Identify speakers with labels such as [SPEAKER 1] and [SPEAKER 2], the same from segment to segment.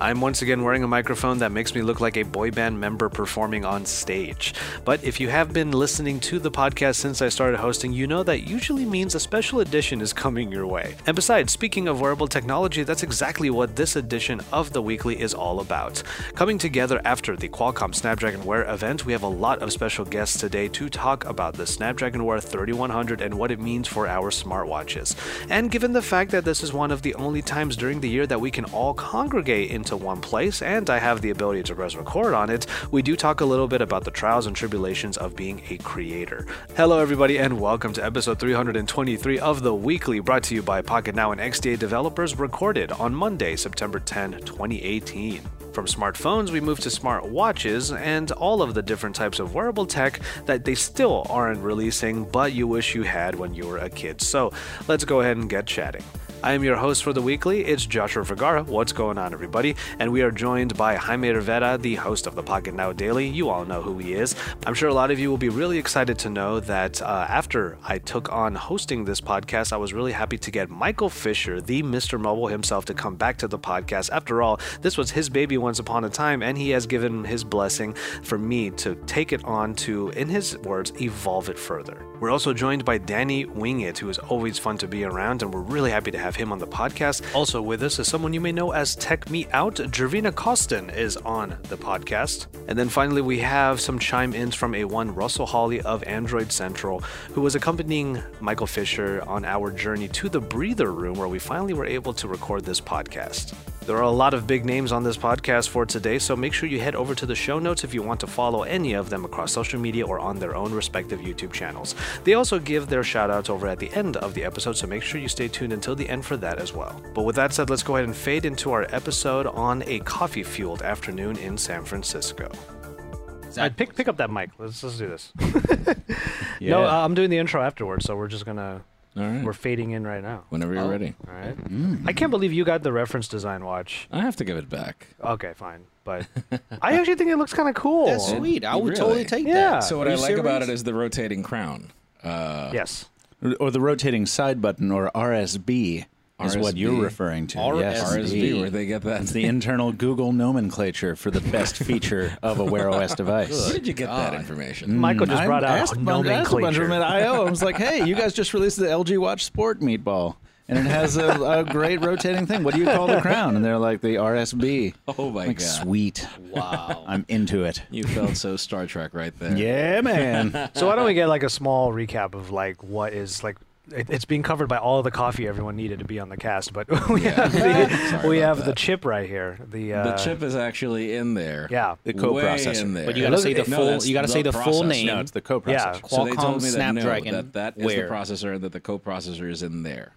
[SPEAKER 1] I'm once again wearing a microphone that makes me look like a boy band member performing on stage. But if you have been listening to the podcast since I started hosting, you know that usually means a special edition is coming your way. And besides, speaking of wearable technology, that's exactly what this edition of the weekly is all about. Coming together after the Qualcomm Snapdragon Wear event, we have a lot of special guests today to talk about the Snapdragon Wear 3100 and what it means for our smartwatches. And given the fact that this is one of the only times during the year that we can all congregate into one place, and I have the ability to press record on it, we do talk a little bit about the trials and tribulations of being a creator. Hello, everybody, and welcome to episode 323 of The Weekly, brought to you by Pocket Now and XDA developers, recorded on Monday, September 10, 2018. From smartphones, we move to smartwatches and all of the different types of wearable tech that they still aren't releasing, but you wish you had when you were a kid. So let's go ahead and get chatting. I am your host for the weekly. It's Joshua Vergara. What's going on, everybody? And we are joined by Jaime Rivera, the host of the Pocket Now Daily. You all know who he is. I'm sure a lot of you will be really excited to know that uh, after I took on hosting this podcast, I was really happy to get Michael Fisher, the Mr. Mobile himself, to come back to the podcast. After all, this was his baby once upon a time, and he has given his blessing for me to take it on to, in his words, evolve it further. We're also joined by Danny Wingit, who is always fun to be around, and we're really happy to have him on the podcast. Also with us is someone you may know as Tech Me Out. Jervina Costin is on the podcast. And then finally, we have some chime ins from a one Russell Hawley of Android Central, who was accompanying Michael Fisher on our journey to the breather room where we finally were able to record this podcast. There are a lot of big names on this podcast for today, so make sure you head over to the show notes if you want to follow any of them across social media or on their own respective YouTube channels. They also give their shout outs over at the end of the episode, so make sure you stay tuned until the end for that as well. But with that said, let's go ahead and fade into our episode on a coffee fueled afternoon in San Francisco. I pick pick up that mic. Let's let's do this.
[SPEAKER 2] Yeah.
[SPEAKER 1] No, uh, I'm doing the intro afterwards, so we're just gonna
[SPEAKER 2] All right. Mm.
[SPEAKER 1] we're fading in right now.
[SPEAKER 2] Whenever you're ready.
[SPEAKER 1] All right. I can't believe you got the reference design watch.
[SPEAKER 2] I have to give it back.
[SPEAKER 1] Okay, fine. But I actually think it looks kind of cool.
[SPEAKER 3] That's sweet. I would
[SPEAKER 2] Really?
[SPEAKER 3] totally take
[SPEAKER 1] Yeah.
[SPEAKER 3] that.
[SPEAKER 2] So what
[SPEAKER 3] Are
[SPEAKER 2] I
[SPEAKER 3] you
[SPEAKER 2] like about it
[SPEAKER 3] serious?
[SPEAKER 2] is the rotating crown. Uh,
[SPEAKER 1] Yes.
[SPEAKER 4] Or the rotating side button, or RSB, is what
[SPEAKER 2] RSB.
[SPEAKER 4] you're referring to. yes,
[SPEAKER 2] RSB,
[SPEAKER 4] indeed.
[SPEAKER 2] where they get
[SPEAKER 4] It's
[SPEAKER 2] that.
[SPEAKER 4] the internal Google nomenclature for the best feature of a Wear OS device.
[SPEAKER 2] Where did you get that information?
[SPEAKER 1] Michael just brought
[SPEAKER 4] I
[SPEAKER 1] out
[SPEAKER 4] asked, a bunch- I asked a bunch of them at
[SPEAKER 1] nomenclature.
[SPEAKER 4] I/O. I was like, "Hey, you guys just released the LG Watch Sport Meatball, and it has a, a great rotating thing. What do you call the crown?" And they're like, "The RSB."
[SPEAKER 2] Oh my
[SPEAKER 4] like,
[SPEAKER 2] god!
[SPEAKER 4] sweet.
[SPEAKER 3] Wow.
[SPEAKER 4] I'm into it.
[SPEAKER 2] You felt so Star Trek right there.
[SPEAKER 4] Yeah, man.
[SPEAKER 1] So why don't we get like a small recap of like what is like it, it's being covered by all the coffee everyone needed to be on the cast, but we have the,
[SPEAKER 2] Sorry
[SPEAKER 1] we
[SPEAKER 2] about
[SPEAKER 1] have the
[SPEAKER 2] that.
[SPEAKER 1] chip right here. The uh,
[SPEAKER 2] The chip is actually in there.
[SPEAKER 1] Yeah.
[SPEAKER 4] The
[SPEAKER 2] Way
[SPEAKER 4] coprocessor.
[SPEAKER 2] in there.
[SPEAKER 3] But you gotta
[SPEAKER 2] Look
[SPEAKER 3] say
[SPEAKER 2] at
[SPEAKER 3] the
[SPEAKER 2] it. No,
[SPEAKER 3] full-
[SPEAKER 2] that's
[SPEAKER 3] you gotta say the full
[SPEAKER 2] processor.
[SPEAKER 3] name.
[SPEAKER 4] no, it's the coprocessor.
[SPEAKER 1] yeah.
[SPEAKER 2] So they told
[SPEAKER 3] Qualcomm
[SPEAKER 2] me that, no,
[SPEAKER 3] Snapdragon
[SPEAKER 2] that that is
[SPEAKER 3] Wear.
[SPEAKER 2] the processor that the coprocessor is in there.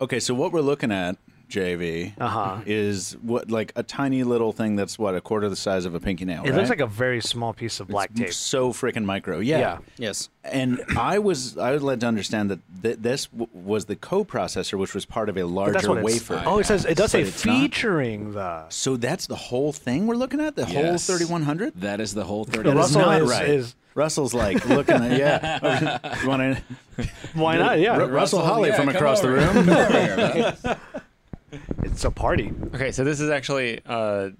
[SPEAKER 4] Okay, so what we're looking at, JV,
[SPEAKER 1] Uh-huh.
[SPEAKER 4] is what like a tiny little thing that's what a quarter the size of a pinky nail. Mm,
[SPEAKER 1] It looks like a very small piece of black tape.
[SPEAKER 4] so freaking micro. Yeah.
[SPEAKER 1] Yeah.
[SPEAKER 3] Yes.
[SPEAKER 4] And I was I was led to understand that th- this w- was the coprocessor, which was part of a
[SPEAKER 1] But
[SPEAKER 4] larger
[SPEAKER 1] that's what it's,
[SPEAKER 4] wafer.
[SPEAKER 1] Oh, it says it does say
[SPEAKER 4] But it's not.
[SPEAKER 1] featuring the.
[SPEAKER 4] So that's the whole thing we're looking at. The whole
[SPEAKER 2] Yes.
[SPEAKER 4] thirty one hundred.
[SPEAKER 2] That is the whole
[SPEAKER 1] The
[SPEAKER 2] thirty.
[SPEAKER 4] That is
[SPEAKER 1] Russell
[SPEAKER 4] not
[SPEAKER 1] is-
[SPEAKER 4] right.
[SPEAKER 1] is-
[SPEAKER 4] Russell's like looking at yeah. you want to
[SPEAKER 1] Why not? Yeah,
[SPEAKER 4] Russell, Holly
[SPEAKER 2] yeah,
[SPEAKER 4] from
[SPEAKER 2] come
[SPEAKER 4] across the
[SPEAKER 2] over.
[SPEAKER 4] room.
[SPEAKER 1] it's a party.
[SPEAKER 5] Okay, so this is actually uh,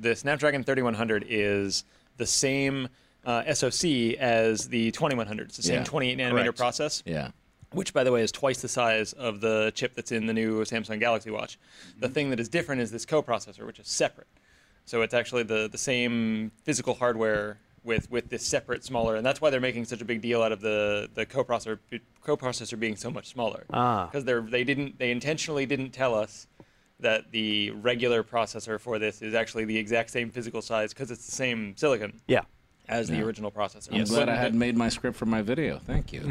[SPEAKER 5] the Snapdragon 3100 is the same uh, SoC as the 2100. It's the same
[SPEAKER 2] Yeah,
[SPEAKER 5] 28 nanometer
[SPEAKER 4] correct.
[SPEAKER 5] process,
[SPEAKER 2] Yeah.
[SPEAKER 5] which, by the way, is twice the size of the chip that's in the new Samsung Galaxy Watch. The
[SPEAKER 1] Mm-hmm.
[SPEAKER 5] thing that is different is this coprocessor, which is separate. So it's actually the, the same physical hardware with, with this separate smaller, and that's why they're making such a big deal out of the, the coprocessor coprocessor being so much smaller.
[SPEAKER 1] Ah.
[SPEAKER 5] Because they're they didn't they intentionally didn't tell us that the regular processor for this is actually the exact same physical size because it's the same silicon
[SPEAKER 1] Yeah.
[SPEAKER 5] as the original processor.
[SPEAKER 2] I'm glad I had made my script for my video. Thank you.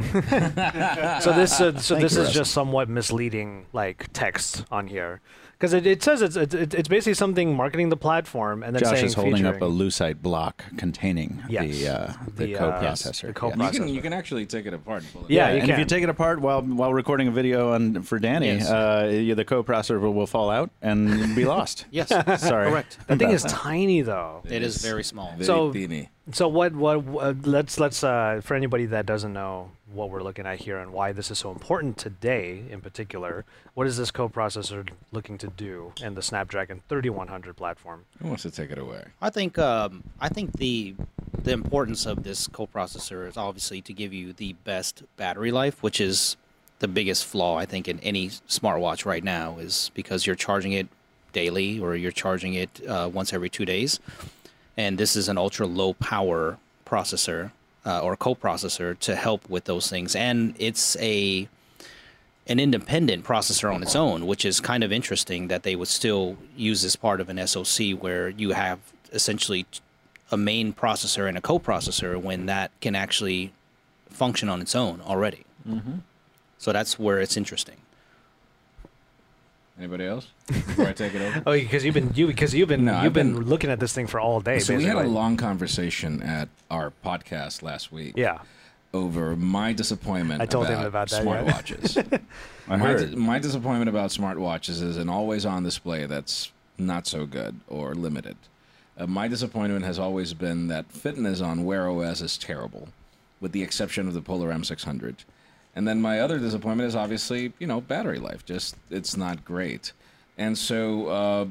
[SPEAKER 1] So this uh, so this
[SPEAKER 2] you,
[SPEAKER 1] is
[SPEAKER 2] Russell.
[SPEAKER 1] just somewhat misleading like text on here because it, it says it's it's it's basically something marketing the platform and then
[SPEAKER 4] Josh
[SPEAKER 1] saying
[SPEAKER 4] is holding
[SPEAKER 1] featuring.
[SPEAKER 4] up a lucite block containing
[SPEAKER 1] Yes.
[SPEAKER 4] the uh, the,
[SPEAKER 1] The, uh,
[SPEAKER 4] coprocessor.
[SPEAKER 1] the
[SPEAKER 4] Yeah.
[SPEAKER 1] coprocessor.
[SPEAKER 2] you can you can actually take it apart. and pull it
[SPEAKER 1] Yeah,
[SPEAKER 2] out.
[SPEAKER 1] you
[SPEAKER 4] and if
[SPEAKER 1] can.
[SPEAKER 4] you take it apart while while recording a video on for Danny,
[SPEAKER 2] Yes.
[SPEAKER 4] uh, you- the coprocessor will, will fall out and be lost.
[SPEAKER 3] Yes.
[SPEAKER 4] Sorry.
[SPEAKER 3] Correct.
[SPEAKER 1] That thing is tiny though.
[SPEAKER 3] It is very small.
[SPEAKER 2] Very
[SPEAKER 1] So-
[SPEAKER 2] teeny.
[SPEAKER 1] So what what uh, let's let's uh, for anybody that doesn't know what we're looking at here and why this is so important today in particular. What is this coprocessor looking to do in the Snapdragon 3100 platform?
[SPEAKER 2] Who wants to take it away?
[SPEAKER 3] I think um, I think the the importance of this coprocessor is obviously to give you the best battery life, which is the biggest flaw I think in any smartwatch right now is because you're charging it daily or you're charging it uh, once every two days, and this is an ultra low power processor uh, or coprocessor to help with those things, and it's a an independent processor on its own, which is kind of interesting that they would still use this part of an SoC where you have essentially t- a main processor and a coprocessor when that can actually function on its own already.
[SPEAKER 1] Mm-hmm.
[SPEAKER 3] So that's where it's interesting.
[SPEAKER 2] Anybody else? Before I take it over.
[SPEAKER 1] Oh, because you've been you because you've been
[SPEAKER 2] No,
[SPEAKER 1] you've
[SPEAKER 2] I've
[SPEAKER 1] been,
[SPEAKER 2] been-
[SPEAKER 1] looking at this thing for all day.
[SPEAKER 2] So we
[SPEAKER 1] basically.
[SPEAKER 2] had a long conversation at our podcast last week.
[SPEAKER 1] yeah.
[SPEAKER 2] Over my disappointment.
[SPEAKER 1] I told him about
[SPEAKER 2] about,
[SPEAKER 1] that, yeah.
[SPEAKER 2] smartwatches.
[SPEAKER 4] I
[SPEAKER 2] my,
[SPEAKER 4] heard.
[SPEAKER 2] di- my disappointment about smartwatches is an always-on display that's not so good or limited. Uh, my disappointment has always been that fitness on Wear OS is terrible, with the exception of the Polar M600. And then my other disappointment is obviously, you know, battery life. Just it's not great. And so uh,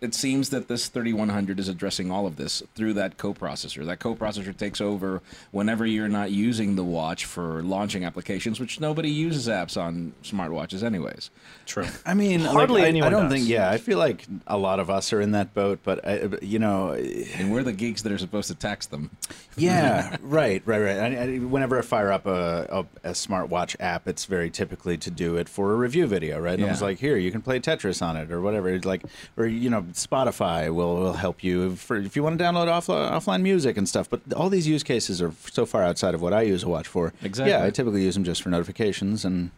[SPEAKER 2] it seems that this 3100 is addressing all of this through that coprocessor. That coprocessor takes over whenever you're not using the watch for launching applications, which nobody uses apps on smartwatches, anyways.
[SPEAKER 3] True.
[SPEAKER 4] I mean, like,
[SPEAKER 1] Hardly
[SPEAKER 4] I- I,
[SPEAKER 1] anyone
[SPEAKER 4] don't
[SPEAKER 1] does.
[SPEAKER 4] think. Yeah, I feel like a lot of us are in that boat, but I, but, you know,
[SPEAKER 2] And we're the geeks that are supposed to tax them.
[SPEAKER 4] yeah, right, right, right. I, I, whenever I fire up a, a, a smartwatch app, it's very typically to do it for a review video, right? And I was
[SPEAKER 2] Yeah.
[SPEAKER 4] like, here, you can play Tetris on it or whatever. It's like, or you know, Spotify will, will help you for, if you want to download off, offline music and stuff. But all these use cases are so far outside of what I use a watch for.
[SPEAKER 2] Exactly.
[SPEAKER 4] Yeah, I typically use them just for notifications and.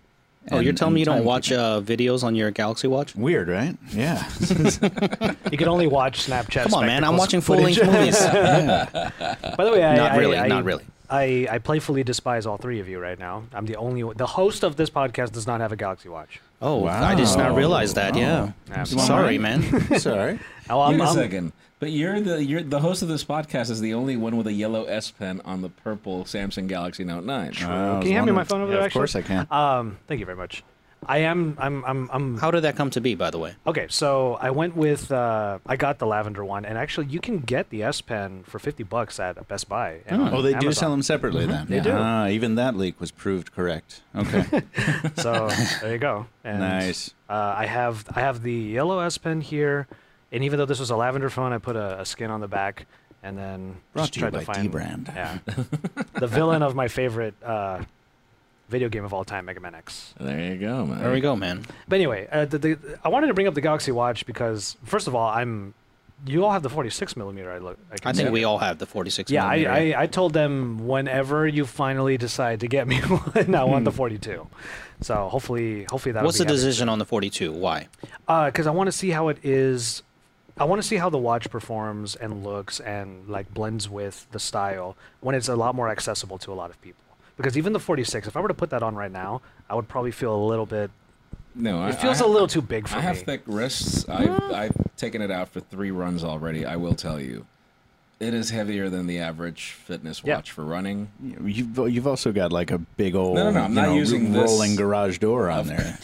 [SPEAKER 3] oh, you're
[SPEAKER 4] and-
[SPEAKER 3] telling me you
[SPEAKER 4] and
[SPEAKER 3] don't
[SPEAKER 4] time
[SPEAKER 3] watch uh, videos on your Galaxy Watch?
[SPEAKER 1] Mm.
[SPEAKER 4] keeping. Weird, right? Yeah.
[SPEAKER 1] You can only watch Snapchat.
[SPEAKER 3] Come on, man! I'm
[SPEAKER 1] spectacles
[SPEAKER 3] watching full
[SPEAKER 1] footage.
[SPEAKER 3] length movies.
[SPEAKER 1] By the way, I,
[SPEAKER 3] Not
[SPEAKER 1] I-
[SPEAKER 3] really,
[SPEAKER 1] I-
[SPEAKER 3] not really.
[SPEAKER 1] I, I playfully despise all three of you right now. I'm the only one. The host of this podcast does not have a Galaxy Watch.
[SPEAKER 3] oh, I just not
[SPEAKER 4] Wow.
[SPEAKER 3] realized that. Yeah.
[SPEAKER 1] Yeah.
[SPEAKER 3] Sorry, man.
[SPEAKER 4] Sorry.
[SPEAKER 1] Oh, I'm,
[SPEAKER 2] Wait a
[SPEAKER 1] I'm-
[SPEAKER 2] second. But you're the you're the host of this podcast is the only one with a yellow S Pen on the purple Samsung Galaxy Note 9.
[SPEAKER 4] I was
[SPEAKER 1] Can you hand me my
[SPEAKER 4] wondering-
[SPEAKER 1] phone over
[SPEAKER 4] Yeah,
[SPEAKER 1] there?
[SPEAKER 4] Of course I
[SPEAKER 1] actually?
[SPEAKER 4] can.
[SPEAKER 1] Um, thank you very much. I am. I'm. I'm. I'm.
[SPEAKER 3] How did that come to be, by the way?
[SPEAKER 1] Okay, so I went with. Uh, I got the lavender one, and actually, you can get the S Pen for fifty bucks at Best Buy. And on
[SPEAKER 4] Oh, they do
[SPEAKER 1] Amazon.
[SPEAKER 4] sell them separately then. They
[SPEAKER 1] do.
[SPEAKER 4] Ah, even that leak was proved correct. Okay.
[SPEAKER 1] So there you go. And,
[SPEAKER 4] Nice.
[SPEAKER 1] Uh, I have I have the yellow S Pen here, and even though this was a lavender phone, I put a, a skin on the back, and then
[SPEAKER 4] Brought
[SPEAKER 1] just
[SPEAKER 4] to you
[SPEAKER 1] tried
[SPEAKER 4] by
[SPEAKER 1] find
[SPEAKER 4] Dbrand.
[SPEAKER 1] Yeah, the villain of my favorite uh, video game of all time, Mega Man X.
[SPEAKER 2] There you go, man.
[SPEAKER 3] There we go, man.
[SPEAKER 1] But anyway, uh, the, the, I wanted to bring up the Galaxy Watch because first of all, I'm you all have the 46 millimeter. I look. I,
[SPEAKER 3] I think
[SPEAKER 1] consider.
[SPEAKER 3] we all have the 46.
[SPEAKER 1] Yeah,
[SPEAKER 3] millimeter.
[SPEAKER 1] I, I, I told them whenever you finally decide to get me one, I want the 42. So hopefully, hopefully that.
[SPEAKER 3] Hmm. What's the decision on the 42? Why?
[SPEAKER 1] Because Uh, I want to see how it is. I want to see how the watch performs and looks and like blends with the style when it's a lot more accessible to a lot of people. Because even the 46, if I were to put that on right now, I would probably feel a little bit.
[SPEAKER 2] No, I-
[SPEAKER 1] It feels
[SPEAKER 2] I-
[SPEAKER 1] a little too big for
[SPEAKER 2] I
[SPEAKER 1] me.
[SPEAKER 2] have thick wrists. I've, I've taken it out for three runs already. I will tell you, it is heavier than the average fitness
[SPEAKER 1] Yeah.
[SPEAKER 2] watch for running.
[SPEAKER 4] You've, you've also got like a big old
[SPEAKER 2] No, no, no, I'm
[SPEAKER 4] you
[SPEAKER 2] not
[SPEAKER 4] know,
[SPEAKER 2] using this.
[SPEAKER 4] rolling garage door on there.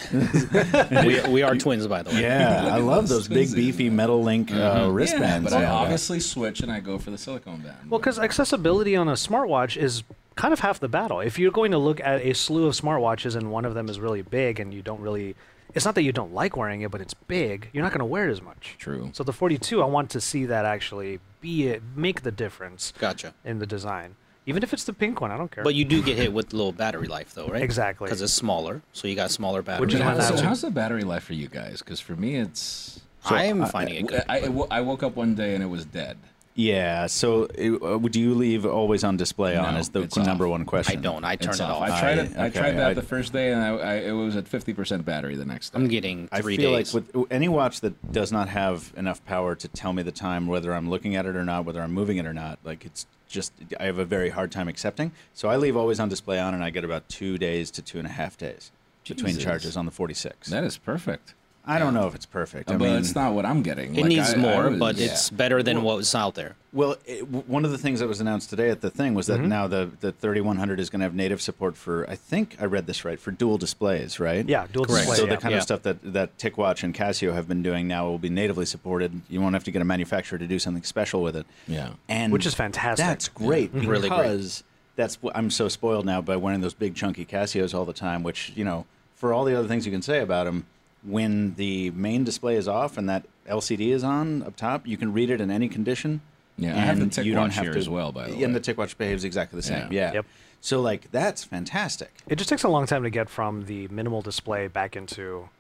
[SPEAKER 3] we, we are twins, by the way.
[SPEAKER 4] Yeah, I love those big
[SPEAKER 2] Squeezy.
[SPEAKER 4] beefy metal link uh,
[SPEAKER 2] Yeah,
[SPEAKER 4] wristbands.
[SPEAKER 2] but I
[SPEAKER 4] now.
[SPEAKER 2] obviously switch and I go for the silicone band.
[SPEAKER 1] Well, because accessibility on a smartwatch is kind of half the battle. If you're going to look at a slew of smartwatches and one of them is really big and you don't really, it's not that you don't like wearing it, but it's big, you're not going to wear it as much.
[SPEAKER 2] True.
[SPEAKER 1] So the 42, I want to see that actually be it, make the difference
[SPEAKER 3] Gotcha.
[SPEAKER 1] in the design. Even if it's the pink one, I don't care.
[SPEAKER 3] But you do get hit with little battery life, though, right?
[SPEAKER 1] Exactly.
[SPEAKER 3] Because it's smaller, so you got smaller battery.
[SPEAKER 1] Which is
[SPEAKER 3] life.
[SPEAKER 1] why
[SPEAKER 2] so
[SPEAKER 1] that's-
[SPEAKER 2] how's the battery life for you guys? Because for me, it's.
[SPEAKER 3] I am finding it good.
[SPEAKER 2] I, I, I woke up one day and it was dead.
[SPEAKER 4] Yeah, so it, uh, do you leave always on display on
[SPEAKER 2] No,
[SPEAKER 4] is the
[SPEAKER 2] it's
[SPEAKER 4] number
[SPEAKER 2] off.
[SPEAKER 4] one
[SPEAKER 3] I
[SPEAKER 4] question.
[SPEAKER 3] don't. I turn
[SPEAKER 2] It's
[SPEAKER 3] it off.
[SPEAKER 2] I tried it. I
[SPEAKER 4] okay,
[SPEAKER 2] tried that
[SPEAKER 4] I-
[SPEAKER 2] the first day and I, I, it was at fifty percent battery the next day.
[SPEAKER 3] I'm getting
[SPEAKER 4] I
[SPEAKER 3] three
[SPEAKER 4] feel
[SPEAKER 3] days.
[SPEAKER 4] like with any watch that does not have enough power to tell me the time, whether I'm looking at it or not, whether I'm moving it or not, like it's just I have a very hard time accepting. So I leave always on display on, and I get about two days to two and a half days between
[SPEAKER 2] Jesus.
[SPEAKER 4] charges on the 46.
[SPEAKER 2] That is perfect.
[SPEAKER 4] I don't know if it's perfect. I
[SPEAKER 2] but
[SPEAKER 4] mean,
[SPEAKER 2] it's not what I'm getting.
[SPEAKER 3] It
[SPEAKER 2] Like,
[SPEAKER 3] needs
[SPEAKER 2] I- I
[SPEAKER 3] more,
[SPEAKER 2] was-
[SPEAKER 3] but
[SPEAKER 2] yeah.
[SPEAKER 3] it's better than what was out there.
[SPEAKER 4] Well, it, w- one of the things that was announced today at the thing was that
[SPEAKER 1] Mm-hmm.
[SPEAKER 4] now the, the 3100 is going to have native support for, I think I read this right, for dual displays, right?
[SPEAKER 1] Yeah, dual
[SPEAKER 4] Correct.
[SPEAKER 1] display,
[SPEAKER 4] So
[SPEAKER 1] yeah.
[SPEAKER 4] the kind
[SPEAKER 3] Yeah.
[SPEAKER 4] of stuff that, that TickWatch and Casio have been doing now will be natively supported. You won't have to get a manufacturer to do something special with it.
[SPEAKER 2] Yeah.
[SPEAKER 4] And
[SPEAKER 1] Which is fantastic.
[SPEAKER 4] That's great because
[SPEAKER 3] Really great.
[SPEAKER 4] that's what I'm so spoiled now by wearing those big chunky Casios all the time, which, you know, for all the other things you can say about them, when the main display is off and that LCD is on up top, you can read it in any condition.
[SPEAKER 2] Yeah, I have the
[SPEAKER 4] and
[SPEAKER 2] Tick
[SPEAKER 4] you don't
[SPEAKER 2] Watch
[SPEAKER 4] have
[SPEAKER 2] here
[SPEAKER 4] to,
[SPEAKER 2] as well, by the way.
[SPEAKER 4] And the TickWatch behaves exactly the same.
[SPEAKER 2] Yeah.
[SPEAKER 4] Yeah.
[SPEAKER 1] Yep.
[SPEAKER 4] So, like, that's fantastic.
[SPEAKER 1] It just takes a long time to get from the minimal display back into.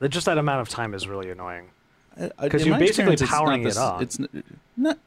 [SPEAKER 1] the- Just that amount of time is really annoying.
[SPEAKER 4] Because
[SPEAKER 1] you're basically powering it up.
[SPEAKER 4] It's n- not.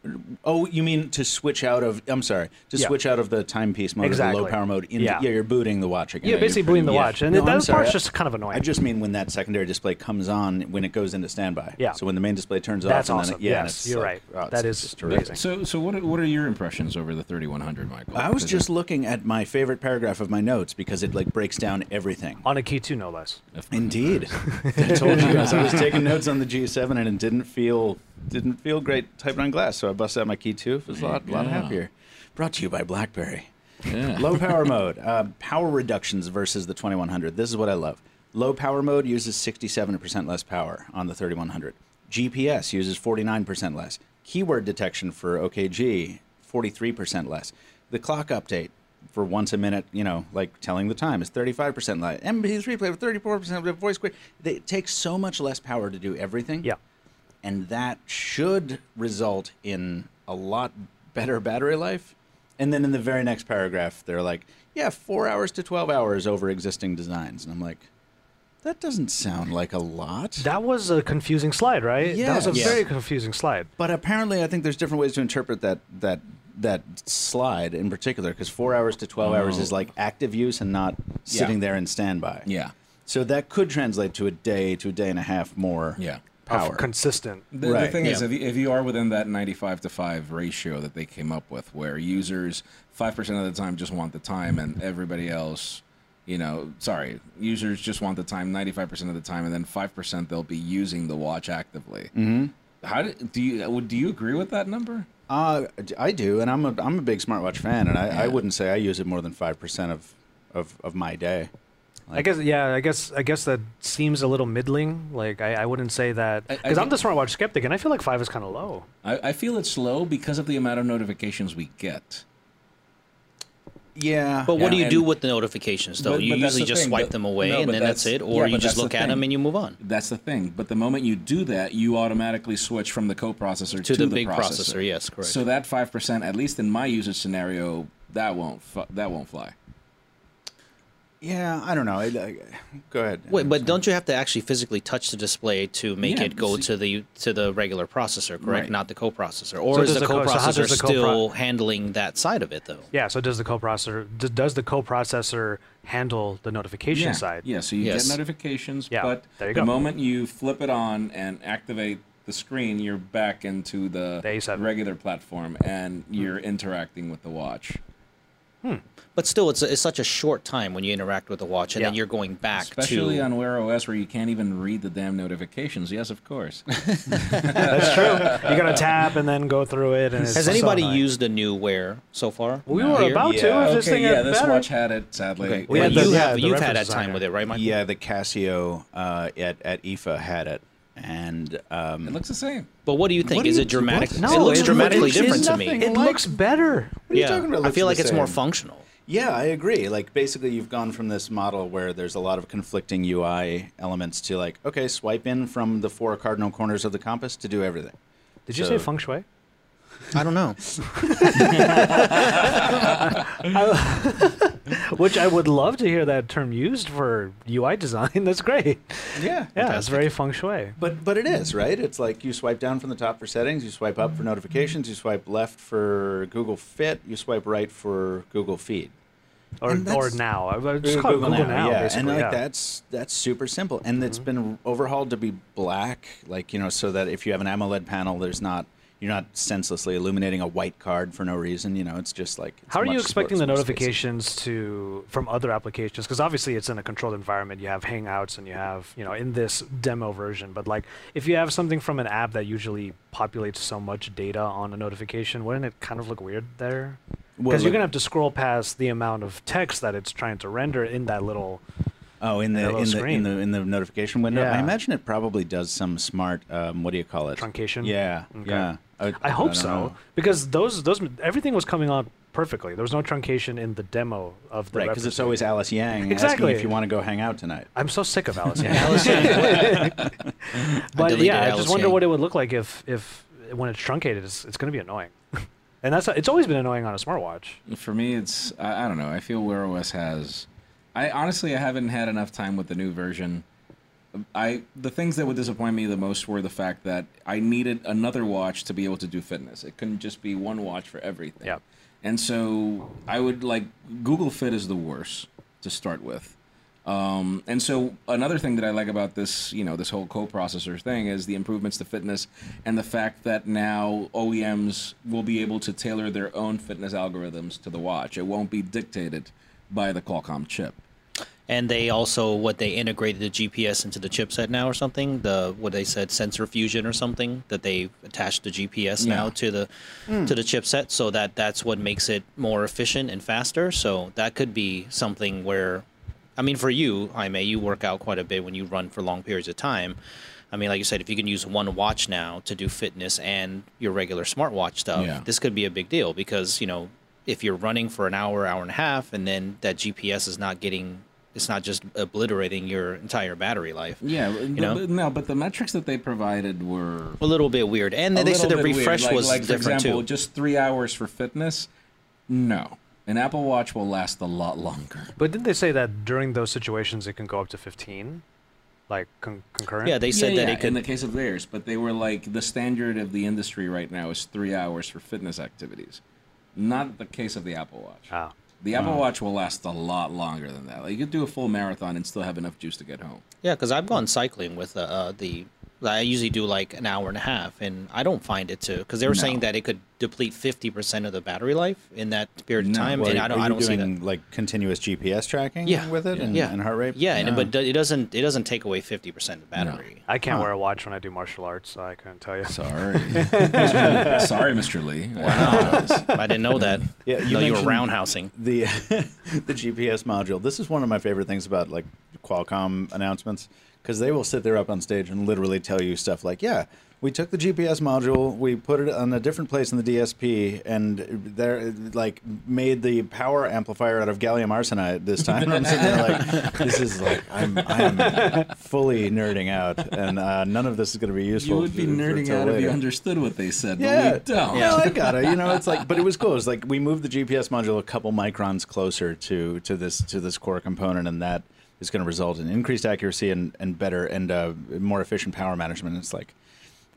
[SPEAKER 4] Oh, you mean to switch out of? I'm sorry, to
[SPEAKER 1] Yeah.
[SPEAKER 4] switch out of the timepiece mode, or the
[SPEAKER 1] Exactly.
[SPEAKER 4] low power mode. Into,
[SPEAKER 1] Yeah.
[SPEAKER 4] yeah. you're booting the watch again.
[SPEAKER 1] Yeah,
[SPEAKER 4] you're
[SPEAKER 1] basically booting the
[SPEAKER 4] pretty- yeah.
[SPEAKER 1] watch, and
[SPEAKER 4] No,
[SPEAKER 1] it-
[SPEAKER 4] I'm
[SPEAKER 1] that
[SPEAKER 4] sorry.
[SPEAKER 1] part's just kind of annoying.
[SPEAKER 4] I just mean when that secondary display comes on when it goes into standby.
[SPEAKER 1] Yeah.
[SPEAKER 4] So when the main display turns
[SPEAKER 1] That's
[SPEAKER 4] off. and
[SPEAKER 1] awesome.
[SPEAKER 4] Then it, yeah, and
[SPEAKER 1] yes,
[SPEAKER 4] it's
[SPEAKER 1] you're
[SPEAKER 4] like,
[SPEAKER 1] right.
[SPEAKER 4] oh,
[SPEAKER 1] that
[SPEAKER 4] it's
[SPEAKER 1] is
[SPEAKER 4] just terrific.
[SPEAKER 1] amazing.
[SPEAKER 2] So, so what are, what are your impressions over the 3100, Michael?
[SPEAKER 4] I was
[SPEAKER 2] Is
[SPEAKER 4] just looking at my favorite paragraph of my notes because it like breaks down everything.
[SPEAKER 1] On a key two, no less.
[SPEAKER 2] it-
[SPEAKER 4] Indeed, I told you guys I was taking notes on the G7 and it didn't feel didn't feel great typing on glass, so I busted out my Key 2. It was a lot, lot
[SPEAKER 2] Yeah.
[SPEAKER 4] happier. Brought to you by BlackBerry.
[SPEAKER 2] Yeah.
[SPEAKER 4] Low power mode, uh, power reductions versus the 2100. This is what I love. Low power mode uses 67% less power on the 3100. GPS uses 49% less. Keyword detection for OKG, 43% less. The clock update for once a minute, you know, like telling the time is 35% less. MP3 player, 34% less. voice quick. They- It takes so much less power to do everything
[SPEAKER 1] Yeah.
[SPEAKER 4] and that should result in a lot better battery life. And then in the very next paragraph, they're like, "Yeah, four hours to twelve hours over existing designs," and I'm like, "That doesn't sound like a lot."
[SPEAKER 1] That was a confusing slide, right? That was a
[SPEAKER 4] Yes.
[SPEAKER 1] very confusing slide.
[SPEAKER 4] but apparently, I think there's different ways to interpret that that that slide in particular, because four hours to twelve hours
[SPEAKER 2] Oh.
[SPEAKER 4] is like active use and not sitting there in standby.
[SPEAKER 2] Yeah.
[SPEAKER 4] So that could translate to a day to a day and a half more.
[SPEAKER 2] Yeah.
[SPEAKER 4] Power.
[SPEAKER 1] Of consistent.
[SPEAKER 2] The, the
[SPEAKER 4] Right.
[SPEAKER 2] thing is,
[SPEAKER 3] Yeah.
[SPEAKER 2] if you, if you are within that 95 to 5 ratio that they came up with, where users 5% of the time just want the time and everybody else, you know, sorry, users just want the time 95% of the time and then 5% they'll be using the watch actively. Mm-hmm. How do, do you would- do you agree with that number?
[SPEAKER 4] Uh, I do, and I'm a I'm a big smartwatch fan, and I, I wouldn't say I use it more than five percent of, of of my day.
[SPEAKER 1] I guess yeah. I guess I guess that seems a little middling. Like I, I wouldn't say that
[SPEAKER 2] I- I
[SPEAKER 1] because I'm the
[SPEAKER 2] think-
[SPEAKER 1] smartwatch skeptic, and I feel like five is kind of low.
[SPEAKER 2] I, I feel it's low because of the amount of notifications we get.
[SPEAKER 4] Yeah,
[SPEAKER 3] But what
[SPEAKER 2] Yeah.
[SPEAKER 3] do you do
[SPEAKER 2] And-
[SPEAKER 3] with the notifications, though?
[SPEAKER 2] But-
[SPEAKER 3] you
[SPEAKER 2] but that's
[SPEAKER 3] usually
[SPEAKER 2] the
[SPEAKER 3] just
[SPEAKER 2] thing,
[SPEAKER 3] swipe
[SPEAKER 2] but-
[SPEAKER 3] them away,
[SPEAKER 2] no,
[SPEAKER 3] and
[SPEAKER 2] but
[SPEAKER 3] then that's,
[SPEAKER 2] that's-
[SPEAKER 3] it, or you
[SPEAKER 2] yeah, but
[SPEAKER 3] just
[SPEAKER 2] that's the
[SPEAKER 3] look at them
[SPEAKER 2] thing.
[SPEAKER 3] and you move on.
[SPEAKER 2] That's the thing. But the moment you do that, you automatically switch from the coprocessor
[SPEAKER 3] To
[SPEAKER 2] to,
[SPEAKER 3] the big
[SPEAKER 2] processor.
[SPEAKER 3] processor, yes, correct.
[SPEAKER 2] So that five percent, at least in my usage scenario, that won't fu- that won't fly.
[SPEAKER 4] yeah, I don't know. I, I, go ahead.
[SPEAKER 3] Wait, but don't you have to actually physically touch the display to make
[SPEAKER 2] Yeah,
[SPEAKER 3] it go
[SPEAKER 2] see-
[SPEAKER 3] to the to the regular processor, correct?
[SPEAKER 2] Right.
[SPEAKER 3] Not the coprocessor, or
[SPEAKER 1] So
[SPEAKER 3] is
[SPEAKER 1] does the
[SPEAKER 3] the
[SPEAKER 1] co- so how does
[SPEAKER 3] coprocessor
[SPEAKER 1] the copro-
[SPEAKER 3] still handling that side of it though?
[SPEAKER 1] Yeah. So does the coprocessor d- does the coprocessor handle the notification
[SPEAKER 2] yeah.
[SPEAKER 1] side?
[SPEAKER 2] Yeah. So you
[SPEAKER 3] Yes.
[SPEAKER 2] get notifications,
[SPEAKER 1] Yeah,
[SPEAKER 2] but
[SPEAKER 1] there you
[SPEAKER 2] the
[SPEAKER 1] go.
[SPEAKER 2] moment you flip it on and activate the screen, you're back into the,
[SPEAKER 1] The Hmm. A7.
[SPEAKER 2] regular platform, and you're interacting with the watch.
[SPEAKER 3] But still, it's, it's such a short time when you interact with the watch, and then
[SPEAKER 1] Yeah.
[SPEAKER 3] you're going back
[SPEAKER 2] Especially
[SPEAKER 3] to.
[SPEAKER 2] on Wear OS, where you can't even read the damn notifications. Yes, of course.
[SPEAKER 1] That's true. You gotta tap and then go through it. And it's
[SPEAKER 3] Has
[SPEAKER 1] so
[SPEAKER 3] anybody
[SPEAKER 1] annoying.
[SPEAKER 3] used the new wear so far?
[SPEAKER 1] We were
[SPEAKER 3] Here?
[SPEAKER 1] about to. If this
[SPEAKER 2] okay,
[SPEAKER 1] thing
[SPEAKER 2] yeah,
[SPEAKER 1] had
[SPEAKER 2] this
[SPEAKER 1] better.
[SPEAKER 2] watch had it. Sadly,
[SPEAKER 3] Okay.
[SPEAKER 2] It
[SPEAKER 1] Yeah,
[SPEAKER 3] Well,
[SPEAKER 1] the-
[SPEAKER 3] you
[SPEAKER 1] yeah,
[SPEAKER 3] have
[SPEAKER 1] the
[SPEAKER 3] you've had
[SPEAKER 1] reference
[SPEAKER 3] that
[SPEAKER 1] designer.
[SPEAKER 3] time with it, right, Mike?
[SPEAKER 4] yeah, the Casio uh, at at IFA had it, and um,
[SPEAKER 2] looks the same.
[SPEAKER 3] But what do you think?
[SPEAKER 4] do
[SPEAKER 3] Is
[SPEAKER 4] you-
[SPEAKER 3] it dramatic?
[SPEAKER 4] what?
[SPEAKER 1] No,
[SPEAKER 3] it looks
[SPEAKER 1] it-
[SPEAKER 3] dramatically
[SPEAKER 1] it's
[SPEAKER 3] different to me.
[SPEAKER 4] nothing.
[SPEAKER 1] It
[SPEAKER 4] Like-
[SPEAKER 1] looks better.
[SPEAKER 4] what are you
[SPEAKER 3] yeah,
[SPEAKER 4] talking about?
[SPEAKER 3] I feel like
[SPEAKER 4] Looks the
[SPEAKER 3] it's more
[SPEAKER 4] same.
[SPEAKER 3] functional.
[SPEAKER 4] Yeah, I agree. Like basically, you've gone from this model where there's a lot of conflicting UI elements to like, okay, swipe in from the four cardinal corners of the compass to do everything.
[SPEAKER 1] Did you say
[SPEAKER 4] So-
[SPEAKER 1] feng shui?
[SPEAKER 3] I don't know.
[SPEAKER 1] Which I would love to hear that term used for UI design. That's great.
[SPEAKER 4] Yeah,
[SPEAKER 1] Yeah, it's very feng shui.
[SPEAKER 4] But but it is right. It's like you swipe down from the top for settings, you swipe up
[SPEAKER 1] Mm-hmm.
[SPEAKER 4] for notifications, you swipe left for Google Fit, you swipe right for Google Feed.
[SPEAKER 1] Or,
[SPEAKER 4] And
[SPEAKER 1] or
[SPEAKER 4] that's-
[SPEAKER 1] now. I I just call it Google Now,
[SPEAKER 4] yeah.
[SPEAKER 1] basically.
[SPEAKER 4] And like
[SPEAKER 1] yeah. Mm-hmm.
[SPEAKER 4] that's that's super simple, and it's been overhauled to be black, like you know, so that if you have an AMOLED panel, there's not You're not senselessly illuminating a white card for no reason. You know, it's just like. it's
[SPEAKER 1] How are you
[SPEAKER 4] much
[SPEAKER 1] expecting the
[SPEAKER 4] slower, it's more spacey.
[SPEAKER 1] notifications to from other applications? Because obviously it's in a controlled environment. You have Hangouts and you have you know in this demo version. But like if you have something from an app that usually populates so much data on a notification, wouldn't it kind of look weird there?
[SPEAKER 4] Well,
[SPEAKER 1] Because you're
[SPEAKER 4] look-
[SPEAKER 1] gonna have to scroll past the amount of text that it's trying to render in that little.
[SPEAKER 4] Oh, in the
[SPEAKER 1] little
[SPEAKER 4] in the, in
[SPEAKER 1] screen.
[SPEAKER 4] the in the notification window. I
[SPEAKER 1] Yeah.
[SPEAKER 4] imagine it probably does some smart. Um, what do you call it?
[SPEAKER 1] Truncation?
[SPEAKER 4] Yeah.
[SPEAKER 1] Okay.
[SPEAKER 4] Yeah.
[SPEAKER 1] I hope
[SPEAKER 4] don't
[SPEAKER 1] so
[SPEAKER 4] know.
[SPEAKER 1] because those those everything was coming on perfectly. There was no truncation in the demo of the.
[SPEAKER 4] Right, because it's
[SPEAKER 1] referencing.
[SPEAKER 4] always Alice Yang
[SPEAKER 1] Exactly.
[SPEAKER 4] asking if you want to go hang out tonight.
[SPEAKER 1] I'm so sick of Alice. Yang.
[SPEAKER 3] I
[SPEAKER 1] But
[SPEAKER 3] deleted
[SPEAKER 1] yeah, I
[SPEAKER 3] Alice
[SPEAKER 1] just wonder
[SPEAKER 3] Yang.
[SPEAKER 1] what it would look like if if when it's truncated, it's, it's going to be annoying. and that's it's always been annoying on a smartwatch.
[SPEAKER 2] For me, it's I, I don't know. I feel Wear OS has. I honestly I haven't had enough time with the new version. I the things that would disappoint me the most were the fact that I needed another watch to be able to do fitness. It couldn't just be one watch for everything.
[SPEAKER 1] Yep.
[SPEAKER 2] And so I would like Google Fit is the worst to start with. Um, and so another thing that I like about this, you know, this whole co-processor thing is the improvements to fitness and the fact that now OEMs will be able to tailor their own fitness algorithms to the watch. It won't be dictated by the Qualcomm chip.
[SPEAKER 3] And they also what they integrated the GPS into the chipset now or something. The what they said sensor fusion or something that they attached the GPS now
[SPEAKER 2] Yeah. Hmm.
[SPEAKER 3] to the to the chipset, so that that's what makes it more efficient and faster. So that could be something where, I mean, for you, Jaime, you work out quite a bit when you run for long periods of time. I mean, like you said, if you can use one watch now to do fitness and your regular smartwatch stuff,
[SPEAKER 2] Yeah.
[SPEAKER 3] this could be a big deal because you know if you're running for an hour, hour and a half, and then that GPS is not getting, it's not just obliterating your entire battery life.
[SPEAKER 2] Yeah, you
[SPEAKER 3] know?
[SPEAKER 2] no, but the metrics that they provided were
[SPEAKER 3] A little bit weird, and
[SPEAKER 2] a
[SPEAKER 3] then they said the
[SPEAKER 2] little bit
[SPEAKER 3] refresh
[SPEAKER 2] weird. Like-
[SPEAKER 3] was
[SPEAKER 2] like, for
[SPEAKER 3] different
[SPEAKER 2] example,
[SPEAKER 3] too.
[SPEAKER 2] Just three hours for fitness? No, an Apple Watch will last a lot longer.
[SPEAKER 1] But didn't they say that during those situations it can go up to 15, like con- concurrent?
[SPEAKER 3] yeah, they said
[SPEAKER 2] Yeah,
[SPEAKER 3] that
[SPEAKER 2] yeah,
[SPEAKER 3] it could.
[SPEAKER 2] in the case of theirs, but they were like the standard of the industry right now is three hours for fitness activities. Not the case of the Apple Watch.
[SPEAKER 1] Ah.
[SPEAKER 2] The Apple Watch will last a lot longer than that. Like you could do a full marathon and still have enough juice to get home.
[SPEAKER 3] Yeah, because I've gone cycling with uh, uh, the. I usually do like an hour and a half, and I don't find it to because they were saying that it could deplete fifty percent of the battery life in that period of time,
[SPEAKER 4] Well,
[SPEAKER 3] and I don't.
[SPEAKER 4] are
[SPEAKER 3] I
[SPEAKER 4] you
[SPEAKER 3] don't see
[SPEAKER 4] doing
[SPEAKER 3] that.
[SPEAKER 4] like continuous GPS tracking
[SPEAKER 3] Yeah.
[SPEAKER 4] with it And,
[SPEAKER 3] Yeah,
[SPEAKER 4] and heart rate.
[SPEAKER 3] Yeah, and,
[SPEAKER 4] No.
[SPEAKER 3] but it doesn't. It doesn't take away fifty percent of the battery.
[SPEAKER 1] I can't wear a watch when I do martial arts, so I couldn't tell you.
[SPEAKER 2] Sorry, sorry, Mr. Lee. Wow.
[SPEAKER 3] I didn't know that.
[SPEAKER 4] Yeah, you
[SPEAKER 3] you, you were
[SPEAKER 4] mentioned-
[SPEAKER 3] roundhousing.
[SPEAKER 4] the the GPS module. This is one of my favorite things about like Qualcomm announcements because they will sit there up on stage and literally tell you stuff like, "Yeah, we took the GPS module, we put it on a different place in the DSP, and they're like made the power amplifier out of gallium arsenide this time." And I'm sitting there like, "This is like I'm I'm fully nerding out, and uh, none of this is going to be useful."
[SPEAKER 2] You would be
[SPEAKER 4] for- for-
[SPEAKER 2] nerding
[SPEAKER 4] till
[SPEAKER 2] out if you
[SPEAKER 4] later.
[SPEAKER 2] understood what they said,
[SPEAKER 4] Yeah,
[SPEAKER 2] but we don't.
[SPEAKER 4] yeah, I got it. You know, it's like, but it was cool. It's like we moved the GPS module a couple microns closer to to this to this core component, and that is going to result in increased accuracy and and better and uh, more efficient power management. It's like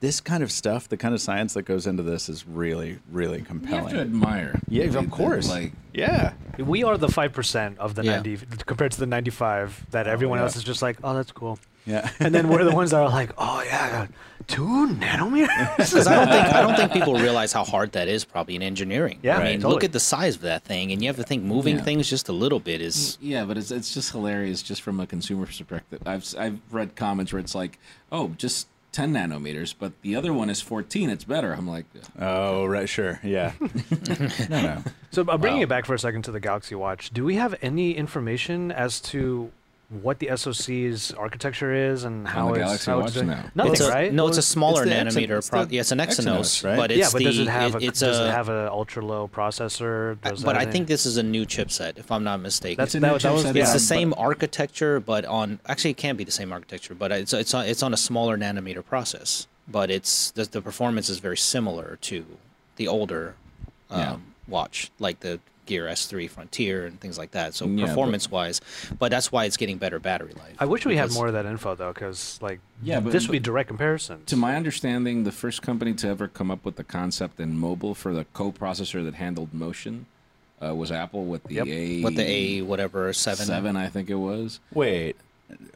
[SPEAKER 4] this kind of stuff, the kind of science that goes into this, is really really
[SPEAKER 2] You have to
[SPEAKER 4] compelling.
[SPEAKER 2] admire.
[SPEAKER 4] Yeah,
[SPEAKER 2] the-
[SPEAKER 4] of
[SPEAKER 2] the,
[SPEAKER 4] course.
[SPEAKER 2] Like
[SPEAKER 4] yeah,
[SPEAKER 1] We are the 5% of the
[SPEAKER 3] Yeah.
[SPEAKER 1] 90 compared to the 95 that everyone
[SPEAKER 4] yeah.
[SPEAKER 1] else is just like, oh, that's cool.
[SPEAKER 4] yeah.
[SPEAKER 1] And then we're the ones that are like, oh, yeah, two nanometers?
[SPEAKER 3] Because I don't think I don't think people realize how hard that is probably in engineering.
[SPEAKER 1] Yeah,
[SPEAKER 3] I mean, look
[SPEAKER 1] totally.
[SPEAKER 3] at the size of that thing, and you have to think moving
[SPEAKER 2] Yeah.
[SPEAKER 3] things just a little bit is.
[SPEAKER 2] Yeah, but it's it's just hilarious just from a consumer perspective. I've s- I've read comments where it's like, oh, just ten nanometers, but the other one is fourteen. It's better. I'm like,
[SPEAKER 4] oh right, sure, yeah. no, no.
[SPEAKER 1] So uh, bringing it back for a second to the Galaxy Watch, do we have any information as to what the SoC's architecture is and how
[SPEAKER 2] the
[SPEAKER 1] it's
[SPEAKER 2] Galaxy
[SPEAKER 1] how
[SPEAKER 2] Watch?
[SPEAKER 1] it's doing?
[SPEAKER 2] No.
[SPEAKER 1] Nothing,
[SPEAKER 3] it's a,
[SPEAKER 1] right?
[SPEAKER 3] No, it's a
[SPEAKER 4] Well,
[SPEAKER 3] smaller
[SPEAKER 4] it's the Exyn-
[SPEAKER 3] nanometer.
[SPEAKER 4] it's
[SPEAKER 3] pro-
[SPEAKER 4] the
[SPEAKER 3] yeah, it's an Exynos,
[SPEAKER 4] Exynos, right?
[SPEAKER 3] but it's
[SPEAKER 1] yeah, but
[SPEAKER 3] the
[SPEAKER 1] does it have
[SPEAKER 3] it-
[SPEAKER 1] a
[SPEAKER 3] it's
[SPEAKER 1] does
[SPEAKER 3] a.
[SPEAKER 1] it have an ultra low processor? Does it
[SPEAKER 3] but
[SPEAKER 1] have
[SPEAKER 3] I
[SPEAKER 1] any-
[SPEAKER 3] think this is a new chipset, if I'm not mistaken.
[SPEAKER 1] That's
[SPEAKER 2] a
[SPEAKER 1] that
[SPEAKER 2] new
[SPEAKER 1] was- that was-
[SPEAKER 2] chipset,
[SPEAKER 3] It's
[SPEAKER 2] yeah.
[SPEAKER 3] the same architecture, but on actually it can't be the same architecture, but it's it's on, it's on a smaller nanometer process. But it's the, the performance is very similar to the older um,
[SPEAKER 2] Yeah.
[SPEAKER 3] watch, like the Gear S3 Frontier and things like that. So
[SPEAKER 2] Yeah, but-
[SPEAKER 3] performance wise, but that's why it's getting better battery life.
[SPEAKER 1] I wish we had
[SPEAKER 3] because-
[SPEAKER 1] more of that info though, because like
[SPEAKER 2] Yeah, but-
[SPEAKER 1] this would be
[SPEAKER 2] but-
[SPEAKER 1] direct comparison.
[SPEAKER 2] to my understanding, the first company to ever come up with the concept in mobile for the coprocessor that handled motion uh, was Apple with the
[SPEAKER 1] Yep.
[SPEAKER 2] A
[SPEAKER 3] with the A whatever seven.
[SPEAKER 2] seven, I think it was.
[SPEAKER 4] Oh, Wait,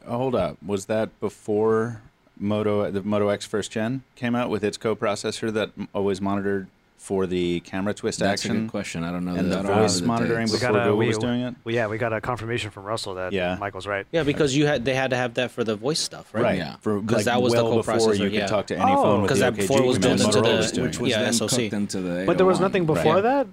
[SPEAKER 4] hold up. Was that before Moto the Moto X first gen came out with its co-processor that m- always monitored for the camera twist
[SPEAKER 2] That's a
[SPEAKER 4] action
[SPEAKER 2] good question. I don't know. that-
[SPEAKER 4] and the
[SPEAKER 2] I don't know
[SPEAKER 4] voice
[SPEAKER 2] the
[SPEAKER 4] monitoring
[SPEAKER 2] dates.
[SPEAKER 1] We
[SPEAKER 4] before
[SPEAKER 1] got a
[SPEAKER 4] Google
[SPEAKER 1] we,
[SPEAKER 4] was doing it.
[SPEAKER 1] well, yeah, we got a confirmation from Russell that
[SPEAKER 4] Yeah.
[SPEAKER 1] Michael's right.
[SPEAKER 3] Yeah, because you had they had to have that for the voice stuff, right?
[SPEAKER 4] Right.
[SPEAKER 2] Yeah.
[SPEAKER 4] For
[SPEAKER 3] 'Cause
[SPEAKER 4] like
[SPEAKER 3] that was the
[SPEAKER 4] well before
[SPEAKER 3] co-processor,
[SPEAKER 4] you
[SPEAKER 3] yeah.
[SPEAKER 4] could talk to any
[SPEAKER 1] Oh.
[SPEAKER 4] phone with
[SPEAKER 3] 'Cause
[SPEAKER 4] the
[SPEAKER 3] that
[SPEAKER 4] OKG
[SPEAKER 3] before it was
[SPEAKER 4] command
[SPEAKER 3] built into
[SPEAKER 4] Motorola
[SPEAKER 3] the-
[SPEAKER 4] was doing
[SPEAKER 2] which was
[SPEAKER 3] Yeah,
[SPEAKER 2] then
[SPEAKER 3] SoC.
[SPEAKER 2] cooked into the.
[SPEAKER 1] But there was
[SPEAKER 2] 801.
[SPEAKER 1] nothing before
[SPEAKER 4] Right.
[SPEAKER 1] that.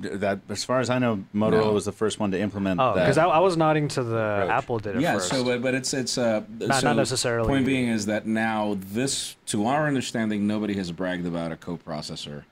[SPEAKER 4] D- that as far as I know, Motorola
[SPEAKER 2] No.
[SPEAKER 4] was the first one to implement
[SPEAKER 1] Oh,
[SPEAKER 4] that.
[SPEAKER 1] because I, I was nodding to the Apple did it
[SPEAKER 2] yeah,
[SPEAKER 1] first.
[SPEAKER 2] so but, but it's it's uh,
[SPEAKER 1] Not-
[SPEAKER 2] so
[SPEAKER 1] not necessarily-
[SPEAKER 2] Point being is that now this, to our understanding, nobody has bragged about a coprocessor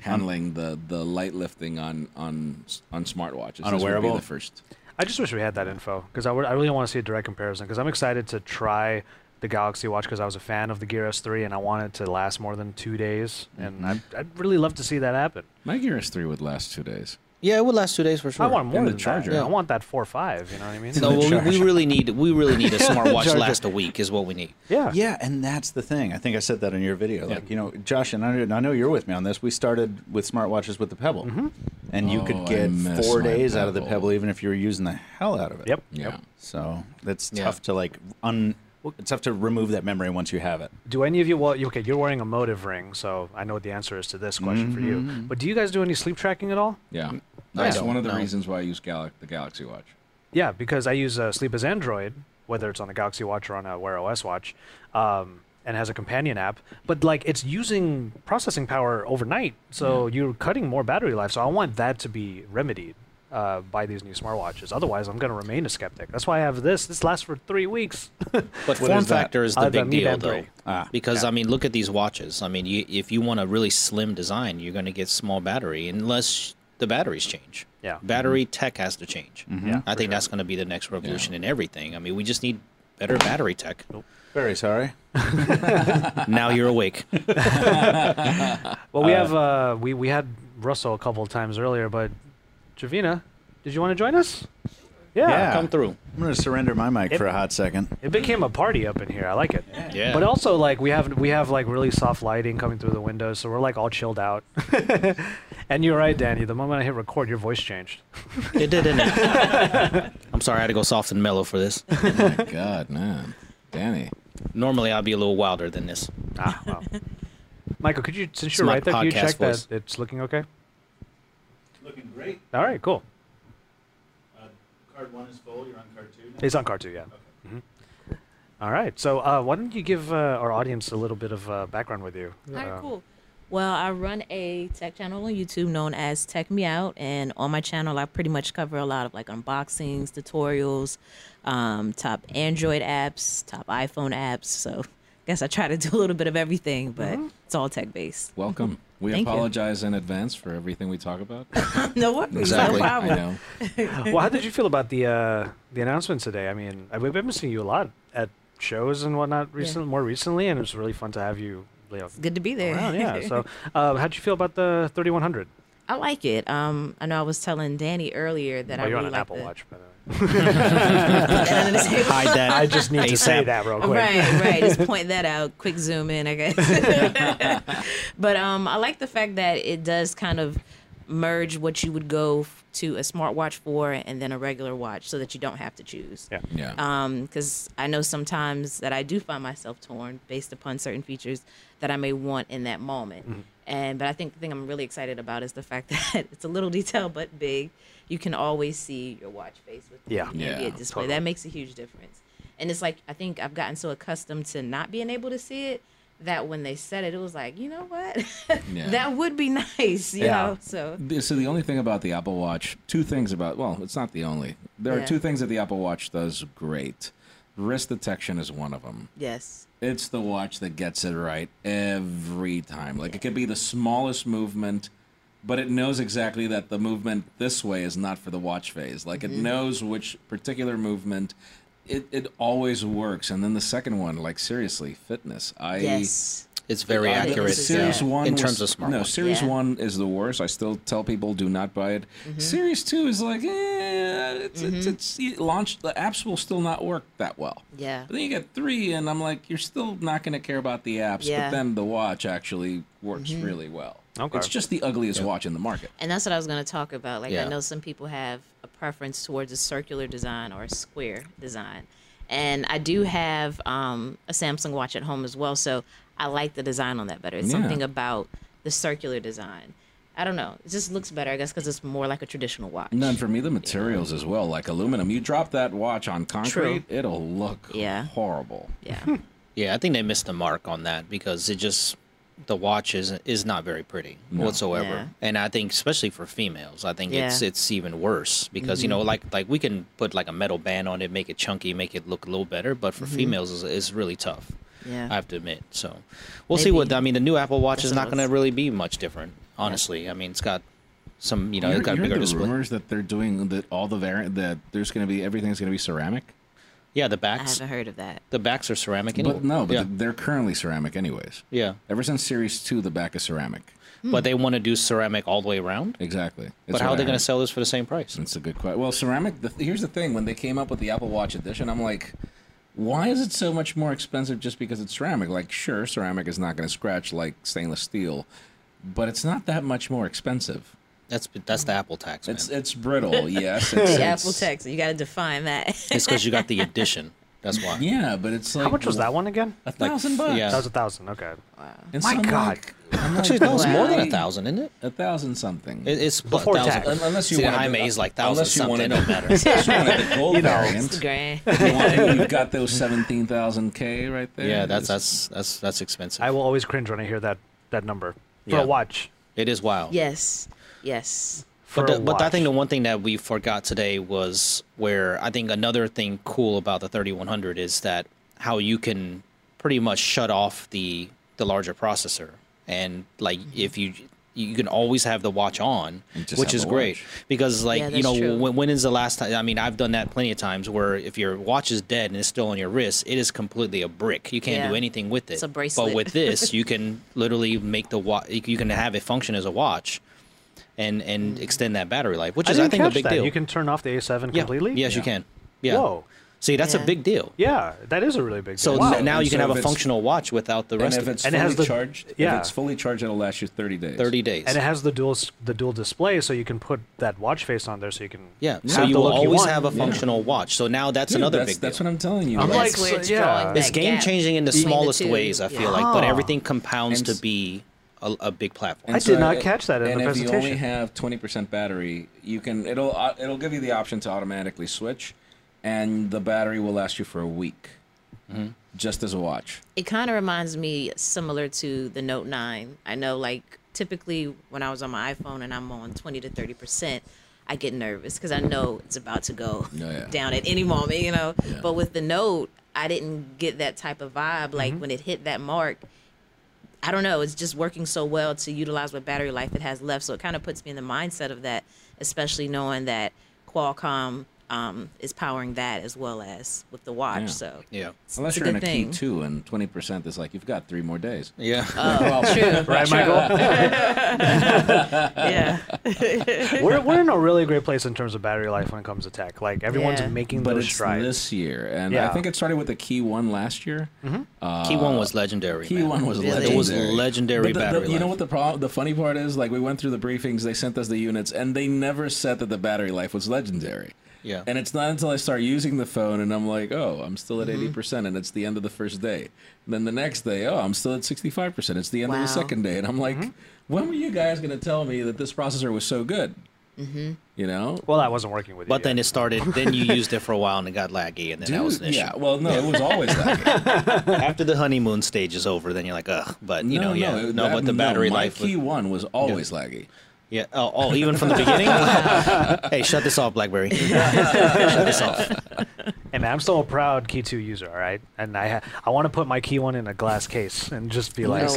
[SPEAKER 2] handling the the light lifting on on on smartwatches.
[SPEAKER 4] On a
[SPEAKER 2] This would be
[SPEAKER 4] wearable?
[SPEAKER 2] the first.
[SPEAKER 1] I just wish we had that info because I would- I really want to see a direct comparison because I'm excited to try the Galaxy Watch because I was a fan of the Gear S3 and I want it to last more than two days
[SPEAKER 2] Mm-hmm.
[SPEAKER 1] and I'd, I'd really love to see that happen.
[SPEAKER 2] My Gear S3 would last two days.
[SPEAKER 3] Yeah, it would last two days for sure.
[SPEAKER 1] I want more
[SPEAKER 2] And the
[SPEAKER 1] than
[SPEAKER 2] charger.
[SPEAKER 1] that.
[SPEAKER 3] Yeah.
[SPEAKER 1] I want that four five. You know what I mean?
[SPEAKER 3] No, well, we- we, really need we really need a smartwatch
[SPEAKER 1] Charger.
[SPEAKER 3] last a week is what we need.
[SPEAKER 1] yeah.
[SPEAKER 4] Yeah, and that's the thing. I think I said that in your video. Like, you know, Josh, and I, and I know you're with me on this. We started with smartwatches with the Pebble,
[SPEAKER 1] Mm-hmm.
[SPEAKER 4] and you
[SPEAKER 2] Oh,
[SPEAKER 4] could
[SPEAKER 2] I
[SPEAKER 4] get
[SPEAKER 2] miss
[SPEAKER 4] four
[SPEAKER 2] my
[SPEAKER 4] days out of the
[SPEAKER 2] Pebble.
[SPEAKER 4] Pebble, even if you were using the hell out of it.
[SPEAKER 1] Yep.
[SPEAKER 2] Yeah.
[SPEAKER 4] So that's
[SPEAKER 3] Yeah.
[SPEAKER 4] tough to like un. It's tough to remove that memory once you have it.
[SPEAKER 1] Do any of you? Well, you- okay, you're wearing a motive ring, so I know what the answer is to this question for you.
[SPEAKER 2] Mm-hmm.
[SPEAKER 1] But do you guys do any sleep tracking at all?
[SPEAKER 2] Yeah. That's
[SPEAKER 3] don't
[SPEAKER 2] one of the
[SPEAKER 3] know.
[SPEAKER 2] reasons why I use Gal- the Galaxy Watch.
[SPEAKER 1] Yeah, because I use uh, Sleep as Android, whether it's on the Galaxy Watch or on a Wear OS watch, um, and has a companion app. But like, it's using processing power overnight, so you're cutting more battery life. So I want that to be remedied uh, by these new smartwatches. Otherwise, I'm going to remain a skeptic. That's why I have this. This lasts for three weeks.
[SPEAKER 3] But form
[SPEAKER 4] is that?
[SPEAKER 3] factor is the
[SPEAKER 1] Uh, the
[SPEAKER 3] big
[SPEAKER 1] Mi
[SPEAKER 3] deal
[SPEAKER 1] Band
[SPEAKER 3] though,
[SPEAKER 1] three.
[SPEAKER 2] Ah,
[SPEAKER 3] because I mean, look at these watches. I mean, you, if you want a really slim design, you're going to get small battery unless the batteries change.
[SPEAKER 1] Yeah. Mm-hmm.
[SPEAKER 3] battery tech has to change.
[SPEAKER 2] Mm-hmm.
[SPEAKER 1] Yeah,
[SPEAKER 3] I
[SPEAKER 1] for
[SPEAKER 3] think
[SPEAKER 1] sure.
[SPEAKER 3] that's going to be the next revolution in everything. I mean, we just need better battery tech.
[SPEAKER 4] Very sorry.
[SPEAKER 2] Ah,
[SPEAKER 3] now you're awake.
[SPEAKER 1] Well, we have uh, we we had Russell a couple of times earlier, but Javina, did you want to join us? Yeah.
[SPEAKER 3] Come through.
[SPEAKER 4] I'm going to surrender my mic
[SPEAKER 1] It-
[SPEAKER 4] for a hot second.
[SPEAKER 1] It became a party up in here. I like it.
[SPEAKER 3] Yeah.
[SPEAKER 1] But also, like we have we have like really soft lighting coming through the windows, so we're like all chilled out. and you're right, Danny. The moment I hit record, your voice changed.
[SPEAKER 3] It did, didn't it? I'm sorry, I had to go soft and mellow for this.
[SPEAKER 2] My God, man, Danny.
[SPEAKER 3] Normally, I'd be a little wilder than this.
[SPEAKER 1] Ah, wow. Michael, could you since you're
[SPEAKER 3] my
[SPEAKER 1] right there, could you
[SPEAKER 3] podcast
[SPEAKER 1] check
[SPEAKER 3] voice.
[SPEAKER 1] that it's looking okay?
[SPEAKER 4] Looking great. Uh,
[SPEAKER 1] All right, cool.
[SPEAKER 4] Card one is full. You're on card two.
[SPEAKER 1] It's on card two, yeah. Mhm. All right, so uh, why don't you give uh, our audience a little bit of uh, background with you?
[SPEAKER 6] All right,
[SPEAKER 1] Um,
[SPEAKER 6] cool. Well, I run a tech channel on YouTube known as Tech Me Out, and on my channel, I pretty much cover a lot of like unboxings, tutorials, um, top Android apps, top iPhone apps. So, I guess I try to do a little bit of everything, but
[SPEAKER 1] Mm-hmm.
[SPEAKER 6] it's all tech based.
[SPEAKER 2] Welcome. We
[SPEAKER 6] Thank you.
[SPEAKER 2] apologize in advance for everything we talk about.
[SPEAKER 6] no worries,
[SPEAKER 3] Exactly.
[SPEAKER 6] no
[SPEAKER 2] I
[SPEAKER 6] problem.
[SPEAKER 2] know.
[SPEAKER 1] Uh, well, how did you feel about the uh, the announcements today? I mean, I- we've been seeing you a lot at shows and whatnot recent, more recently, and it was really fun to have you. you know,
[SPEAKER 6] Good to be there.
[SPEAKER 1] around. Yeah. So, uh, how'd you feel about the 3100?
[SPEAKER 6] I like it. Um, I know I was telling Danny earlier that
[SPEAKER 1] Well,
[SPEAKER 6] I
[SPEAKER 1] you're
[SPEAKER 6] really
[SPEAKER 1] on an
[SPEAKER 6] like
[SPEAKER 1] Apple
[SPEAKER 6] the-
[SPEAKER 1] Watch, by the way.
[SPEAKER 3] Hide that.
[SPEAKER 1] I just need to say that real quick.
[SPEAKER 6] Oh, Right, right. Just point that out. Quick zoom in, I guess. but um, I like the fact that it does kind of merge what you would go f- to a smartwatch for and then a regular watch, so that you don't have to choose.
[SPEAKER 1] Yeah.
[SPEAKER 2] Yeah.
[SPEAKER 6] Because Um, I know sometimes that I do find myself torn based upon certain features that I may want in that moment.
[SPEAKER 1] Mm-hmm.
[SPEAKER 6] And but I think the thing I'm really excited about is the fact that it's a little detail but big. You can always see your watch face with the
[SPEAKER 1] Yeah.
[SPEAKER 6] media
[SPEAKER 2] Yeah,
[SPEAKER 6] display.
[SPEAKER 1] totally.
[SPEAKER 6] That makes a huge difference. And it's like I think I've gotten so accustomed to not being able to see it that when they said it, it was like, you know what,
[SPEAKER 2] Yeah.
[SPEAKER 6] that would be nice. You
[SPEAKER 1] Yeah.
[SPEAKER 6] know, so
[SPEAKER 2] The- So the only thing about the Apple Watch, two things about well, it's not the only. There are
[SPEAKER 6] Yeah.
[SPEAKER 2] two things that the Apple Watch does great. Wrist detection is one of them.
[SPEAKER 6] yes,
[SPEAKER 2] It's the watch that gets it right every time. Like it could be the smallest movement, but it knows exactly that the movement this way is not for the watch phase. Like it knows which particular movement. It it always works. And then the second one, like seriously, fitness. I
[SPEAKER 6] yes,
[SPEAKER 3] It's very
[SPEAKER 6] Yeah, I think
[SPEAKER 3] accurate
[SPEAKER 6] this is, uh,
[SPEAKER 2] Series one
[SPEAKER 3] in
[SPEAKER 2] was-
[SPEAKER 3] terms of smart.
[SPEAKER 2] No, Series
[SPEAKER 6] Yeah. Mm-hmm.
[SPEAKER 2] one is the worst. I still tell people do not buy it. Series two is like, eh, it's, it's, it's it launched. The apps will still not work that well.
[SPEAKER 6] yeah,
[SPEAKER 2] But then you get three, and I'm like, you're still not going to care about the apps.
[SPEAKER 6] Yeah.
[SPEAKER 2] But
[SPEAKER 6] Mm-hmm.
[SPEAKER 2] then the watch actually works really well.
[SPEAKER 1] Okay.
[SPEAKER 2] It's just the ugliest watch in the market.
[SPEAKER 6] and that's what I was going to talk about. Like
[SPEAKER 3] Yeah.
[SPEAKER 6] I know some people have a preference towards a circular design or a square design, And I do have um, a Samsung watch at home as well, so I like the design on that better. It's
[SPEAKER 2] Yeah.
[SPEAKER 6] something about the circular design. I don't know. It just looks better, I guess, because it's more like a traditional watch.
[SPEAKER 2] And then for me, the materials as well, like aluminum. You drop that watch on concrete, it'll look
[SPEAKER 6] Yeah.
[SPEAKER 2] horrible.
[SPEAKER 6] yeah.
[SPEAKER 3] Yeah, I think they missed the mark on that because it just the watch is is not very pretty whatsoever.
[SPEAKER 6] Yeah.
[SPEAKER 3] And I think especially for females, I think it's
[SPEAKER 6] Yeah. Mm-hmm.
[SPEAKER 3] it's even worse because you know like like we can put like a metal band on it, make it chunky, make it look a little better, but for females it's, it's really tough.
[SPEAKER 6] Mm-hmm. Yeah.
[SPEAKER 3] I have to admit. So we'll see what
[SPEAKER 6] Maybe.
[SPEAKER 3] I mean the new Apple Watch is
[SPEAKER 6] That's
[SPEAKER 3] not
[SPEAKER 6] what I
[SPEAKER 3] going to
[SPEAKER 6] was-
[SPEAKER 3] really be much different, honestly. I mean, it's got some, you know,
[SPEAKER 2] You
[SPEAKER 3] it's got a
[SPEAKER 2] heard
[SPEAKER 3] bigger
[SPEAKER 2] the
[SPEAKER 3] display.
[SPEAKER 2] rumors that they're doing that all the variant that there's going to be everything's going to be ceramic.
[SPEAKER 3] Yeah, the
[SPEAKER 6] I
[SPEAKER 3] backs
[SPEAKER 6] haven't heard of that.
[SPEAKER 3] the backs are ceramic anyway.
[SPEAKER 2] But no, but
[SPEAKER 3] yeah.
[SPEAKER 2] they're currently ceramic anyways.
[SPEAKER 3] yeah.
[SPEAKER 2] Ever since Series Two, the back is ceramic.
[SPEAKER 6] Hmm.
[SPEAKER 3] But they want to do ceramic all the way around.
[SPEAKER 2] Exactly.
[SPEAKER 3] But how are they going to
[SPEAKER 2] to
[SPEAKER 3] sell this for the same price?
[SPEAKER 2] That's a good question. Well, ceramic. The, here's the thing: when they came up with the Apple Watch Edition, I'm like, why is it so much more expensive just because it's ceramic? Like, sure, ceramic is not going to scratch like stainless steel, but it's not that much more expensive.
[SPEAKER 3] That's that's the Apple tax, man.
[SPEAKER 2] It's
[SPEAKER 3] It's
[SPEAKER 2] it's brittle, yes. It's,
[SPEAKER 6] The
[SPEAKER 2] it's-
[SPEAKER 6] Apple text. You got to define that.
[SPEAKER 3] because you got the addition. That's why.
[SPEAKER 2] Yeah, but it's like
[SPEAKER 1] How much was that one again?
[SPEAKER 2] A thousand bucks.
[SPEAKER 3] yeah.
[SPEAKER 1] That was a thousand. Okay.
[SPEAKER 2] And
[SPEAKER 1] My
[SPEAKER 2] so I'm
[SPEAKER 1] God.
[SPEAKER 2] like- I'm like,
[SPEAKER 3] Actually, no, it's more than a
[SPEAKER 2] why?
[SPEAKER 3] thousand, isn't it?
[SPEAKER 2] A thousand something.
[SPEAKER 3] It- It's plus
[SPEAKER 1] Before
[SPEAKER 3] thousand.
[SPEAKER 1] tax.
[SPEAKER 2] Un- unless you
[SPEAKER 3] See,
[SPEAKER 2] wanted
[SPEAKER 3] high
[SPEAKER 2] the-
[SPEAKER 3] maze like thousand
[SPEAKER 2] unless you
[SPEAKER 3] something.
[SPEAKER 2] wanted
[SPEAKER 3] It
[SPEAKER 2] the-
[SPEAKER 3] don't matter.
[SPEAKER 2] Unless you wanted the gold variant.
[SPEAKER 6] Grand.
[SPEAKER 2] You want- and you've got those seventeen thousand K right there.
[SPEAKER 3] yeah, that's
[SPEAKER 2] It's-
[SPEAKER 3] that's that's that's expensive.
[SPEAKER 1] I will always cringe when I hear that that number for
[SPEAKER 3] Yeah.
[SPEAKER 1] a watch.
[SPEAKER 3] It is wild.
[SPEAKER 6] Yes. Yes.
[SPEAKER 1] For
[SPEAKER 3] But,
[SPEAKER 1] a
[SPEAKER 3] the, but I
[SPEAKER 1] watch.
[SPEAKER 3] think the one thing that we forgot today was where I think another thing cool about the 3100 is that how you can pretty much shut off the the larger processor and like if you you can always have the watch on,
[SPEAKER 2] Mm-hmm. just
[SPEAKER 3] which
[SPEAKER 2] have
[SPEAKER 3] is
[SPEAKER 2] the
[SPEAKER 3] great
[SPEAKER 2] watch.
[SPEAKER 3] because like
[SPEAKER 6] Yeah,
[SPEAKER 3] you
[SPEAKER 6] that's
[SPEAKER 3] know
[SPEAKER 6] true.
[SPEAKER 3] when, when is the last time? I mean I've done that plenty of times where if your watch is dead and it's still on your wrist, it is completely a brick. You can't
[SPEAKER 6] Yeah.
[SPEAKER 3] do anything with it.
[SPEAKER 6] It's a
[SPEAKER 3] But
[SPEAKER 6] bracelet.
[SPEAKER 3] with this, you can literally make the watch. You can have it function as a watch, and and extend that battery life, which
[SPEAKER 1] I
[SPEAKER 3] is I
[SPEAKER 1] didn't
[SPEAKER 3] think a
[SPEAKER 1] catch
[SPEAKER 3] big
[SPEAKER 1] that.
[SPEAKER 3] deal.
[SPEAKER 1] You can turn off the A7
[SPEAKER 3] yeah.
[SPEAKER 1] completely.
[SPEAKER 3] Yes, you can. Yeah.
[SPEAKER 1] Whoa.
[SPEAKER 3] See, that's a
[SPEAKER 6] Yeah.
[SPEAKER 3] big deal.
[SPEAKER 1] Yeah, that is a really big.
[SPEAKER 3] So
[SPEAKER 1] deal. Wow.
[SPEAKER 3] n- now
[SPEAKER 2] And
[SPEAKER 3] you can
[SPEAKER 2] so
[SPEAKER 3] have
[SPEAKER 2] if
[SPEAKER 3] a
[SPEAKER 2] it's-
[SPEAKER 3] functional watch without the
[SPEAKER 2] And
[SPEAKER 3] rest
[SPEAKER 2] if
[SPEAKER 3] of
[SPEAKER 2] it's
[SPEAKER 3] it.
[SPEAKER 1] And it
[SPEAKER 2] fully
[SPEAKER 1] has the-
[SPEAKER 2] charged, if
[SPEAKER 1] yeah.
[SPEAKER 2] it's fully charged, it'll last you thirty days.
[SPEAKER 3] Thirty days.
[SPEAKER 1] and it has the dual s- the dual display, so you can put that watch face on there, so you can
[SPEAKER 3] yeah.
[SPEAKER 1] Have
[SPEAKER 3] So you
[SPEAKER 1] the
[SPEAKER 3] will
[SPEAKER 1] look you
[SPEAKER 3] always
[SPEAKER 1] want.
[SPEAKER 3] have a functional watch. So now that's
[SPEAKER 2] Dude,
[SPEAKER 3] another
[SPEAKER 2] that's,
[SPEAKER 3] big
[SPEAKER 2] That's
[SPEAKER 3] deal.
[SPEAKER 2] what I'm telling you.
[SPEAKER 1] I'm
[SPEAKER 2] Like,
[SPEAKER 1] like,
[SPEAKER 6] That's where it's
[SPEAKER 1] yeah.
[SPEAKER 6] drawing
[SPEAKER 3] it's
[SPEAKER 6] that
[SPEAKER 3] game
[SPEAKER 6] gap
[SPEAKER 3] changing in the
[SPEAKER 6] between
[SPEAKER 3] smallest
[SPEAKER 6] two.
[SPEAKER 3] ways. I feel
[SPEAKER 6] Yeah.
[SPEAKER 3] like, but
[SPEAKER 1] Ah.
[SPEAKER 3] everything compounds
[SPEAKER 2] And
[SPEAKER 3] to
[SPEAKER 2] s-
[SPEAKER 3] be a, a big platform.
[SPEAKER 1] I
[SPEAKER 2] so
[SPEAKER 1] did not
[SPEAKER 2] it-
[SPEAKER 1] catch that in
[SPEAKER 2] and
[SPEAKER 1] the
[SPEAKER 2] if you only
[SPEAKER 1] presentation.
[SPEAKER 2] have twenty percent battery, you can it'll uh, it'll give you the option to automatically switch, and the battery will last you for a week, just as a watch.
[SPEAKER 6] It kind of reminds me similar to the Note 9. I know, like, typically when I was on my iPhone and I'm on 20 to 30%, I get nervous because I know it's about to go
[SPEAKER 2] Yeah, Oh, yeah.
[SPEAKER 6] down at any moment, you know? But with the Note, I didn't get that type of vibe.
[SPEAKER 2] Mm-hmm.
[SPEAKER 6] Like, when it hit that mark, I don't know. It's just working so well to utilize what battery life it has left. So it kind of puts me in the mindset of that, especially knowing that Qualcomm um, is powering that as well as with the watch.
[SPEAKER 2] Yeah.
[SPEAKER 6] So
[SPEAKER 3] Yeah.
[SPEAKER 6] it's,
[SPEAKER 2] Unless
[SPEAKER 6] it's
[SPEAKER 2] you're
[SPEAKER 6] a
[SPEAKER 2] in
[SPEAKER 6] good
[SPEAKER 2] a
[SPEAKER 6] thing.
[SPEAKER 2] key two and twenty percent is like you've got three more days.
[SPEAKER 3] Yeah.
[SPEAKER 2] Well,
[SPEAKER 1] right, Michael.
[SPEAKER 6] Yeah.
[SPEAKER 1] we're we're in a really great place in terms of battery life when it comes to tech. Like everyone's
[SPEAKER 6] Yeah.
[SPEAKER 1] making
[SPEAKER 2] But
[SPEAKER 1] those
[SPEAKER 2] it's
[SPEAKER 1] strides.
[SPEAKER 2] this year, and I
[SPEAKER 1] Yeah. Mm-hmm.
[SPEAKER 2] think it started with the key one last year.
[SPEAKER 3] Key one was legendary.
[SPEAKER 2] Uh, Key
[SPEAKER 3] man.
[SPEAKER 2] one was
[SPEAKER 6] Really?
[SPEAKER 2] legendary.
[SPEAKER 6] It was
[SPEAKER 3] legendary
[SPEAKER 2] But the- the-
[SPEAKER 3] battery
[SPEAKER 2] You know
[SPEAKER 3] life.
[SPEAKER 2] what the problem? The funny part is, like we went through the briefings, they sent us the units, and they never said that the battery life was legendary.
[SPEAKER 3] Yeah.
[SPEAKER 2] And it's not until I start using the phone and I'm like, oh, I'm still at 80 percent, and it's the end of the first day. And then the next day, oh, I'm still at 65 percent. It's the end of
[SPEAKER 6] Wow.
[SPEAKER 2] the second day, and I'm like, when were you guys going to tell me that this processor was so good? Mm-hmm. You know.
[SPEAKER 1] well, that wasn't working with you.
[SPEAKER 3] But then
[SPEAKER 1] yet.
[SPEAKER 3] it started. Then you used it for a while and it got laggy, and then that was an issue.
[SPEAKER 2] yeah. Well, no, it was always that. way.
[SPEAKER 3] After the honeymoon stage is over, then you're like, ugh. But you know, yeah,
[SPEAKER 2] it-
[SPEAKER 3] no.
[SPEAKER 2] that-
[SPEAKER 3] But the battery
[SPEAKER 2] my
[SPEAKER 3] life, was-
[SPEAKER 2] key one was always laggy.
[SPEAKER 3] yeah. Oh, oh, even from the beginning. hey, shut this off, BlackBerry. shut this off.
[SPEAKER 1] Hey man, I'm still a proud Key 2 user, all right? And I ha- I want to put my Key 1 in a glass case and just be like,
[SPEAKER 6] Oh,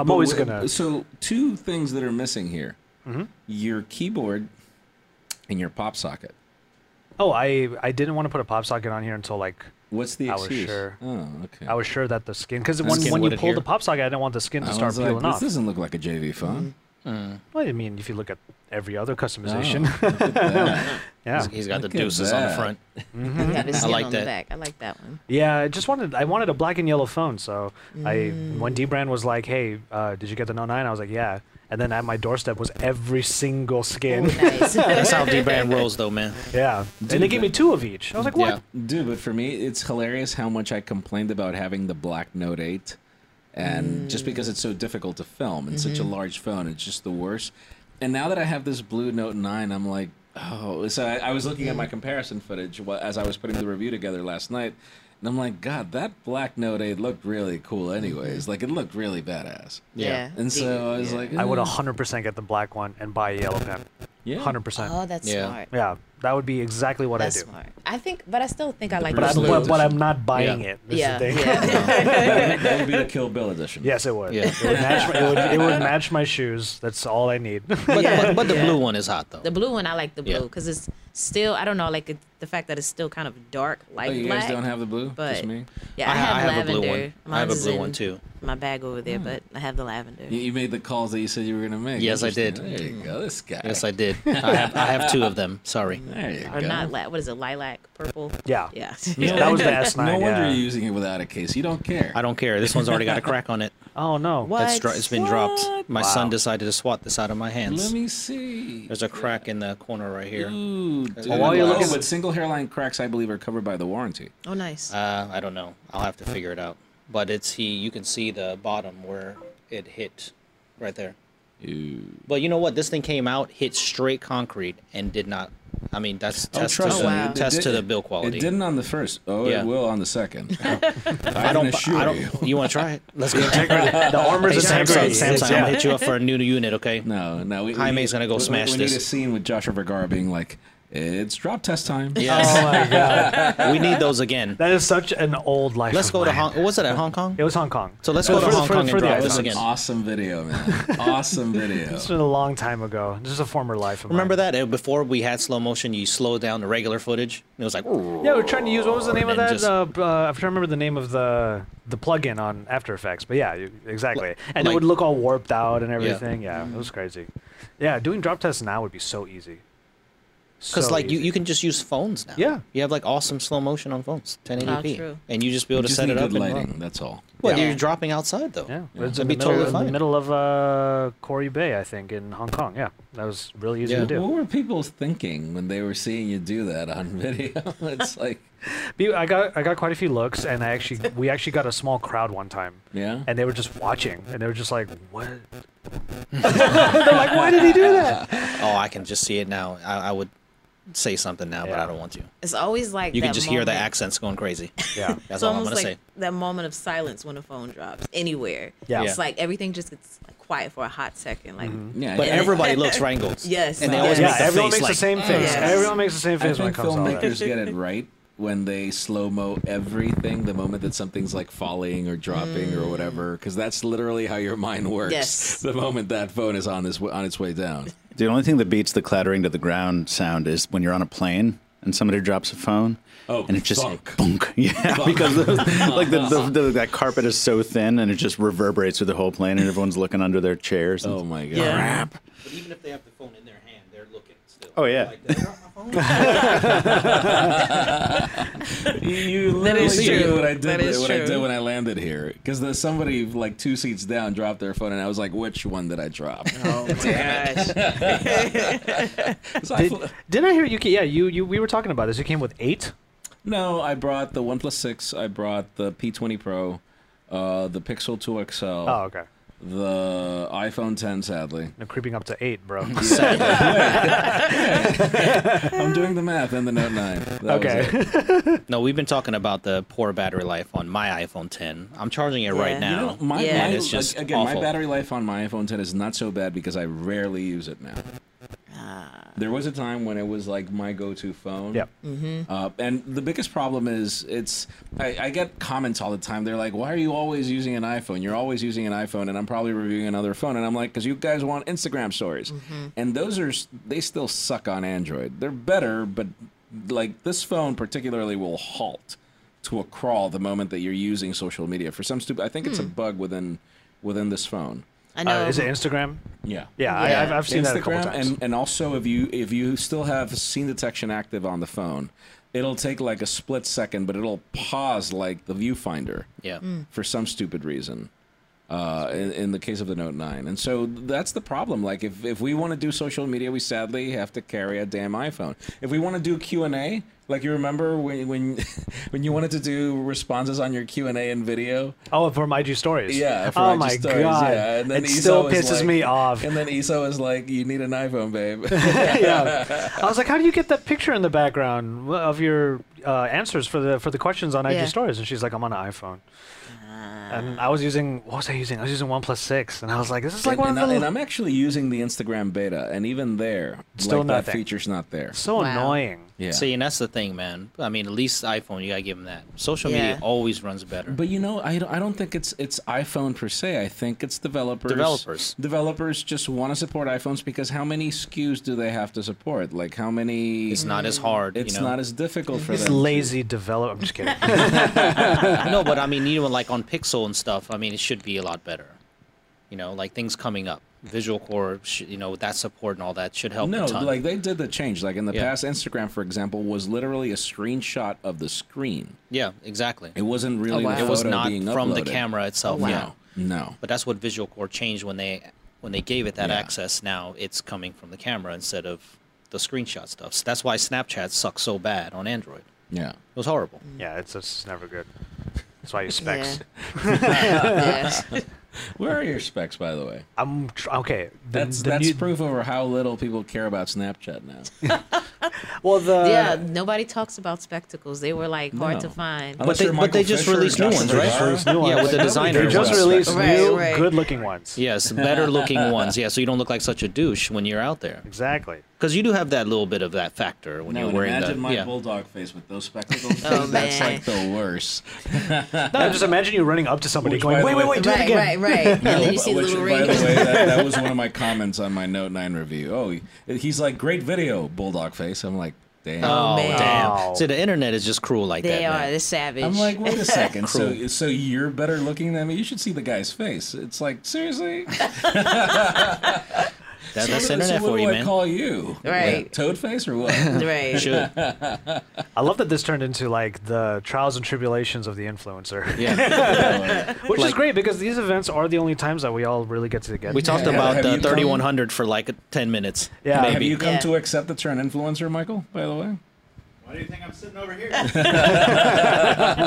[SPEAKER 1] I'm always Mm-hmm.
[SPEAKER 2] But
[SPEAKER 1] going to.
[SPEAKER 2] wait, So two things that are missing here: your keyboard and your pop socket.
[SPEAKER 1] Oh, I, I didn't want to put a pop socket on here until like.
[SPEAKER 2] What's the
[SPEAKER 1] I was
[SPEAKER 2] excuse?
[SPEAKER 1] sure.
[SPEAKER 2] Oh, okay.
[SPEAKER 1] I was sure that the skin, because
[SPEAKER 3] The
[SPEAKER 1] when,
[SPEAKER 3] skin
[SPEAKER 1] when you
[SPEAKER 3] would
[SPEAKER 1] pull the
[SPEAKER 3] adhere.
[SPEAKER 1] pop socket, I didn't want the skin
[SPEAKER 2] I
[SPEAKER 1] to
[SPEAKER 2] was
[SPEAKER 1] start
[SPEAKER 2] like,
[SPEAKER 1] peeling
[SPEAKER 2] this
[SPEAKER 1] off.
[SPEAKER 2] doesn't look like a JV phone.
[SPEAKER 1] Well, I mean, if you look at every other
[SPEAKER 2] Oh,
[SPEAKER 1] customization,
[SPEAKER 2] look at that.
[SPEAKER 1] yeah,
[SPEAKER 3] He's got the
[SPEAKER 2] Look at
[SPEAKER 3] deuces on the
[SPEAKER 2] that.
[SPEAKER 3] front.
[SPEAKER 6] Got his
[SPEAKER 3] I
[SPEAKER 6] skin
[SPEAKER 3] like
[SPEAKER 6] on
[SPEAKER 3] that.
[SPEAKER 6] the back. I like that one.
[SPEAKER 1] yeah. I just wanted I
[SPEAKER 2] Mm.
[SPEAKER 1] wanted a black and yellow phone, so I when D Brand was like, "Hey, uh, did you get the No 9? I was like, "Yeah." and then at my doorstep was every single skin.
[SPEAKER 6] Nice.
[SPEAKER 3] That's how D-Band rolls, though, man.
[SPEAKER 1] yeah, and they gave me two of each. I was like, what?
[SPEAKER 2] Yeah, dude. But for me, it's hilarious how much I complained about having the Black Note Eight,
[SPEAKER 6] Mm.
[SPEAKER 2] and just because it's so difficult to film and
[SPEAKER 6] Mm-hmm.
[SPEAKER 2] such a large phone, it's just the worst. And now that I have this Blue Note Nine, I'm like, oh. So I, I was looking at my comparison footage wh- as I was putting the review together last night, and I'm like, God, that Black Note Eight looked really cool. Anyways, like it looked really badass.
[SPEAKER 6] Mm-hmm. yeah.
[SPEAKER 2] And so I was
[SPEAKER 6] Yeah.
[SPEAKER 2] like,
[SPEAKER 1] I would
[SPEAKER 2] "Eh."
[SPEAKER 1] 100% get the black one and buy a yellow pen.
[SPEAKER 2] Yeah.
[SPEAKER 1] 100%.
[SPEAKER 6] Oh, that's
[SPEAKER 3] Yeah.
[SPEAKER 6] smart.
[SPEAKER 1] yeah, that would be exactly what
[SPEAKER 6] That's
[SPEAKER 1] I do.
[SPEAKER 6] smart. I think, but I still think I like.
[SPEAKER 1] But,
[SPEAKER 2] Bruce
[SPEAKER 1] I'm,
[SPEAKER 2] Lee
[SPEAKER 6] blue.
[SPEAKER 1] but, but
[SPEAKER 2] edition.
[SPEAKER 1] I'm not buying
[SPEAKER 3] Yeah.
[SPEAKER 1] it. Is
[SPEAKER 6] Yeah.
[SPEAKER 1] The thing.
[SPEAKER 6] yeah.
[SPEAKER 2] that would be the Kill Bill edition.
[SPEAKER 1] Yes, it would.
[SPEAKER 3] Yeah.
[SPEAKER 1] It, would match my, it, would, it would match my shoes. That's all I need.
[SPEAKER 3] But, but, but the
[SPEAKER 6] Yeah.
[SPEAKER 3] blue one is hot, though.
[SPEAKER 6] the blue one, I like the
[SPEAKER 3] Yeah.
[SPEAKER 6] blue because it's still. I don't know, like it, the fact that it's still kind of dark, light
[SPEAKER 2] Oh, you
[SPEAKER 6] black.
[SPEAKER 2] guys don't have the blue? Just
[SPEAKER 6] but-
[SPEAKER 2] me?
[SPEAKER 6] yeah, I,
[SPEAKER 3] I ha-
[SPEAKER 6] have,
[SPEAKER 3] I have a blue
[SPEAKER 6] lavender.
[SPEAKER 3] one. I have a
[SPEAKER 6] Mine's
[SPEAKER 3] blue
[SPEAKER 6] in
[SPEAKER 3] one, too. Mm.
[SPEAKER 6] My bag over there, but I have the lavender.
[SPEAKER 2] You, you made the calls that you said you were going to make.
[SPEAKER 3] Yes, I
[SPEAKER 2] Interesting.
[SPEAKER 3] did.
[SPEAKER 2] There you go. This guy.
[SPEAKER 3] Yes, I did. I have, I have two of them. Sorry.
[SPEAKER 2] There you
[SPEAKER 6] Or
[SPEAKER 2] go.
[SPEAKER 6] not la- what is it? Lilac, purple.
[SPEAKER 1] yeah.
[SPEAKER 6] Yeah.
[SPEAKER 1] That was the S9.
[SPEAKER 2] No wonder
[SPEAKER 1] yeah.
[SPEAKER 2] you're using it without a case. You don't care.
[SPEAKER 3] I don't care. This one's already got a crack on it.
[SPEAKER 1] Oh, no.
[SPEAKER 3] That's dro- it's been dropped. My son
[SPEAKER 1] Wow.
[SPEAKER 3] decided to swat this out of my
[SPEAKER 2] Let
[SPEAKER 3] hands.
[SPEAKER 2] me see.
[SPEAKER 3] There's a crack in the corner right here.
[SPEAKER 2] Ooh, dude.
[SPEAKER 3] Well, while you're
[SPEAKER 2] Oh,
[SPEAKER 3] looking-
[SPEAKER 2] but single hairline cracks, I believe, are covered by the warranty.
[SPEAKER 6] Oh, nice.
[SPEAKER 3] Uh, I don't know. I'll have to figure it out. But it's he. You can see the bottom where it hit, right there.
[SPEAKER 2] Ooh.
[SPEAKER 3] But you know what? This thing came out, hit straight concrete, and did not. I mean, that's
[SPEAKER 2] Oh,
[SPEAKER 3] test,
[SPEAKER 2] trust
[SPEAKER 3] to,
[SPEAKER 2] me.
[SPEAKER 3] the,
[SPEAKER 6] wow.
[SPEAKER 2] It
[SPEAKER 3] test
[SPEAKER 2] did-
[SPEAKER 3] to the bill
[SPEAKER 2] It
[SPEAKER 3] quality.
[SPEAKER 2] didn't on the first. Oh,
[SPEAKER 3] Yeah.
[SPEAKER 2] it will on the second. I,
[SPEAKER 3] I
[SPEAKER 2] can
[SPEAKER 3] don't.
[SPEAKER 2] assure
[SPEAKER 3] I don't.
[SPEAKER 2] you.
[SPEAKER 3] You want to try it? Let's go. Hey,
[SPEAKER 1] The armor's
[SPEAKER 3] Samsung,
[SPEAKER 1] integrity.
[SPEAKER 3] Samsung, I'm
[SPEAKER 1] Yeah.
[SPEAKER 3] gonna hit you up for a new unit, okay?
[SPEAKER 2] No, no. We, we
[SPEAKER 3] Jaime's
[SPEAKER 2] need-
[SPEAKER 3] gonna go
[SPEAKER 2] we-
[SPEAKER 3] smash
[SPEAKER 2] we need a
[SPEAKER 3] this.
[SPEAKER 2] scene with Joshua Vergara being like, it's drop test time.
[SPEAKER 3] Yes. Oh my god. we need those again.
[SPEAKER 1] That is such an old life.
[SPEAKER 3] Let's
[SPEAKER 1] of
[SPEAKER 3] go to
[SPEAKER 1] mine.
[SPEAKER 3] Hong. Was it at Hong Kong?
[SPEAKER 1] It was Hong Kong.
[SPEAKER 3] So let's
[SPEAKER 1] It
[SPEAKER 3] go
[SPEAKER 1] was
[SPEAKER 3] to
[SPEAKER 1] for the-
[SPEAKER 3] Hong
[SPEAKER 1] for-
[SPEAKER 3] Kong
[SPEAKER 1] for
[SPEAKER 3] and
[SPEAKER 1] the
[SPEAKER 3] drive
[SPEAKER 2] That
[SPEAKER 3] this
[SPEAKER 2] was an
[SPEAKER 1] iPhone.
[SPEAKER 3] again.
[SPEAKER 2] awesome video, man. Awesome video.
[SPEAKER 1] It's been a long time ago. This is a former life. Of
[SPEAKER 3] Remember
[SPEAKER 1] mine.
[SPEAKER 3] that? Uh, Before we had slow motion, you slow down the regular footage. and It was like,
[SPEAKER 1] Yeah, we're trying to use what was the name of
[SPEAKER 3] And
[SPEAKER 1] that?
[SPEAKER 3] just-
[SPEAKER 1] uh, b- uh, I'm trying to remember the name of the the plugin on After Effects. But yeah, you, exactly. and it
[SPEAKER 3] like-
[SPEAKER 1] would look all warped out and everything. Yeah, it was crazy. Yeah, doing drop tests now would be so easy.
[SPEAKER 3] because
[SPEAKER 1] So
[SPEAKER 3] like you,
[SPEAKER 1] easy.
[SPEAKER 3] you can just use phones now.
[SPEAKER 1] Yeah.
[SPEAKER 3] you have like awesome slow motion on phones, 1080p,
[SPEAKER 6] Oh, true.
[SPEAKER 3] and you just be able to
[SPEAKER 2] Just
[SPEAKER 3] set
[SPEAKER 2] need
[SPEAKER 3] it up
[SPEAKER 2] good
[SPEAKER 3] and
[SPEAKER 2] lighting.
[SPEAKER 3] run.
[SPEAKER 2] That's all.
[SPEAKER 3] Well,
[SPEAKER 6] Yeah.
[SPEAKER 3] you're dropping outside though.
[SPEAKER 1] Yeah,
[SPEAKER 2] Yeah.
[SPEAKER 1] it's
[SPEAKER 3] It'd
[SPEAKER 1] in
[SPEAKER 3] be
[SPEAKER 1] the, middle,
[SPEAKER 3] totally
[SPEAKER 1] in the
[SPEAKER 3] fine.
[SPEAKER 1] middle of uh, Corey Bay, I think, in Hong Kong. Yeah, that was really easy
[SPEAKER 3] Yeah.
[SPEAKER 1] to do.
[SPEAKER 2] What were people thinking when they were seeing you do that on video? It's like,
[SPEAKER 1] Be- I got I got quite a few looks, and I actually we actually got a small crowd one time,
[SPEAKER 2] yeah.
[SPEAKER 1] and they were just watching, and they were just like, "What?" They're like, "Why did he do that?"
[SPEAKER 3] Oh, I can just see it now. I, I would say something now, but
[SPEAKER 1] Yeah.
[SPEAKER 3] I don't want to.
[SPEAKER 6] it's always like
[SPEAKER 3] You
[SPEAKER 6] that
[SPEAKER 3] can just hear the
[SPEAKER 6] moment-
[SPEAKER 3] accents going crazy.
[SPEAKER 1] Yeah,
[SPEAKER 3] That's
[SPEAKER 6] It's
[SPEAKER 3] all I'm
[SPEAKER 6] almost
[SPEAKER 3] gonna
[SPEAKER 6] like
[SPEAKER 3] say.
[SPEAKER 6] that moment of silence when a phone drops anywhere.
[SPEAKER 1] Yeah.
[SPEAKER 3] Yeah.
[SPEAKER 6] it's
[SPEAKER 3] Mm-hmm.
[SPEAKER 6] like everything just gets like, quiet for a hot second. Like
[SPEAKER 2] yeah.
[SPEAKER 3] But
[SPEAKER 2] yeah.
[SPEAKER 3] everybody looks right and goes.
[SPEAKER 6] Yes,
[SPEAKER 3] and they always
[SPEAKER 6] yes.
[SPEAKER 1] yeah.
[SPEAKER 3] make the
[SPEAKER 1] Everyone
[SPEAKER 3] face
[SPEAKER 1] makes
[SPEAKER 3] like, "Mm."
[SPEAKER 1] the same face.
[SPEAKER 6] Yes.
[SPEAKER 1] Everyone makes the same
[SPEAKER 2] I
[SPEAKER 1] face when it
[SPEAKER 2] think
[SPEAKER 1] comes out.
[SPEAKER 2] filmmakers get it right when they slow mo everything the moment that something's like falling or dropping or whatever, because that's literally how your mind works.
[SPEAKER 6] Mm. Yes.
[SPEAKER 2] The moment that phone is on this on its way down.
[SPEAKER 4] The only thing that beats the clattering to the ground sound is when you're on a plane and somebody drops a phone.
[SPEAKER 2] Oh,
[SPEAKER 4] and it just
[SPEAKER 2] thunk.
[SPEAKER 4] bonk. Yeah, because the, like the, the, the, that carpet is so thin and it just reverberates through the whole plane and everyone's looking under their chairs. and-
[SPEAKER 2] Oh my god.
[SPEAKER 6] Crap.
[SPEAKER 3] But even if they have the phone in their hand, they're looking still.
[SPEAKER 4] Oh, yeah. Like,
[SPEAKER 2] You
[SPEAKER 6] is
[SPEAKER 2] literally
[SPEAKER 6] true.
[SPEAKER 2] did what I did
[SPEAKER 6] That is
[SPEAKER 2] what I did
[SPEAKER 6] true.
[SPEAKER 2] when I landed here because somebody like two seats down dropped their phone and I was like, which one did I drop?
[SPEAKER 6] oh my gosh,
[SPEAKER 2] So I
[SPEAKER 1] Did,
[SPEAKER 2] fl-
[SPEAKER 1] didn't I hear you? ca- Yeah, you, you. We were talking about this. You came with eight.
[SPEAKER 2] No, I brought the One Plus Six. I brought the P20 Pro, uh, the Pixel 2 XL,
[SPEAKER 1] Oh, okay.
[SPEAKER 2] the iPhone 10. Sadly,
[SPEAKER 1] Now creeping up to eight, bro.
[SPEAKER 2] I'm doing the math and the Note 9. That was it.
[SPEAKER 1] okay.
[SPEAKER 3] No, we've been talking about the poor battery life on my iPhone 10. I'm charging it right
[SPEAKER 6] Yeah.
[SPEAKER 2] You
[SPEAKER 3] now.
[SPEAKER 2] know, my,
[SPEAKER 6] Yeah.
[SPEAKER 2] my
[SPEAKER 3] It's just
[SPEAKER 2] again,
[SPEAKER 3] awful.
[SPEAKER 2] my battery life on my iPhone 10 is not so bad because I rarely use it now. There was a time when it was like my go-to phone.
[SPEAKER 1] Yep.
[SPEAKER 2] Uh, and the biggest problem is it's I, I get comments all the time. They're like, "Why are you always using an iPhone? You're always using an iPhone." And I'm probably reviewing another phone, and I'm like, "Cause you guys want Instagram stories, and those are s- they still suck on Android. They're better, but like this phone particularly will halt to a crawl the moment that you're using social media for some stupid. I think it's a bug within within this phone.
[SPEAKER 6] I know.
[SPEAKER 3] Oh,
[SPEAKER 1] Uh, is it Instagram?
[SPEAKER 2] Um, Yeah.
[SPEAKER 1] Yeah,
[SPEAKER 6] Yeah.
[SPEAKER 1] I, I've, I've seen that a couple
[SPEAKER 2] Instagram,
[SPEAKER 1] times.
[SPEAKER 2] and, and also if you if you still have scene detection active on the phone, it'll take like a split second, but it'll pause like the viewfinder
[SPEAKER 6] Mm.
[SPEAKER 3] yeah.
[SPEAKER 2] for some stupid reason. uh, in, in the case of the Note 9. And so that's the problem. Like, if, if we want to do social media, we sadly have to carry a damn iPhone. If we want to do Q and A, like you remember when when when you wanted to do responses on your Q and A in video,
[SPEAKER 1] Oh, from IG stories.
[SPEAKER 2] yeah. for
[SPEAKER 1] oh
[SPEAKER 2] IG
[SPEAKER 1] my
[SPEAKER 2] stories,
[SPEAKER 1] god.
[SPEAKER 2] yeah. And then
[SPEAKER 1] it
[SPEAKER 2] Esau
[SPEAKER 1] still
[SPEAKER 2] is
[SPEAKER 1] pisses
[SPEAKER 2] like-
[SPEAKER 1] me off.
[SPEAKER 2] And then Esau is like, "You need an iPhone, babe."
[SPEAKER 1] yeah. I was like, how do you get that picture in the background of your uh, answers for the for the questions on IG
[SPEAKER 6] Yeah. Ah.
[SPEAKER 1] stories? And she's like, I'm on an iPhone. And I was using what was I using? I was using OnePlus Six, and I was like, this is like
[SPEAKER 2] and,
[SPEAKER 1] one
[SPEAKER 2] and
[SPEAKER 1] of
[SPEAKER 2] I,
[SPEAKER 1] the
[SPEAKER 2] and I'm actually using the Instagram beta, and even there,
[SPEAKER 1] Still
[SPEAKER 2] like, that
[SPEAKER 1] nothing.
[SPEAKER 2] feature's not there.
[SPEAKER 1] so
[SPEAKER 6] Wow.
[SPEAKER 1] annoying.
[SPEAKER 2] Yeah.
[SPEAKER 3] See, and that's the thing, man. I mean, at least iPhone, you gotta give them that. Social
[SPEAKER 6] Yeah.
[SPEAKER 3] media always runs better.
[SPEAKER 2] But you know, I don't, I don't think it's it's iPhone per se. I think it's developers.
[SPEAKER 3] Developers.
[SPEAKER 2] Developers just want to support iPhones because how many SKUs do they have to support? Like how many?
[SPEAKER 3] it's not as hard.
[SPEAKER 2] It's
[SPEAKER 3] you know?
[SPEAKER 2] not as difficult for
[SPEAKER 1] It's
[SPEAKER 2] them.
[SPEAKER 1] lazy develop. I'm just kidding.
[SPEAKER 3] no, but I mean, even like on Pixel and stuff, I mean, it should be a lot better. You know, like things coming up, Visual Core, sh- you know, with that support and all that should help.
[SPEAKER 2] No,
[SPEAKER 3] a ton.
[SPEAKER 2] like they did the change. Like in the
[SPEAKER 3] Yeah.
[SPEAKER 2] past, Instagram, for example, was literally a screenshot of the screen.
[SPEAKER 3] yeah, exactly.
[SPEAKER 2] It wasn't really.
[SPEAKER 6] wow.
[SPEAKER 2] the
[SPEAKER 3] It was
[SPEAKER 2] photo
[SPEAKER 3] not
[SPEAKER 2] being
[SPEAKER 3] from the
[SPEAKER 2] uploaded.
[SPEAKER 3] camera
[SPEAKER 2] Oh,
[SPEAKER 3] itself.
[SPEAKER 6] wow.
[SPEAKER 3] Yeah,
[SPEAKER 2] No.
[SPEAKER 3] but that's what Visual Core changed when they when they gave it that
[SPEAKER 2] Yeah.
[SPEAKER 3] access. Now it's coming from the camera instead of the screenshot stuff. So that's why Snapchat sucks so bad on Android. It
[SPEAKER 2] Yeah.
[SPEAKER 3] was horrible.
[SPEAKER 1] yeah, it's it's never good. That's why you specs.
[SPEAKER 6] Yeah.
[SPEAKER 2] Where are your specs, by the way?
[SPEAKER 1] I'm tr- okay. The,
[SPEAKER 2] That's
[SPEAKER 1] the
[SPEAKER 2] that's
[SPEAKER 1] new-
[SPEAKER 2] proof over how little people care about Snapchat now.
[SPEAKER 1] Well, the
[SPEAKER 6] yeah, nobody talks about spectacles. They were like hard to
[SPEAKER 2] No.
[SPEAKER 6] find.
[SPEAKER 2] Unless
[SPEAKER 3] they-
[SPEAKER 2] you're
[SPEAKER 3] but
[SPEAKER 2] Michael
[SPEAKER 3] they just
[SPEAKER 2] Fisher or
[SPEAKER 3] released new
[SPEAKER 2] Justin
[SPEAKER 3] ones, right?
[SPEAKER 2] Bieber.
[SPEAKER 3] New ones. Yeah, with the
[SPEAKER 2] Like,
[SPEAKER 3] designer
[SPEAKER 1] They
[SPEAKER 2] nobody
[SPEAKER 1] just
[SPEAKER 2] cares about
[SPEAKER 1] released
[SPEAKER 6] Right,
[SPEAKER 1] new
[SPEAKER 6] right.
[SPEAKER 1] good-looking ones.
[SPEAKER 3] Yes, better looking ones. Yeah, so you don't look like such a douche when you're out there.
[SPEAKER 1] Exactly.
[SPEAKER 3] Because you do have that little bit of that factor when
[SPEAKER 2] No,
[SPEAKER 3] you're
[SPEAKER 2] and
[SPEAKER 3] wearing the
[SPEAKER 2] imagine my
[SPEAKER 3] yeah.
[SPEAKER 2] bulldog face with those spectacles.
[SPEAKER 6] Oh,
[SPEAKER 2] That's
[SPEAKER 6] man.
[SPEAKER 2] like the worst.
[SPEAKER 1] No, just imagine you running up to somebody
[SPEAKER 2] Which,
[SPEAKER 1] going,
[SPEAKER 2] by the
[SPEAKER 1] wait,
[SPEAKER 2] way-
[SPEAKER 1] wait, wait, do it
[SPEAKER 6] right,
[SPEAKER 1] again.
[SPEAKER 6] right, right. And then you see the
[SPEAKER 2] Oh, Which,
[SPEAKER 6] little
[SPEAKER 2] by
[SPEAKER 6] ring.
[SPEAKER 2] the way, that, that was one of my comments on my Note 9 review. Oh, he's like, great video, bulldog face. I'm like, damn.
[SPEAKER 6] Oh,
[SPEAKER 3] Oh,
[SPEAKER 6] man.
[SPEAKER 3] damn!
[SPEAKER 1] Wow.
[SPEAKER 3] See, the internet is just cruel like
[SPEAKER 6] They
[SPEAKER 3] that.
[SPEAKER 6] are.
[SPEAKER 3] man.
[SPEAKER 6] They're savage.
[SPEAKER 2] I'm like, wait a second. so,
[SPEAKER 3] Cruel.
[SPEAKER 2] so you're better looking than me. You should see the guy's face. It's like, seriously,
[SPEAKER 3] That- that's
[SPEAKER 2] so
[SPEAKER 3] internet
[SPEAKER 2] what
[SPEAKER 3] for
[SPEAKER 2] do
[SPEAKER 1] E,
[SPEAKER 3] you,
[SPEAKER 2] I
[SPEAKER 3] man.
[SPEAKER 2] call you?
[SPEAKER 6] Right.
[SPEAKER 2] What, toad face or what?
[SPEAKER 6] right.
[SPEAKER 3] Should.
[SPEAKER 1] I love that this turned into like the trials and tribulations of the influencer,
[SPEAKER 3] Yeah.
[SPEAKER 1] which is great because these events are the only times that we all really get together.
[SPEAKER 3] We talked
[SPEAKER 2] Yeah.
[SPEAKER 3] about
[SPEAKER 2] Have you
[SPEAKER 3] the
[SPEAKER 2] come-
[SPEAKER 3] 3100 for like 10 minutes.
[SPEAKER 1] Yeah.
[SPEAKER 2] Have
[SPEAKER 3] Maybe.
[SPEAKER 2] you come
[SPEAKER 6] Yeah.
[SPEAKER 2] to accept that you're an influencer, Michael? By the way,
[SPEAKER 4] Why do you think I'm sitting over here?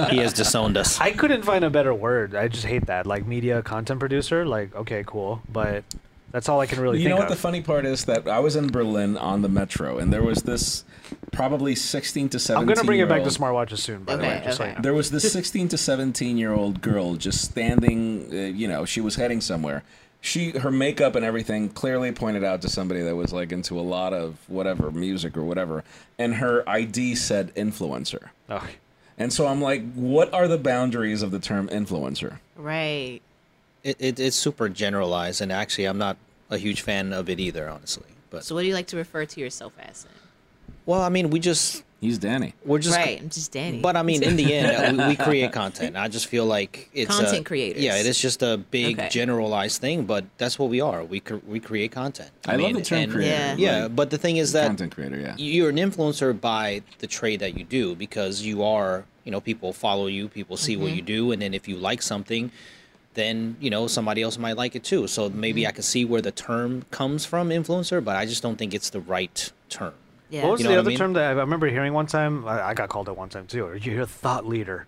[SPEAKER 3] he has disowned us.
[SPEAKER 1] I couldn't find a better word. I just hate that. Like media content producer. Like okay, cool, but that's all I can really
[SPEAKER 2] you
[SPEAKER 1] think
[SPEAKER 2] know what
[SPEAKER 1] of.
[SPEAKER 2] the funny part is that I was in Berlin on the metro, and there was this probably 16 to 17.
[SPEAKER 1] I'm gonna bring it back to
[SPEAKER 2] year old-
[SPEAKER 1] smartwatches soon. By the
[SPEAKER 6] Okay,
[SPEAKER 1] way, just
[SPEAKER 6] okay.
[SPEAKER 1] like
[SPEAKER 2] There was this 16 to 17 year old girl just standing. Uh, you know, she was heading somewhere. She, her makeup and everything clearly pointed out to somebody that was like into a lot of whatever music or whatever, and her ID said influencer.
[SPEAKER 1] oh,
[SPEAKER 2] And so I'm like, what are the boundaries of the term influencer?
[SPEAKER 6] Right.
[SPEAKER 3] It, it, it's super generalized, and actually, I'm not a huge fan of it either, honestly. But
[SPEAKER 6] So what do you like to refer to yourself as? then?
[SPEAKER 3] well, I mean, we just
[SPEAKER 2] He's Danny.
[SPEAKER 3] we're just
[SPEAKER 6] right. I'm just Danny.
[SPEAKER 3] But I mean, in the end, we, we create content. I just feel like it's a-
[SPEAKER 6] Content creators.
[SPEAKER 3] Yeah, it is just a big
[SPEAKER 6] Okay.
[SPEAKER 3] generalized thing, but that's what we are. We cr- we create content.
[SPEAKER 2] I, love
[SPEAKER 3] mean,
[SPEAKER 2] the term
[SPEAKER 3] and-
[SPEAKER 2] creator.
[SPEAKER 6] Yeah.
[SPEAKER 2] like,
[SPEAKER 3] Yeah, but the thing is that
[SPEAKER 2] content creator. Yeah.
[SPEAKER 3] you're an influencer by the trade that you do because you are you know people follow you people see
[SPEAKER 6] Mm-hmm.
[SPEAKER 3] what you do and then if you like something then you know somebody else might like it too so maybe
[SPEAKER 6] Mm-hmm.
[SPEAKER 3] i can see where the term comes from influencer but i just don't think it's the right term
[SPEAKER 6] yeah.
[SPEAKER 1] what was
[SPEAKER 3] You know
[SPEAKER 1] the
[SPEAKER 3] what I
[SPEAKER 1] other
[SPEAKER 3] mean?
[SPEAKER 1] term that I I remember hearing one time? I, I got called at one time too. You're a thought leader.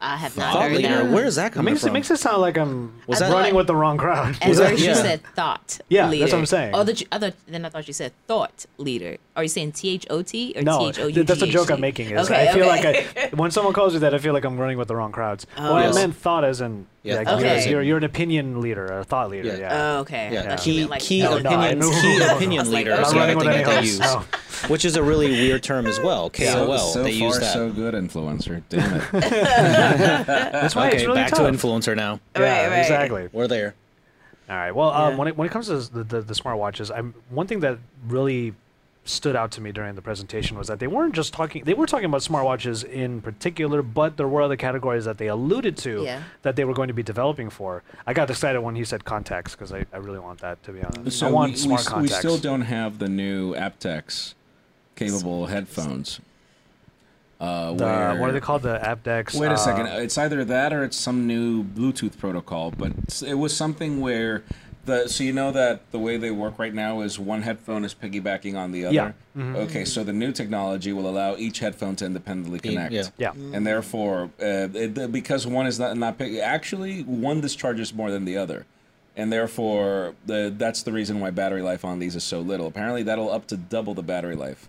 [SPEAKER 6] I have not
[SPEAKER 3] thought
[SPEAKER 6] heard
[SPEAKER 3] leader
[SPEAKER 6] that.
[SPEAKER 3] where is that
[SPEAKER 1] It
[SPEAKER 3] coming
[SPEAKER 1] makes, it
[SPEAKER 3] from
[SPEAKER 1] makes it sound like I'm
[SPEAKER 3] Was that-
[SPEAKER 1] running with the wrong crowd.
[SPEAKER 6] At
[SPEAKER 3] that-
[SPEAKER 6] first you
[SPEAKER 3] yeah.
[SPEAKER 6] said thought.
[SPEAKER 1] Yeah, that's
[SPEAKER 6] leader.
[SPEAKER 1] what I'm saying.
[SPEAKER 6] Other, other than I thought you said thought leader. Are you saying T H O T or T
[SPEAKER 1] No,
[SPEAKER 6] H O U?
[SPEAKER 1] th- that's a joke I'm making. Is
[SPEAKER 6] okay,
[SPEAKER 1] I feel
[SPEAKER 6] okay.
[SPEAKER 1] like I, when someone calls you that, I feel like I'm running with the wrong crowds. well,
[SPEAKER 3] Oh. Yes.
[SPEAKER 1] I meant thought as in
[SPEAKER 3] Yeah,
[SPEAKER 1] like,
[SPEAKER 6] thought
[SPEAKER 1] you're,
[SPEAKER 6] as in-
[SPEAKER 1] you're, you're an opinion leader, a thought leader.
[SPEAKER 3] Yeah.
[SPEAKER 1] Yeah.
[SPEAKER 6] Oh, okay. I
[SPEAKER 3] yeah,
[SPEAKER 6] thought you
[SPEAKER 3] key,
[SPEAKER 6] meant like
[SPEAKER 3] key,
[SPEAKER 6] no,
[SPEAKER 1] no, I
[SPEAKER 3] opinion,
[SPEAKER 1] know.
[SPEAKER 3] key
[SPEAKER 1] I was
[SPEAKER 3] opinion
[SPEAKER 6] like,
[SPEAKER 3] leader.
[SPEAKER 6] not
[SPEAKER 3] is the
[SPEAKER 6] running
[SPEAKER 3] other
[SPEAKER 1] with any
[SPEAKER 3] thing that they
[SPEAKER 1] hooks,
[SPEAKER 3] use,
[SPEAKER 1] no.
[SPEAKER 3] which is a really weird term as well. KOL,
[SPEAKER 2] so, so
[SPEAKER 3] they
[SPEAKER 2] far,
[SPEAKER 3] use that.
[SPEAKER 2] so good influencer. Damn it.
[SPEAKER 1] That's why
[SPEAKER 3] okay,
[SPEAKER 1] it's really
[SPEAKER 3] back
[SPEAKER 1] tough.
[SPEAKER 3] to influencer now.
[SPEAKER 1] Yeah,
[SPEAKER 6] Right, right.
[SPEAKER 1] exactly.
[SPEAKER 3] We're there.
[SPEAKER 1] All right. Well, um,
[SPEAKER 6] Yeah.
[SPEAKER 1] when it when it comes to the, the, the smartwatches, I'm one thing that really stood out to me during the presentation was that they weren't just talking they were talking about smartwatches in particular but there were other categories that they alluded to
[SPEAKER 6] Yeah.
[SPEAKER 1] that they were going to be developing for i got excited when he said contacts because I, I really want that to be honest
[SPEAKER 2] So
[SPEAKER 1] i want
[SPEAKER 2] we,
[SPEAKER 1] smart
[SPEAKER 2] we, we
[SPEAKER 1] contacts
[SPEAKER 2] still don't have the new aptX capable headphones. Uh,
[SPEAKER 1] The,
[SPEAKER 2] where,
[SPEAKER 1] what are they called? The AppDex.
[SPEAKER 2] Wait
[SPEAKER 1] uh,
[SPEAKER 2] a second. It's either that or it's some new Bluetooth protocol, but s- it was something where the so you know that the way they work right now is one headphone is piggybacking on the other.
[SPEAKER 1] Yeah. Mm-hmm.
[SPEAKER 2] Okay, so the new technology will allow each headphone to independently connect.
[SPEAKER 3] yeah.
[SPEAKER 1] Yeah.
[SPEAKER 2] And therefore, uh, it, the- because one is not not pick, actually one discharges more than the other. And therefore, the, that's the reason why battery life on these is so little. Apparently, that'll up to double the battery life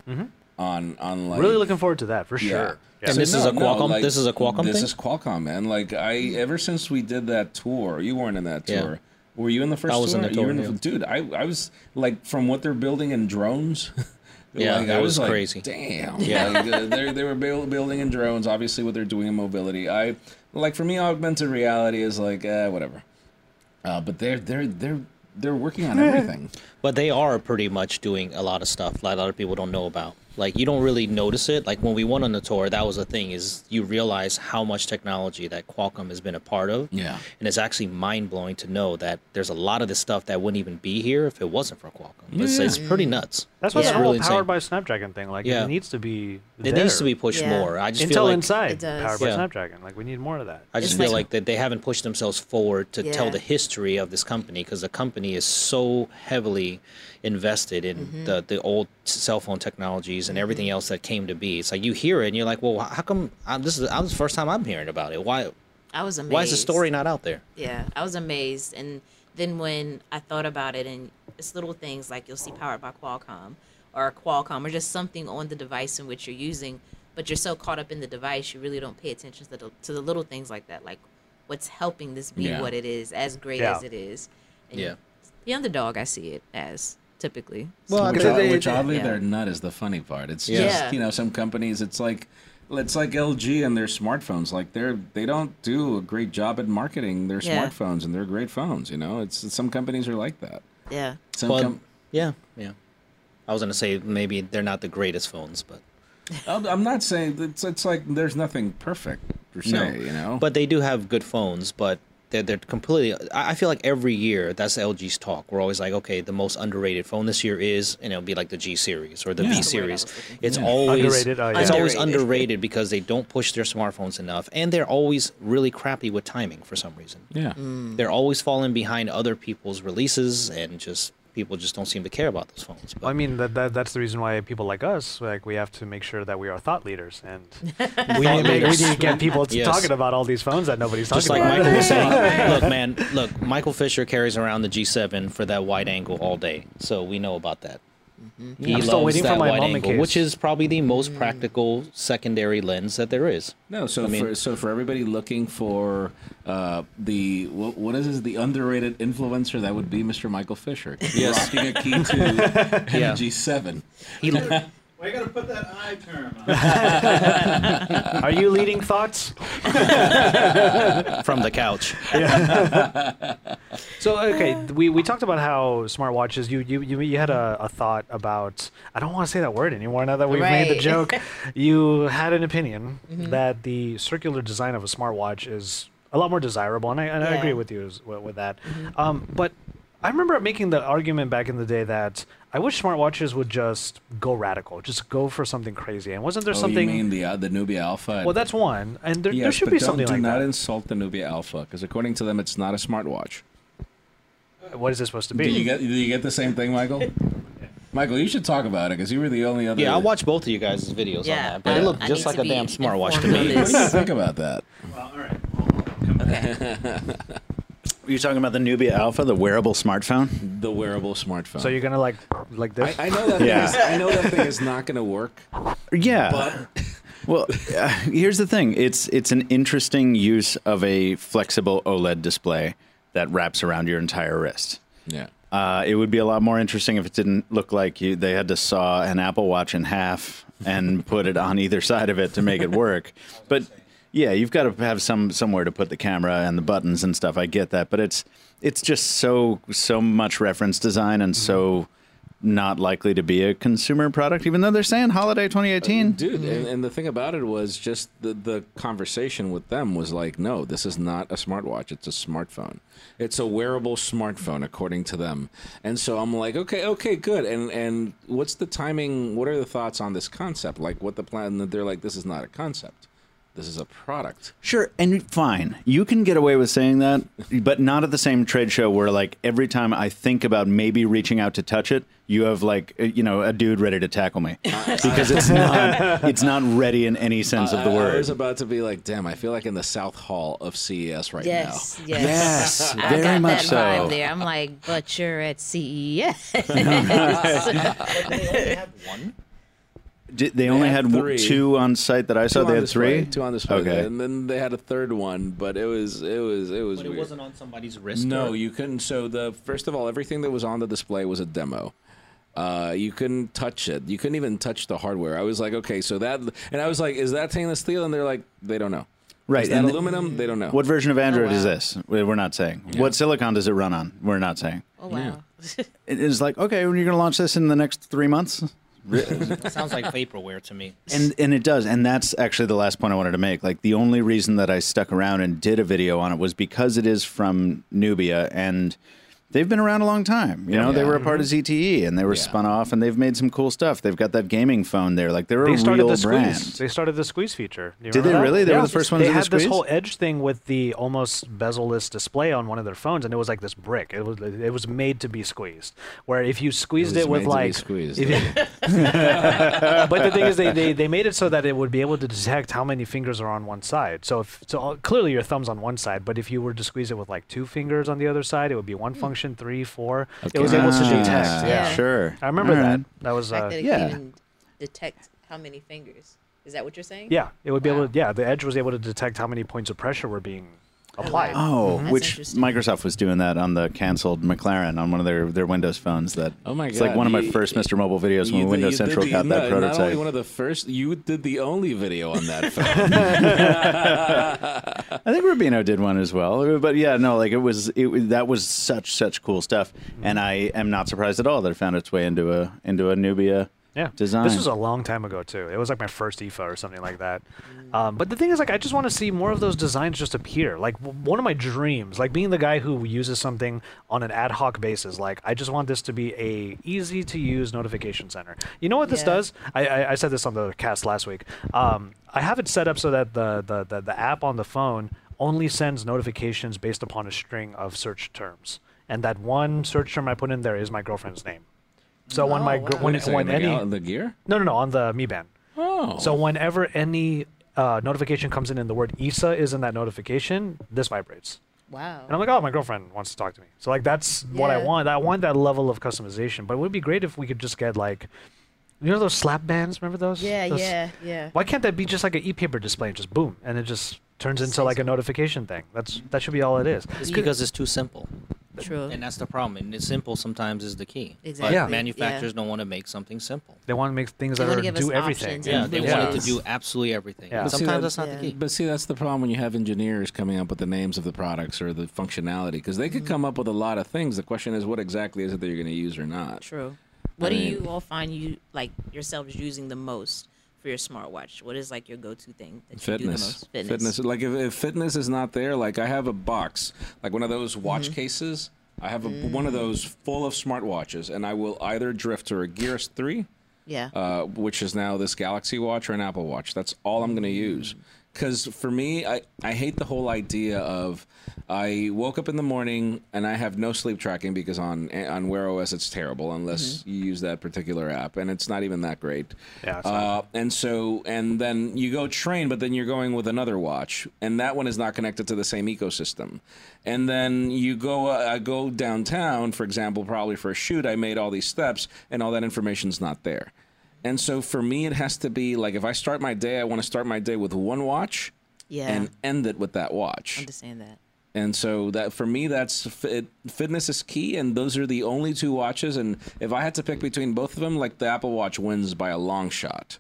[SPEAKER 2] on on like
[SPEAKER 1] Mm-hmm. Really looking forward to that for sure. Yeah.
[SPEAKER 3] And this is a Qualcomm- this is a Qualcomm
[SPEAKER 2] This
[SPEAKER 3] thing?
[SPEAKER 2] is Qualcomm, man. Like I,
[SPEAKER 1] Hmm.
[SPEAKER 2] ever since we did that tour, you weren't in that
[SPEAKER 3] Yeah.
[SPEAKER 2] tour. Were you in the first?
[SPEAKER 3] I was in
[SPEAKER 2] tour?
[SPEAKER 3] the
[SPEAKER 2] You were
[SPEAKER 3] tour, yeah.
[SPEAKER 2] Dude, I, I was like from what they're building in drones.
[SPEAKER 3] Yeah,
[SPEAKER 2] like,
[SPEAKER 3] that
[SPEAKER 2] I
[SPEAKER 3] was
[SPEAKER 2] like,
[SPEAKER 3] crazy.
[SPEAKER 2] Damn. Yeah, they they were buil- building in drones. Obviously, what they're doing in mobility. I like for me, augmented reality is like uh, whatever. Uh, but they're they're they're they're working on everything.
[SPEAKER 3] But they are pretty much doing a lot of stuff that a lot of people don't know about. Like you don't really notice it. Like when we went on the tour, that was the thing is you realize how much technology that Qualcomm has been a part of.
[SPEAKER 2] Yeah.
[SPEAKER 3] And it's actually mind blowing to know that there's a lot of this stuff that wouldn't even be here if it wasn't for Qualcomm. It's, it's pretty nuts.
[SPEAKER 1] That's why
[SPEAKER 3] It's
[SPEAKER 1] the whole
[SPEAKER 3] insane.
[SPEAKER 1] powered by Snapdragon thing. Like
[SPEAKER 3] Yeah.
[SPEAKER 1] it needs to be.
[SPEAKER 3] It
[SPEAKER 1] there.
[SPEAKER 3] needs to be pushed
[SPEAKER 6] Yeah.
[SPEAKER 3] more. I just feel
[SPEAKER 1] Intel
[SPEAKER 3] like
[SPEAKER 6] It
[SPEAKER 1] Inside
[SPEAKER 6] does.
[SPEAKER 1] powered by
[SPEAKER 3] Yeah.
[SPEAKER 1] Snapdragon. Like we need more of that.
[SPEAKER 3] I just
[SPEAKER 6] It's
[SPEAKER 3] feel
[SPEAKER 6] like-
[SPEAKER 3] like that they haven't pushed themselves forward to tell
[SPEAKER 6] Yeah.
[SPEAKER 3] the history of this company because the company is so heavily invested in
[SPEAKER 6] Mm-hmm.
[SPEAKER 3] the, the old cell phone technologies and everything else that came to be. It's like you hear it and you're like, well, how come I'm, this is I'm the first time I'm hearing about it? Why
[SPEAKER 6] I was amazed.
[SPEAKER 3] why is the story not out there?
[SPEAKER 6] Yeah, I was amazed. And then when I thought about it, and it's little things like you'll see powered by Qualcomm or Qualcomm or just something on the device in which you're using, but you're so caught up in the device, you really don't pay attention to the, to the little things like that. Like what's helping this be
[SPEAKER 2] Yeah.
[SPEAKER 6] what it is, as great
[SPEAKER 1] Yeah.
[SPEAKER 6] as it is. And
[SPEAKER 3] Yeah.
[SPEAKER 6] The underdog, I see it as typically.
[SPEAKER 2] Well, which,
[SPEAKER 1] they-
[SPEAKER 2] odd-
[SPEAKER 1] they-
[SPEAKER 2] which
[SPEAKER 1] they-
[SPEAKER 2] oddly
[SPEAKER 6] yeah.
[SPEAKER 2] they're not is the funny part. It's
[SPEAKER 3] Yeah.
[SPEAKER 2] just
[SPEAKER 6] Yeah.
[SPEAKER 2] you know some companies. It's like it's like LG and their smartphones. Like they're they don't do a great job at marketing their
[SPEAKER 6] Yeah.
[SPEAKER 2] smartphones and they're great phones. You know, it's some companies are like that.
[SPEAKER 6] Yeah.
[SPEAKER 2] Some
[SPEAKER 3] But
[SPEAKER 2] com-
[SPEAKER 3] yeah, yeah. I was gonna say maybe they're not the greatest phones, but
[SPEAKER 2] I'm I'm not saying it's it's like there's nothing perfect per se. You know,
[SPEAKER 3] But they do have good phones, but they're, they're completely. I I feel like every year that's LG's talk. We're always like, okay, the most underrated phone this year is, and it'll be like the G series or the V
[SPEAKER 2] That's
[SPEAKER 6] the word I
[SPEAKER 3] series.
[SPEAKER 6] was looking
[SPEAKER 3] It's
[SPEAKER 2] for. Yeah.
[SPEAKER 3] always
[SPEAKER 1] Underrated, oh, yeah.
[SPEAKER 3] It's always
[SPEAKER 6] Underrated.
[SPEAKER 3] underrated because they don't push their smartphones enough, and they're always really crappy with timing for some reason.
[SPEAKER 2] yeah,
[SPEAKER 1] Mm.
[SPEAKER 6] Hmm.
[SPEAKER 3] They're always falling behind other people's releases, and just people just don't seem to care about those phones. But
[SPEAKER 1] I mean that, that that's the reason why people like us like we have to make sure that we are thought leaders and
[SPEAKER 3] we
[SPEAKER 1] we need,
[SPEAKER 3] need
[SPEAKER 1] we
[SPEAKER 3] leaders.
[SPEAKER 1] need to get people
[SPEAKER 3] Yes.
[SPEAKER 1] talking about all these phones that nobody's talking
[SPEAKER 3] Just like
[SPEAKER 1] about.
[SPEAKER 3] Michael was saying, look, man, look, Michael Fisher carries around the G7 for that wide angle all day, so we know about that. He
[SPEAKER 1] Mm-hmm. I'm still
[SPEAKER 3] loves
[SPEAKER 1] waiting for
[SPEAKER 3] that
[SPEAKER 1] my
[SPEAKER 3] wide
[SPEAKER 1] mama
[SPEAKER 3] angle,
[SPEAKER 1] case. Mm.
[SPEAKER 3] which is probably the most practical secondary lens that there is.
[SPEAKER 2] No, so
[SPEAKER 3] I mean-
[SPEAKER 2] for so for everybody looking for uh, the what, what is this, the underrated influencer that would be Mr. Michael Fisher
[SPEAKER 3] Yes.
[SPEAKER 2] rocking a key to
[SPEAKER 3] Yeah.
[SPEAKER 2] g Oh, 7
[SPEAKER 3] He,
[SPEAKER 4] Why you gotta put that I term on?
[SPEAKER 1] Are you leading thoughts?
[SPEAKER 3] from the couch.
[SPEAKER 1] So okay,
[SPEAKER 6] Uh.
[SPEAKER 1] th- we, we talked about how smartwatches. You you you, you had a, a thought about. I don't want to say that word anymore. Now that we've made the
[SPEAKER 6] Right. Mm-hmm.
[SPEAKER 1] joke, you had an opinion that the circular design of a smartwatch is a lot more desirable, and I, and I
[SPEAKER 6] Yeah. Mm-hmm.
[SPEAKER 1] agree with you as- with, with that. Um, but I remember making the argument back in the day that I wish smartwatches would just go radical, just go for something crazy. And wasn't there
[SPEAKER 2] Oh,
[SPEAKER 1] something?
[SPEAKER 2] you mean the uh, the Nubia Alpha?
[SPEAKER 1] well, that's one, and there,
[SPEAKER 2] yes,
[SPEAKER 1] there should
[SPEAKER 2] but
[SPEAKER 1] be
[SPEAKER 2] don't,
[SPEAKER 1] something
[SPEAKER 2] do
[SPEAKER 1] like
[SPEAKER 2] not
[SPEAKER 1] that.
[SPEAKER 2] insult the Nubia Alpha because according to them, it's not a smartwatch.
[SPEAKER 1] what is it supposed to
[SPEAKER 2] Do you
[SPEAKER 1] be?
[SPEAKER 2] get do you get the same thing, Michael? Michael, you should talk about it because you were the only other.
[SPEAKER 3] Yeah, I watched both of you guys' videos
[SPEAKER 6] Yeah,
[SPEAKER 3] on that, but
[SPEAKER 6] I-
[SPEAKER 3] it looked
[SPEAKER 6] I
[SPEAKER 3] just
[SPEAKER 6] need
[SPEAKER 3] like
[SPEAKER 6] to
[SPEAKER 3] a damn
[SPEAKER 6] be
[SPEAKER 3] smartwatch to
[SPEAKER 6] informed on
[SPEAKER 3] me.
[SPEAKER 2] What do you
[SPEAKER 6] this.
[SPEAKER 2] think about that?
[SPEAKER 4] Well, all right. We'll- we'll come back. You're talking about the Nubia Alpha, the wearable smartphone?
[SPEAKER 2] The wearable smartphone.
[SPEAKER 1] So you're gonna like like this?
[SPEAKER 2] I know that.
[SPEAKER 4] Yeah.
[SPEAKER 2] Thing is, I know that thing is not going to work.
[SPEAKER 4] Yeah.
[SPEAKER 2] But-
[SPEAKER 4] well, uh, here's the thing. It's it's an interesting use of a flexible OLED display that wraps around your entire wrist.
[SPEAKER 2] Yeah.
[SPEAKER 4] Uh, it would be a lot more interesting if it didn't look like you, they had to saw an Apple Watch in half and put it on either side of it to make it work. But yeah, you've got to have some somewhere to put the camera and the buttons and stuff. I get that, but it's it's just so so much reference design and so not likely to be a consumer product, even though they're saying holiday 2018.
[SPEAKER 2] dude and, and the thing about it was just the, the conversation with them was like no this is not a smartwatch it's a smartphone it's a wearable smartphone according to them and so i'm like okay okay good and and what's the timing what are the thoughts on this concept like what the plan that they're like this is not a concept this is a product
[SPEAKER 4] Sure, and fine. You can get away with saying that, but not at the same trade show where, like, every time I think about maybe reaching out to touch it, you have like, uh, you know, a dude ready to tackle me because it's not, it's not ready in any sense of the
[SPEAKER 2] I- I
[SPEAKER 4] word.
[SPEAKER 2] was about to be like, damn, I feel like in the South Hall of CES right
[SPEAKER 6] Yes, yes.
[SPEAKER 4] Yes,
[SPEAKER 6] I
[SPEAKER 4] very
[SPEAKER 6] got
[SPEAKER 4] much
[SPEAKER 6] that vibe
[SPEAKER 4] so.
[SPEAKER 6] there. I'm like, but you're at E CES.
[SPEAKER 5] they only had one.
[SPEAKER 4] Did, they, only
[SPEAKER 2] had
[SPEAKER 4] had, w-
[SPEAKER 2] three.
[SPEAKER 4] two on site that I
[SPEAKER 2] now.
[SPEAKER 4] saw. They
[SPEAKER 2] on
[SPEAKER 4] had
[SPEAKER 2] display,
[SPEAKER 4] three.
[SPEAKER 2] two on display,
[SPEAKER 4] Okay.
[SPEAKER 2] and then they had a third one, but it was it was it was
[SPEAKER 3] But
[SPEAKER 2] weird.
[SPEAKER 3] it wasn't on somebody's wrist.
[SPEAKER 2] No,
[SPEAKER 3] or-
[SPEAKER 2] you couldn't. So the first of all, everything that was on the display was a demo. Uh, you couldn't touch it. You couldn't even touch the hardware. I was like, okay, so that, and I was like, is that stainless steel? And they're like, they don't know.
[SPEAKER 4] Right,
[SPEAKER 2] Is that
[SPEAKER 4] and the-
[SPEAKER 2] aluminum? they don't know.
[SPEAKER 4] What version of Android is
[SPEAKER 6] wow.
[SPEAKER 4] this? We- We're not saying. What silicon does it run on? We're not saying.
[SPEAKER 6] oh wow.
[SPEAKER 4] It is like okay, when you're going to launch this in the next three months,
[SPEAKER 3] sounds like vaporware to me.
[SPEAKER 4] and and it does, and that's actually the last point I wanted to make. Like the only reason that I stuck around and did a video on it was because it is from Nubia and. They've been around a long time. You know, they
[SPEAKER 2] Yeah. Mm-hmm.
[SPEAKER 4] were a part of ZTE and they were
[SPEAKER 2] Yeah.
[SPEAKER 4] spun off and they've made some cool stuff. They've got that gaming phone there. Like they're
[SPEAKER 1] They
[SPEAKER 4] a
[SPEAKER 1] started
[SPEAKER 4] real
[SPEAKER 1] the squeeze.
[SPEAKER 4] brand.
[SPEAKER 1] They started the squeeze feature. You
[SPEAKER 4] Did
[SPEAKER 1] remember
[SPEAKER 4] they
[SPEAKER 1] that?
[SPEAKER 4] really? They were the first ones
[SPEAKER 1] They
[SPEAKER 4] to the
[SPEAKER 1] had this
[SPEAKER 4] squeeze?
[SPEAKER 1] whole edge thing with the almost bezel-less display on one of their phones, and it was like this brick. It was it was made to be squeezed. Where if you squeezed
[SPEAKER 2] was
[SPEAKER 1] it, with
[SPEAKER 2] made to be
[SPEAKER 1] like,
[SPEAKER 2] squeezed,
[SPEAKER 1] if you- but the thing is, they, they they made it so that it would be able to detect how many fingers are on one side. So if so, uh, clearly your thumb's on one side, but if you were to squeeze it with like two fingers on the other side, it would be one function, three, four. It was able to
[SPEAKER 4] Ah,
[SPEAKER 1] detect.
[SPEAKER 6] Yeah.
[SPEAKER 4] Sure.
[SPEAKER 1] I remember
[SPEAKER 4] All
[SPEAKER 1] that.
[SPEAKER 4] right.
[SPEAKER 1] That was
[SPEAKER 6] fact
[SPEAKER 1] uh,
[SPEAKER 6] that it
[SPEAKER 4] yeah.
[SPEAKER 6] can even detect how many fingers. Is that what you're saying?
[SPEAKER 1] yeah. It would be
[SPEAKER 6] Wow.
[SPEAKER 1] able. To, yeah, the edge was able to detect how many points of pressure were being applied.
[SPEAKER 4] Oh,
[SPEAKER 6] Mm-hmm. That's
[SPEAKER 4] which
[SPEAKER 6] interesting.
[SPEAKER 4] Microsoft was doing that on the canceled McLaren on one of their, their Windows phones. That
[SPEAKER 2] Oh my
[SPEAKER 4] it's like
[SPEAKER 2] God,
[SPEAKER 4] one of my
[SPEAKER 2] you-
[SPEAKER 4] first Mr. Mobile videos
[SPEAKER 2] You
[SPEAKER 4] when
[SPEAKER 2] did-
[SPEAKER 4] Windows
[SPEAKER 2] you did
[SPEAKER 4] Central
[SPEAKER 2] the-
[SPEAKER 4] got that
[SPEAKER 2] no, Not only
[SPEAKER 4] prototype.
[SPEAKER 2] one of the first, you did the only video on that phone.
[SPEAKER 4] I think Rubino did one as well. But yeah, no, like it was it was- that was such such cool stuff, and I am not surprised at all that it found its way into a into a Nubia
[SPEAKER 1] yeah
[SPEAKER 4] design.
[SPEAKER 1] this was a long time ago too it was like my first ifa or something like that um, but the thing is like i just want to see more of those designs just appear like w- one of my dreams like being the guy who uses something on an ad hoc basis like i just want this to be a easy to use notification center you know what this
[SPEAKER 6] Yeah.
[SPEAKER 1] does I, I i said this on the cast last week um, i have it set up so that the the, the, the app on the phone only sends notifications based upon a string of search terms and that one search term i put in there is my girlfriend's name so when my
[SPEAKER 6] Oh,
[SPEAKER 1] gir-
[SPEAKER 6] wow.
[SPEAKER 1] when,
[SPEAKER 2] Wait a second,
[SPEAKER 1] when
[SPEAKER 2] the,
[SPEAKER 1] any
[SPEAKER 2] gal- the gear?
[SPEAKER 1] no, no, no, on the Mi Band.
[SPEAKER 2] Oh.
[SPEAKER 1] So whenever any uh, notification comes in and the word Isa is in that notification, this vibrates.
[SPEAKER 6] Wow.
[SPEAKER 1] And I'm like, oh, my girlfriend wants to talk to me. So like, that's what I
[SPEAKER 6] Yeah.
[SPEAKER 1] want. I want that level of customization. But it would be great if we could just get like, you know, those slap bands. Remember those?
[SPEAKER 6] yeah,
[SPEAKER 1] Those-
[SPEAKER 6] yeah, yeah.
[SPEAKER 1] Why can't that be just like an e-paper display and just boom, and it just turns into
[SPEAKER 6] says
[SPEAKER 1] like a
[SPEAKER 6] it.
[SPEAKER 1] notification thing? That's that should be all it is.
[SPEAKER 3] It's because it's too simple,
[SPEAKER 6] True.
[SPEAKER 3] and that's the problem. And it's simple sometimes is the key. But
[SPEAKER 6] Exactly, Yeah.
[SPEAKER 3] Manufacturers
[SPEAKER 6] yeah.
[SPEAKER 3] don't want to make something simple.
[SPEAKER 1] They want to make things
[SPEAKER 6] They
[SPEAKER 1] that
[SPEAKER 6] wanna
[SPEAKER 1] are,
[SPEAKER 6] give
[SPEAKER 1] do
[SPEAKER 6] us
[SPEAKER 1] everything.
[SPEAKER 6] options
[SPEAKER 3] Yeah,
[SPEAKER 6] Yeah.
[SPEAKER 3] they
[SPEAKER 6] Yeah.
[SPEAKER 3] want it to do absolutely everything.
[SPEAKER 1] Yeah.
[SPEAKER 3] But
[SPEAKER 1] See,
[SPEAKER 3] Sometimes
[SPEAKER 2] that-
[SPEAKER 3] that's not the
[SPEAKER 6] yeah.
[SPEAKER 3] key.
[SPEAKER 2] But see, that's the problem when you have engineers coming up with the names of the products or the functionality, because they could come up with a lot of things. The question is, what exactly is it that you're going to use or not?
[SPEAKER 6] True. What do
[SPEAKER 2] mean-
[SPEAKER 6] you all find you like yourselves using the most for your smartwatch? What is like your go-to thing that you do the
[SPEAKER 2] Fitness.
[SPEAKER 6] most? Fitness.
[SPEAKER 2] Like if, if fitness is not there, like I have a box, like one of those watch
[SPEAKER 6] Mm-hmm.
[SPEAKER 2] cases. I have a,
[SPEAKER 6] Mm.
[SPEAKER 2] one of those full of smartwatches, and I will either drift to a Gears 3,
[SPEAKER 6] Yeah.
[SPEAKER 2] uh, which is now this Galaxy Watch or an Apple Watch. That's all I'm going to
[SPEAKER 6] Mm.
[SPEAKER 2] use. Because for me, I, I hate the whole idea of I woke up in the morning and I have no sleep tracking because on on Wear OS it's terrible unless
[SPEAKER 6] Mm-hmm.
[SPEAKER 2] you use that particular app and it's not even that great.
[SPEAKER 1] Yeah, it's
[SPEAKER 2] Uh, and so and then you go train, but then you're going with another watch, and that one is not connected to the same ecosystem. And then you go uh, I go downtown, for example, probably for a shoot. I made all these steps, and all that information's not there. And so for me, it has to be like if I start my day, I want to start my day with one watch
[SPEAKER 6] yeah.
[SPEAKER 2] and end it with that watch.
[SPEAKER 6] understand that.
[SPEAKER 2] And so that for me, that's fit, fitness is key, and those are the only two watches. And if I had to pick between both of them, like the Apple Watch wins by a long shot.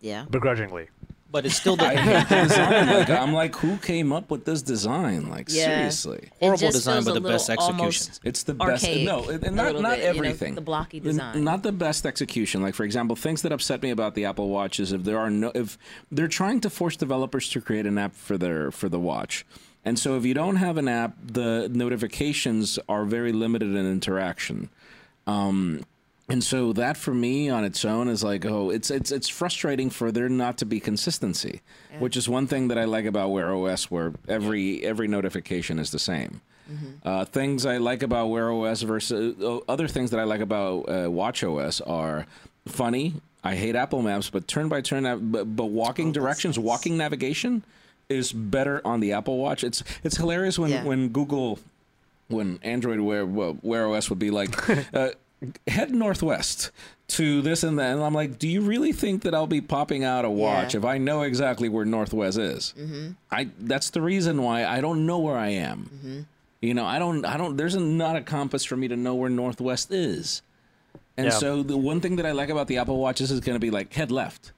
[SPEAKER 6] Yeah.
[SPEAKER 1] begrudgingly.
[SPEAKER 3] but it's still
[SPEAKER 2] I
[SPEAKER 3] the
[SPEAKER 2] hate the design. Like, I'm like, who came up with this design? Like,
[SPEAKER 6] Yeah.
[SPEAKER 2] seriously.
[SPEAKER 3] horrible
[SPEAKER 6] just
[SPEAKER 3] design,
[SPEAKER 6] feels
[SPEAKER 3] but
[SPEAKER 6] a
[SPEAKER 3] the best
[SPEAKER 6] little
[SPEAKER 3] execution.
[SPEAKER 6] almost-
[SPEAKER 2] It's the
[SPEAKER 6] Archaic,
[SPEAKER 2] best. No, and-
[SPEAKER 6] a
[SPEAKER 2] and not
[SPEAKER 6] little
[SPEAKER 2] not
[SPEAKER 6] bit, you know,
[SPEAKER 2] everything.
[SPEAKER 6] the blocky
[SPEAKER 2] N-
[SPEAKER 6] design.
[SPEAKER 2] Not the best execution. Like for example, things that upset me about the Apple Watch is if there are no if they're trying to force developers to create an app for their for the watch. And so if you don't have an app, the notifications are very limited in interaction. And so that for me on its own is like, oh, it's it's it's frustrating for there not to be consistency, which is one thing that I like about Wear OS, where every every notification is the same. Uh, things I like about Wear OS versus uh, other things that I like about uh, Watch OS are funny. I hate Apple Maps, but turn by turn, nav- but, but walking directions, walking navigation is better on the Apple Watch. It's it's hilarious when
[SPEAKER 7] Yeah.
[SPEAKER 2] when Google when Android Wear, well, Wear OS would be like, uh, head northwest to this and that. And I'm like, do you really think that I'll be popping out a watch
[SPEAKER 7] Yeah.
[SPEAKER 2] if I know exactly where northwest is? I that's the reason why I don't know where I am. You know, I don't, I don't. There's not a compass for me to know where northwest is. And
[SPEAKER 1] Yeah.
[SPEAKER 2] so the one thing that I like about the Apple Watch is it's going to be like head left,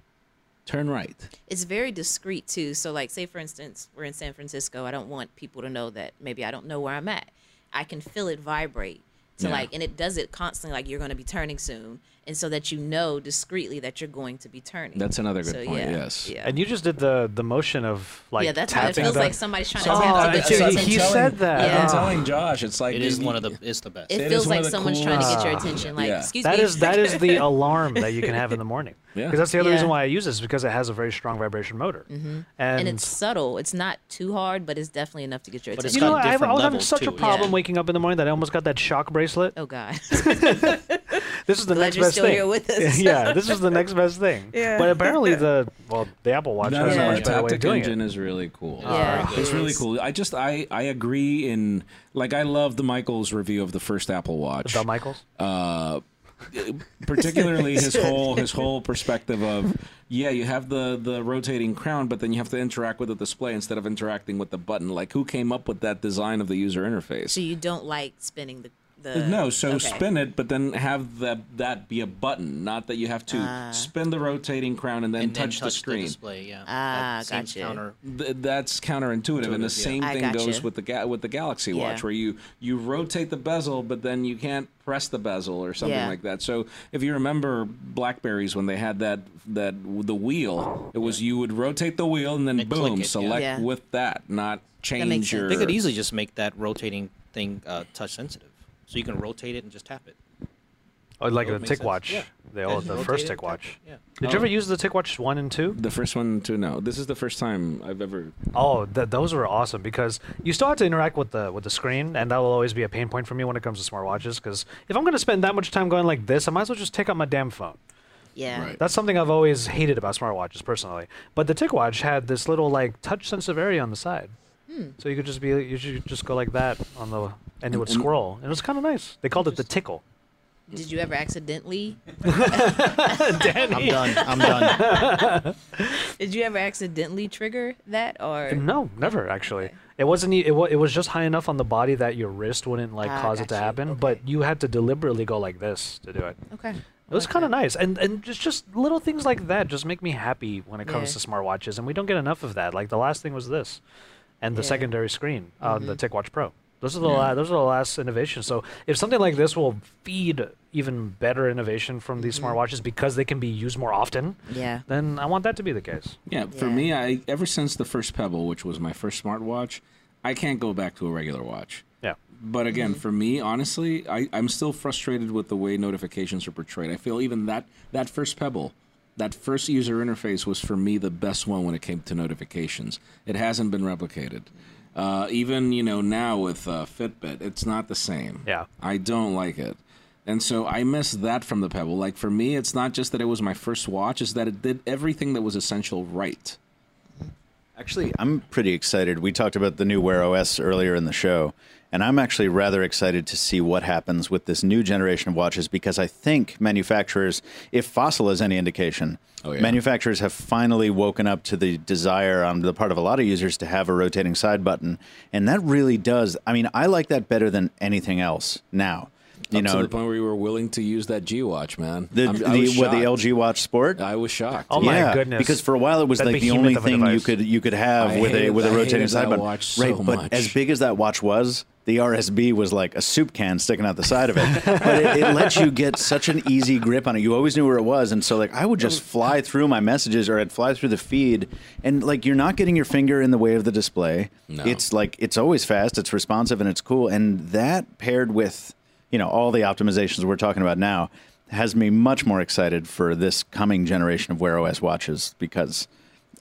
[SPEAKER 2] turn right.
[SPEAKER 6] it's very discreet too. So, like, say for instance, we're in San Francisco. I don't want people to know that maybe I don't know where I'm at. I can feel it vibrate to
[SPEAKER 2] Yeah.
[SPEAKER 6] like, and it does it constantly. Like, you're going to be turning soon, and so that you know discreetly that you're going to be turning.
[SPEAKER 2] That's another good
[SPEAKER 6] So,
[SPEAKER 2] point,
[SPEAKER 6] yeah,
[SPEAKER 2] yes.
[SPEAKER 6] Yeah.
[SPEAKER 1] And you just did the the motion of like
[SPEAKER 6] yeah, that's how it
[SPEAKER 1] tapping
[SPEAKER 6] feels
[SPEAKER 1] the-
[SPEAKER 6] like somebody's trying
[SPEAKER 2] So-
[SPEAKER 6] to
[SPEAKER 1] Oh,
[SPEAKER 6] tap to
[SPEAKER 1] that's
[SPEAKER 6] get your
[SPEAKER 1] what
[SPEAKER 6] attention.
[SPEAKER 1] he said that.
[SPEAKER 6] Yeah.
[SPEAKER 2] I'm telling Josh, it's like
[SPEAKER 3] it is one of the it's the best.
[SPEAKER 6] It,
[SPEAKER 2] is
[SPEAKER 6] feels
[SPEAKER 2] one of
[SPEAKER 6] like
[SPEAKER 2] the uh,
[SPEAKER 6] someone's trying to get your
[SPEAKER 2] coolest-
[SPEAKER 6] attention. Like,
[SPEAKER 2] Yeah.
[SPEAKER 6] excuse
[SPEAKER 1] That
[SPEAKER 6] me.
[SPEAKER 1] is that is the alarm that you can have in the morning.
[SPEAKER 2] Yeah.
[SPEAKER 1] Because that's the other
[SPEAKER 6] Yeah. Mm-hmm.
[SPEAKER 1] reason why I use this because it has a very strong vibration motor. And,
[SPEAKER 6] and it's subtle. It's not too hard, but it's definitely enough to get your
[SPEAKER 3] But
[SPEAKER 6] attention.
[SPEAKER 3] it's
[SPEAKER 1] you know,
[SPEAKER 3] got
[SPEAKER 1] I, I
[SPEAKER 3] different
[SPEAKER 1] was having
[SPEAKER 3] levels,
[SPEAKER 1] such a
[SPEAKER 3] too.
[SPEAKER 1] problem
[SPEAKER 6] Yeah.
[SPEAKER 1] waking up in the morning that I almost got that shock bracelet.
[SPEAKER 6] oh God.
[SPEAKER 1] This is the
[SPEAKER 6] Glad
[SPEAKER 1] next
[SPEAKER 6] you're
[SPEAKER 1] best
[SPEAKER 6] still
[SPEAKER 1] thing.
[SPEAKER 6] here with us.
[SPEAKER 1] yeah, this is the next best thing.
[SPEAKER 7] Yeah.
[SPEAKER 1] But apparently the well, the Apple Watch
[SPEAKER 2] No,
[SPEAKER 1] has
[SPEAKER 2] no,
[SPEAKER 1] a
[SPEAKER 2] no,
[SPEAKER 1] much
[SPEAKER 2] the
[SPEAKER 1] better way of
[SPEAKER 2] Taptic
[SPEAKER 1] doing
[SPEAKER 2] engine
[SPEAKER 1] it.
[SPEAKER 2] is really cool.
[SPEAKER 6] Yeah, it
[SPEAKER 2] it's really
[SPEAKER 6] is.
[SPEAKER 2] cool. I just I I agree in like I love the Michael's review of the first Apple Watch.
[SPEAKER 1] The Michaels.
[SPEAKER 2] uh, particularly his whole his whole perspective of yeah, you have the the rotating crown, but then you have to interact with the display instead of interacting with the button. Like who came up with that design of the user interface?
[SPEAKER 6] So you don't like spinning the the.
[SPEAKER 2] No, so
[SPEAKER 6] okay.
[SPEAKER 2] spin it, but then have that that be a button, not that you have to spin the rotating crown and then
[SPEAKER 3] and then
[SPEAKER 2] touch, the screen.
[SPEAKER 3] display. Yeah.
[SPEAKER 6] Ah,
[SPEAKER 3] That seems
[SPEAKER 6] gotcha.
[SPEAKER 3] counter-
[SPEAKER 2] Th- that's counterintuitive, and the same
[SPEAKER 6] I
[SPEAKER 2] thing
[SPEAKER 6] gotcha.
[SPEAKER 2] goes with the ga- with the Galaxy
[SPEAKER 6] Yeah.
[SPEAKER 2] Watch, where you you rotate the bezel, but then you can't press the bezel or something
[SPEAKER 6] Yeah.
[SPEAKER 2] like that. So if you remember Blackberries when they had that that the wheel, it was you would rotate the wheel and then
[SPEAKER 3] And click
[SPEAKER 2] boom,
[SPEAKER 3] it, yeah.
[SPEAKER 2] select
[SPEAKER 6] Yeah.
[SPEAKER 2] with that, not
[SPEAKER 6] makes
[SPEAKER 2] change
[SPEAKER 6] sense.
[SPEAKER 2] your.
[SPEAKER 6] They
[SPEAKER 3] They could easily just make that rotating thing uh, touch sensitive, so you can rotate it and just tap it.
[SPEAKER 1] Oh, like the
[SPEAKER 3] That would make
[SPEAKER 1] Tick
[SPEAKER 3] sense.
[SPEAKER 1] Watch.
[SPEAKER 3] Yeah.
[SPEAKER 1] They all
[SPEAKER 3] And
[SPEAKER 1] the
[SPEAKER 3] rotate
[SPEAKER 1] first
[SPEAKER 3] it,
[SPEAKER 1] Tick
[SPEAKER 3] tap
[SPEAKER 1] Watch.
[SPEAKER 3] it, yeah.
[SPEAKER 1] Did you ever use the Tick Watch one and two?
[SPEAKER 2] the first one to know. This is the first time I've ever.
[SPEAKER 1] Oh, th- those were awesome because you still have to interact with the with the screen, and that will always be a pain point for me when it comes to smartwatches. Because if I'm going to spend that much time going like this, I might as well just take out my damn phone.
[SPEAKER 6] Yeah.
[SPEAKER 2] Right.
[SPEAKER 1] That's something I've always hated about smartwatches personally. But the Tick Watch had this little like touch sensitive area on the side,
[SPEAKER 6] Hmm.
[SPEAKER 1] so you could just be you should just go like that on the and it would scroll, and it was kind of nice. They called it the Tickle.
[SPEAKER 6] Did you ever accidentally?
[SPEAKER 3] I'm done. I'm done.
[SPEAKER 6] Did you ever accidentally trigger that or?
[SPEAKER 1] No, never actually. It wasn't. e- It was. It was just high enough on the body that your wrist wouldn't like
[SPEAKER 6] Ah,
[SPEAKER 1] cause it to
[SPEAKER 6] gotcha.
[SPEAKER 1] happen.
[SPEAKER 6] Okay.
[SPEAKER 1] But you had to deliberately go like this to do it.
[SPEAKER 6] Okay.
[SPEAKER 1] It was kind of nice, and and just just little things like that just make me happy when it comes
[SPEAKER 6] Yeah.
[SPEAKER 1] to smartwatches, and we don't get enough of that. Like the last thing was this, and the
[SPEAKER 6] Yeah. Mm-hmm.
[SPEAKER 1] secondary screen on the TickWatch Pro. Those are the la- those are the last innovations. So if something like this will feed even better innovation from these smartwatches because they can be used more often,
[SPEAKER 6] Mm-hmm. Yeah.
[SPEAKER 1] then I want that to be the case.
[SPEAKER 2] Yeah, for
[SPEAKER 6] Yeah.
[SPEAKER 2] me, I ever since the first Pebble, which was my first smartwatch, I can't go back to a regular watch.
[SPEAKER 1] Yeah.
[SPEAKER 2] But again, for me, honestly, I, I'm still frustrated with the way notifications are portrayed. I feel even that that first pebble, that first user interface was for me the best one when it came to notifications. It hasn't been replicated. Uh, even you know now with uh, Fitbit, it's not the same.
[SPEAKER 1] Yeah.
[SPEAKER 2] I don't like it. And so I miss that from the Pebble. Like for me, it's not just that it was my first watch; it's that it did everything that was essential right.
[SPEAKER 4] Actually, I'm pretty excited. We talked about the new Wear OS earlier in the show, and I'm actually rather excited to see what happens with this new generation of watches because I think manufacturers, if Fossil is any indication,
[SPEAKER 2] Oh, yeah.
[SPEAKER 4] manufacturers have finally woken up to the desire on the part of a lot of users to have a rotating side button. And that really does, I mean, I like that better than anything else now. You
[SPEAKER 2] Up
[SPEAKER 4] know,
[SPEAKER 2] to the point where you were willing to use that G watch, man.
[SPEAKER 4] the,
[SPEAKER 2] I'm-
[SPEAKER 4] the,
[SPEAKER 2] I was
[SPEAKER 4] with the
[SPEAKER 2] shocked.
[SPEAKER 4] LG Watch Sport.
[SPEAKER 2] I was shocked.
[SPEAKER 1] Oh my
[SPEAKER 4] yeah,
[SPEAKER 1] goodness.
[SPEAKER 4] Because for a while it was
[SPEAKER 1] That
[SPEAKER 4] like the
[SPEAKER 1] behemoth
[SPEAKER 4] only
[SPEAKER 1] of a
[SPEAKER 4] thing you
[SPEAKER 1] device.
[SPEAKER 4] could you could have
[SPEAKER 2] I
[SPEAKER 4] with a
[SPEAKER 2] hated-
[SPEAKER 4] with a
[SPEAKER 2] I
[SPEAKER 4] rotating
[SPEAKER 2] hated that
[SPEAKER 4] sideband.
[SPEAKER 2] watch so
[SPEAKER 4] right, but
[SPEAKER 2] much.
[SPEAKER 4] as big as that watch was, the RSB was like a soup can sticking out the side of it. but it, it let you get such an easy grip on it. You always knew where it was, and so like I would just fly through my messages or I'd fly through the feed, and like you're not getting your finger in the way of the display.
[SPEAKER 2] No.
[SPEAKER 4] It's like it's always fast, it's responsive, and it's cool. And that paired with you know all the optimizations we're talking about now has me much more excited for this coming generation of Wear OS watches because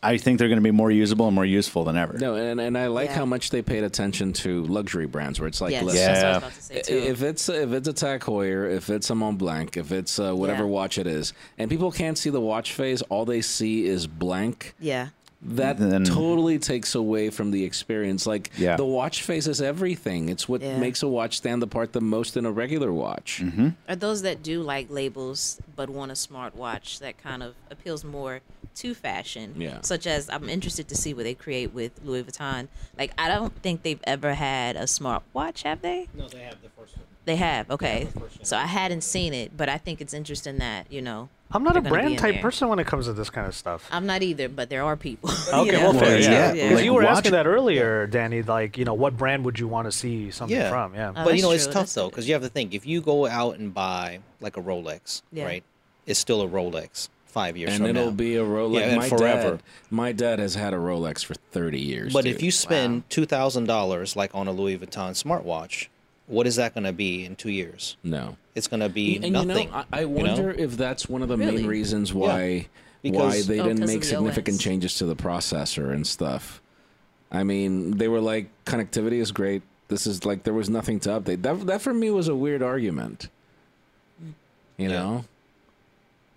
[SPEAKER 4] I think they're going to be more usable and more useful than ever.
[SPEAKER 2] No, and, and I like
[SPEAKER 6] Yeah.
[SPEAKER 2] how much they paid attention to luxury brands where it's like,
[SPEAKER 6] yes,
[SPEAKER 2] listen,
[SPEAKER 6] that's what I
[SPEAKER 4] Yeah.
[SPEAKER 6] was about to say too.
[SPEAKER 2] if it's if it's a Tag Heuer, if it's a Mont Blanc, if it's uh, whatever
[SPEAKER 6] Yeah.
[SPEAKER 2] watch it is, and people can't see the watch face, all they see is blank.
[SPEAKER 6] yeah.
[SPEAKER 2] That
[SPEAKER 3] Mm-hmm.
[SPEAKER 4] Then-
[SPEAKER 2] totally takes away from the experience. Like
[SPEAKER 4] Yeah.
[SPEAKER 2] the watch face is everything. It's what
[SPEAKER 6] Yeah.
[SPEAKER 2] makes a watch stand apart the most in a regular watch.
[SPEAKER 3] Mm-hmm.
[SPEAKER 6] Are those that do like labels but want a smartwatch that kind of appeals more to fashion?
[SPEAKER 2] Yeah.
[SPEAKER 6] Such as I'm interested to see what they create with Louis Vuitton. Like I don't think they've ever had a smartwatch, have they?
[SPEAKER 3] No, they have the first one.
[SPEAKER 6] They have. Okay. so I hadn't seen it, but I think it's interesting that you know.
[SPEAKER 1] I'm not
[SPEAKER 6] they're
[SPEAKER 1] a
[SPEAKER 6] gonna be in
[SPEAKER 1] brand type
[SPEAKER 6] there.
[SPEAKER 1] person when it comes to this kind of stuff.
[SPEAKER 6] I'm not either, but there are people.
[SPEAKER 1] Okay, well, fair,
[SPEAKER 4] yeah.
[SPEAKER 1] Because
[SPEAKER 4] Like,
[SPEAKER 1] you were
[SPEAKER 4] watch-
[SPEAKER 1] asking that earlier, Danny. Like, you know, what brand would you want to see something
[SPEAKER 3] Yeah.
[SPEAKER 1] from? Yeah.
[SPEAKER 6] Uh,
[SPEAKER 3] but you
[SPEAKER 6] that's
[SPEAKER 3] know, it's
[SPEAKER 6] true,
[SPEAKER 3] tough
[SPEAKER 6] that's
[SPEAKER 3] though
[SPEAKER 6] good.
[SPEAKER 3] because you have to think if you go out and buy like a Rolex,
[SPEAKER 6] Yeah.
[SPEAKER 3] right? It's still a Rolex five years
[SPEAKER 2] And
[SPEAKER 3] from
[SPEAKER 2] it'll
[SPEAKER 3] now.
[SPEAKER 2] be a Rolex.
[SPEAKER 3] Yeah, and
[SPEAKER 2] my
[SPEAKER 3] forever.
[SPEAKER 2] Dad, my dad has had a Rolex for thirty years.
[SPEAKER 3] But if
[SPEAKER 2] dude.
[SPEAKER 3] you spend two thousand dollars like on a Louis Vuitton smartwatch, what is that going to be in two years?
[SPEAKER 2] no,
[SPEAKER 3] It's going to be
[SPEAKER 2] and
[SPEAKER 3] nothing.
[SPEAKER 2] you know, I, I
[SPEAKER 3] you know?
[SPEAKER 2] wonder if that's one of the
[SPEAKER 6] Really?
[SPEAKER 2] main reasons why why
[SPEAKER 3] Because-
[SPEAKER 2] they
[SPEAKER 6] Oh,
[SPEAKER 2] didn't
[SPEAKER 6] 'cause of
[SPEAKER 2] make
[SPEAKER 6] the
[SPEAKER 2] significant
[SPEAKER 6] OS.
[SPEAKER 2] changes to the processor and stuff. I mean, they were like, connectivity is great. This is like there was nothing to update. That that for me was a weird argument.
[SPEAKER 3] Yeah.
[SPEAKER 2] You know.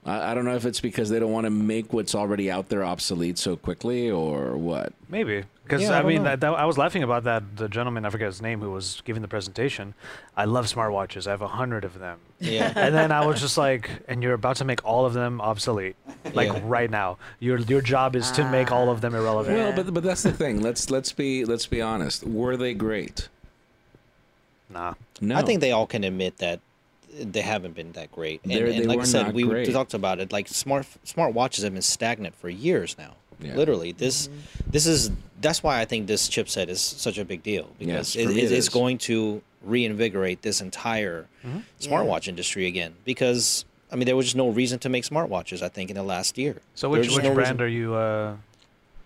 [SPEAKER 2] I, I don't know if it's because they don't want to make what's already out there obsolete so quickly or what.
[SPEAKER 1] Maybe because
[SPEAKER 3] Yeah, I
[SPEAKER 1] I,
[SPEAKER 3] don't
[SPEAKER 1] mean
[SPEAKER 3] know.
[SPEAKER 1] that, that, I was laughing about that the gentleman I forget his name who was giving the presentation. I love smartwatches. I have a hundred of them.
[SPEAKER 3] Yeah.
[SPEAKER 1] and then I was just like, and you're about to make all of them obsolete, like
[SPEAKER 3] Yeah. Ah.
[SPEAKER 1] right now. Your your job is to make all of them irrelevant.
[SPEAKER 2] Well, but but that's the thing. Let's let's be let's be honest. Were they great?
[SPEAKER 1] nah.
[SPEAKER 2] No.
[SPEAKER 3] I think they all can admit that they haven't been that great. And,
[SPEAKER 2] They're-
[SPEAKER 3] and
[SPEAKER 2] they
[SPEAKER 3] like I
[SPEAKER 2] were
[SPEAKER 3] said,
[SPEAKER 2] not
[SPEAKER 3] we
[SPEAKER 2] great.
[SPEAKER 3] talked about it. Like smart smart watches have been stagnant for years now.
[SPEAKER 2] Yeah.
[SPEAKER 3] Literally, this
[SPEAKER 1] Mm-hmm.
[SPEAKER 3] this is that's why I think this chipset is such a big deal because
[SPEAKER 2] Yes, for
[SPEAKER 3] it,
[SPEAKER 2] me
[SPEAKER 3] it
[SPEAKER 2] it
[SPEAKER 3] is
[SPEAKER 2] is.
[SPEAKER 3] going to reinvigorate this entire
[SPEAKER 1] Mm-hmm.
[SPEAKER 3] smartwatch industry again. Because I mean, there was just no reason to make smartwatches. I think in the last year.
[SPEAKER 1] So
[SPEAKER 3] There was
[SPEAKER 1] which
[SPEAKER 3] just
[SPEAKER 1] which
[SPEAKER 3] no reason-
[SPEAKER 1] brand are you uh,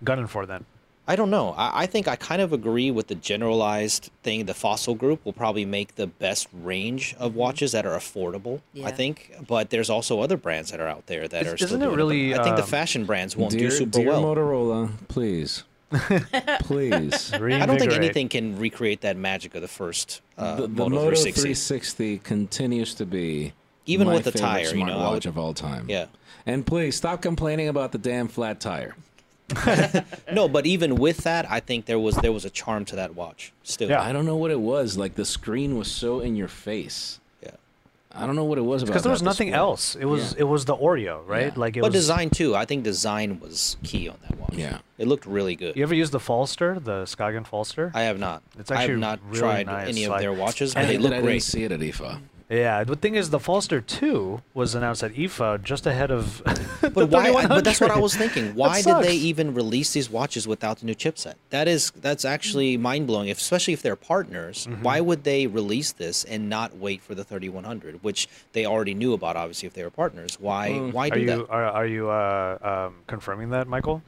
[SPEAKER 1] gunning for then?
[SPEAKER 3] I don't know. I, I think I kind of agree with the generalized thing. The fossil group will probably make the best range of watches that are affordable.
[SPEAKER 6] Yeah.
[SPEAKER 3] I think, but there's also other brands that are out there that
[SPEAKER 1] Is-
[SPEAKER 3] are. Still
[SPEAKER 1] isn't it
[SPEAKER 3] doing but
[SPEAKER 1] really,
[SPEAKER 3] I think the
[SPEAKER 1] um,
[SPEAKER 3] fashion brands won't
[SPEAKER 2] dear,
[SPEAKER 3] do super
[SPEAKER 2] dear
[SPEAKER 3] well.
[SPEAKER 2] Motorola, please, please.
[SPEAKER 3] I don't think
[SPEAKER 1] Reinvigorate.
[SPEAKER 3] anything can recreate that magic of the first uh,
[SPEAKER 2] the, the
[SPEAKER 3] Moto, 360.
[SPEAKER 2] 360 continues to be
[SPEAKER 3] Even
[SPEAKER 2] my
[SPEAKER 3] with the
[SPEAKER 2] favorite
[SPEAKER 3] tire, you know, I
[SPEAKER 2] smartwatch
[SPEAKER 3] would-
[SPEAKER 2] of all time.
[SPEAKER 3] Yeah.
[SPEAKER 2] And please stop complaining about the damn flat tire.
[SPEAKER 3] No, but even with that, I think there was there was a charm to that watch. Still.
[SPEAKER 1] Yeah.
[SPEAKER 2] I don't know what it was. Like the screen was so in your face.
[SPEAKER 3] Yeah.
[SPEAKER 2] I don't know what it was about.
[SPEAKER 1] Because there was
[SPEAKER 2] that
[SPEAKER 1] nothing
[SPEAKER 2] display.
[SPEAKER 1] else. It was it was the Oreo, right?
[SPEAKER 2] Yeah.
[SPEAKER 1] Like it
[SPEAKER 3] But
[SPEAKER 1] was.
[SPEAKER 3] design too. I think design was key on that watch.
[SPEAKER 2] Yeah.
[SPEAKER 3] It looked really good.
[SPEAKER 1] You ever used the Falster, the Skagen Falster?
[SPEAKER 3] I have not.
[SPEAKER 1] It's
[SPEAKER 3] I
[SPEAKER 1] actually
[SPEAKER 3] have not
[SPEAKER 1] really
[SPEAKER 3] tried
[SPEAKER 1] nice,
[SPEAKER 3] any of
[SPEAKER 1] like-
[SPEAKER 3] their watches,
[SPEAKER 2] I
[SPEAKER 3] but they
[SPEAKER 2] hate
[SPEAKER 3] look
[SPEAKER 2] that I
[SPEAKER 3] great.
[SPEAKER 2] didn't see it at IFA.
[SPEAKER 1] yeah. The thing is, the Falster Two was announced at IFA just ahead of.
[SPEAKER 3] But why? I, but that's what I was thinking. Why did
[SPEAKER 1] sucks.
[SPEAKER 3] they even release these watches without the new chipset? That is, that's
[SPEAKER 2] Mm-hmm.
[SPEAKER 3] actually mind blowing. Especially if they're partners,
[SPEAKER 1] Mm-hmm.
[SPEAKER 3] why would they release this and not wait for the 3100, which they already knew about? Obviously, if they were partners, why?
[SPEAKER 2] Mm.
[SPEAKER 3] Why
[SPEAKER 1] Are
[SPEAKER 3] do
[SPEAKER 1] you
[SPEAKER 3] that?
[SPEAKER 1] are, are you uh, um, confirming that, Michael?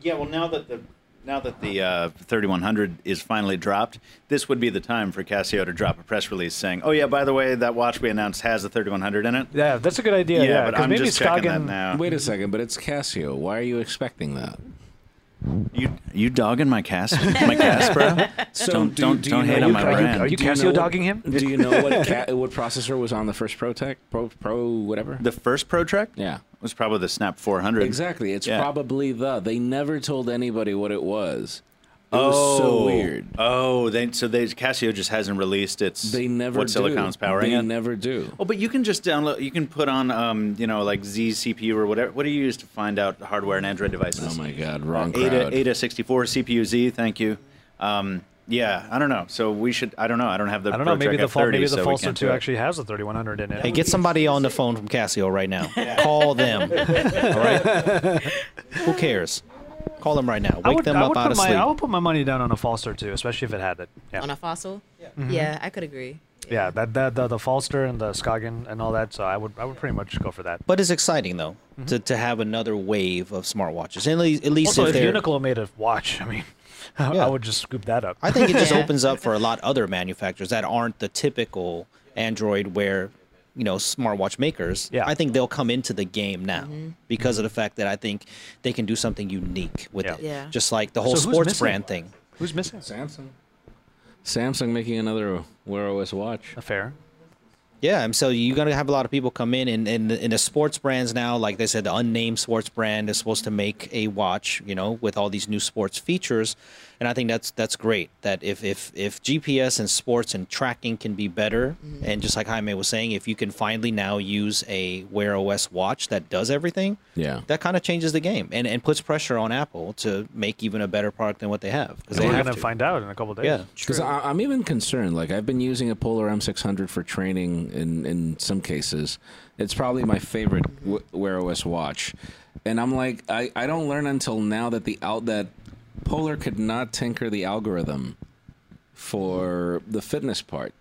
[SPEAKER 4] Yeah, well, now that the now that the uh, 3100 is finally dropped, this would be the time for Casio to drop a press release saying, "Oh yeah, by the way, that watch we announced has a 3100 in it."
[SPEAKER 1] Yeah, that's a good idea. Yeah,
[SPEAKER 4] but
[SPEAKER 1] 'cause
[SPEAKER 4] I'm
[SPEAKER 1] maybe
[SPEAKER 4] just checking that
[SPEAKER 1] Skagen-
[SPEAKER 4] now.
[SPEAKER 2] Wait a second, but it's Casio. Why are you expecting that?
[SPEAKER 4] You you dogging my Casio, my Casper?
[SPEAKER 2] So
[SPEAKER 4] Don't- don't- don't hate
[SPEAKER 1] Are
[SPEAKER 4] on
[SPEAKER 1] you,
[SPEAKER 4] my
[SPEAKER 1] are you-
[SPEAKER 4] brand.
[SPEAKER 1] are you
[SPEAKER 2] Do you know
[SPEAKER 1] Casio
[SPEAKER 2] what-
[SPEAKER 1] dogging him?
[SPEAKER 2] Do you know what ca- what processor was on the first Pro Tech Pro Pro whatever?
[SPEAKER 4] the first Pro Trek?
[SPEAKER 2] yeah.
[SPEAKER 4] was probably the Snap 400.
[SPEAKER 2] Exactly. It's
[SPEAKER 4] Yeah.
[SPEAKER 2] probably the. They never told anybody what it was. It was so weird.
[SPEAKER 4] Oh, they so they Casio just hasn't released its
[SPEAKER 2] They never
[SPEAKER 4] what
[SPEAKER 2] do.
[SPEAKER 4] silicon's powering
[SPEAKER 2] They
[SPEAKER 4] it.
[SPEAKER 2] never do.
[SPEAKER 4] Oh, but you can just download. You can put on, um, you know, like Z CPU or whatever. What do you use to find out Oh hardware and Android devices?
[SPEAKER 2] Oh my God, wrong crowd.
[SPEAKER 4] Ada Ada 64 CPU Z. Thank you. Um, Yeah, I don't know. So we should. I don't know. I don't have the.
[SPEAKER 1] I don't know. Maybe the, fall,
[SPEAKER 4] fall.
[SPEAKER 1] maybe the
[SPEAKER 4] so we
[SPEAKER 1] Falster
[SPEAKER 4] can't
[SPEAKER 1] 2
[SPEAKER 4] do it.
[SPEAKER 1] actually has a 3100 in it.
[SPEAKER 3] Hey, get somebody on the phone from Casio right now. Call them. All right. Who cares? Call them right now. Wake
[SPEAKER 1] I would,
[SPEAKER 3] them
[SPEAKER 1] I
[SPEAKER 3] up
[SPEAKER 1] would
[SPEAKER 3] out
[SPEAKER 1] put
[SPEAKER 3] of
[SPEAKER 1] my,
[SPEAKER 3] sleep.
[SPEAKER 1] I would put my money down on a Falster 2, especially if it had it. Yeah. Mm-hmm.
[SPEAKER 6] on a fossil. Yeah, yeah I could agree.
[SPEAKER 1] yeah, that, that the, the Falster and the Scoggin and all that. So I would I would pretty much go for that.
[SPEAKER 3] But it's exciting though to, to have another wave of smartwatches. At least, at least
[SPEAKER 1] Mm-hmm. Also,
[SPEAKER 3] if
[SPEAKER 1] if
[SPEAKER 3] they're-
[SPEAKER 1] Uniqlo made a watch, I mean, I,
[SPEAKER 3] Yeah.
[SPEAKER 1] would just scoop that up.
[SPEAKER 3] I think it just
[SPEAKER 6] Yeah.
[SPEAKER 3] opens up for a lot other manufacturers that aren't the typical Android where you know smartwatch makers.
[SPEAKER 1] Yeah.
[SPEAKER 3] I think they'll come into the game now because of the fact that I think they can do something unique with
[SPEAKER 1] Yeah.
[SPEAKER 3] it.
[SPEAKER 6] Yeah.
[SPEAKER 3] Just like the whole
[SPEAKER 1] So who's
[SPEAKER 3] sports
[SPEAKER 1] missing?
[SPEAKER 3] brand thing.
[SPEAKER 1] Who's missing?
[SPEAKER 2] Samsung. Samsung making another Wear OS watch.
[SPEAKER 1] A fair.
[SPEAKER 3] Yeah, and so you're gonna have a lot of people come in, and and the, and the sports brands now, like they said, the unnamed sports brand is supposed to make a watch, you know, with all these new sports features, and I think that's that's great. That if if if GPS and sports and tracking can be better, and just like Jaime was saying, if you can finally now use a Wear OS watch that does everything,
[SPEAKER 2] Yeah.
[SPEAKER 3] that kind of changes the game and and puts pressure on Apple to make even a better product than what they have because
[SPEAKER 1] We're
[SPEAKER 3] they have
[SPEAKER 1] going to
[SPEAKER 3] to.
[SPEAKER 1] find out in a couple days.
[SPEAKER 3] yeah,
[SPEAKER 2] Because I'm even concerned. Like I've been using a Polar M600 for training. In in some cases, it's probably my favorite w- Wear OS watch, and I'm like, I, I don't learn until now that the out that Polar could not tinker the algorithm for the fitness part.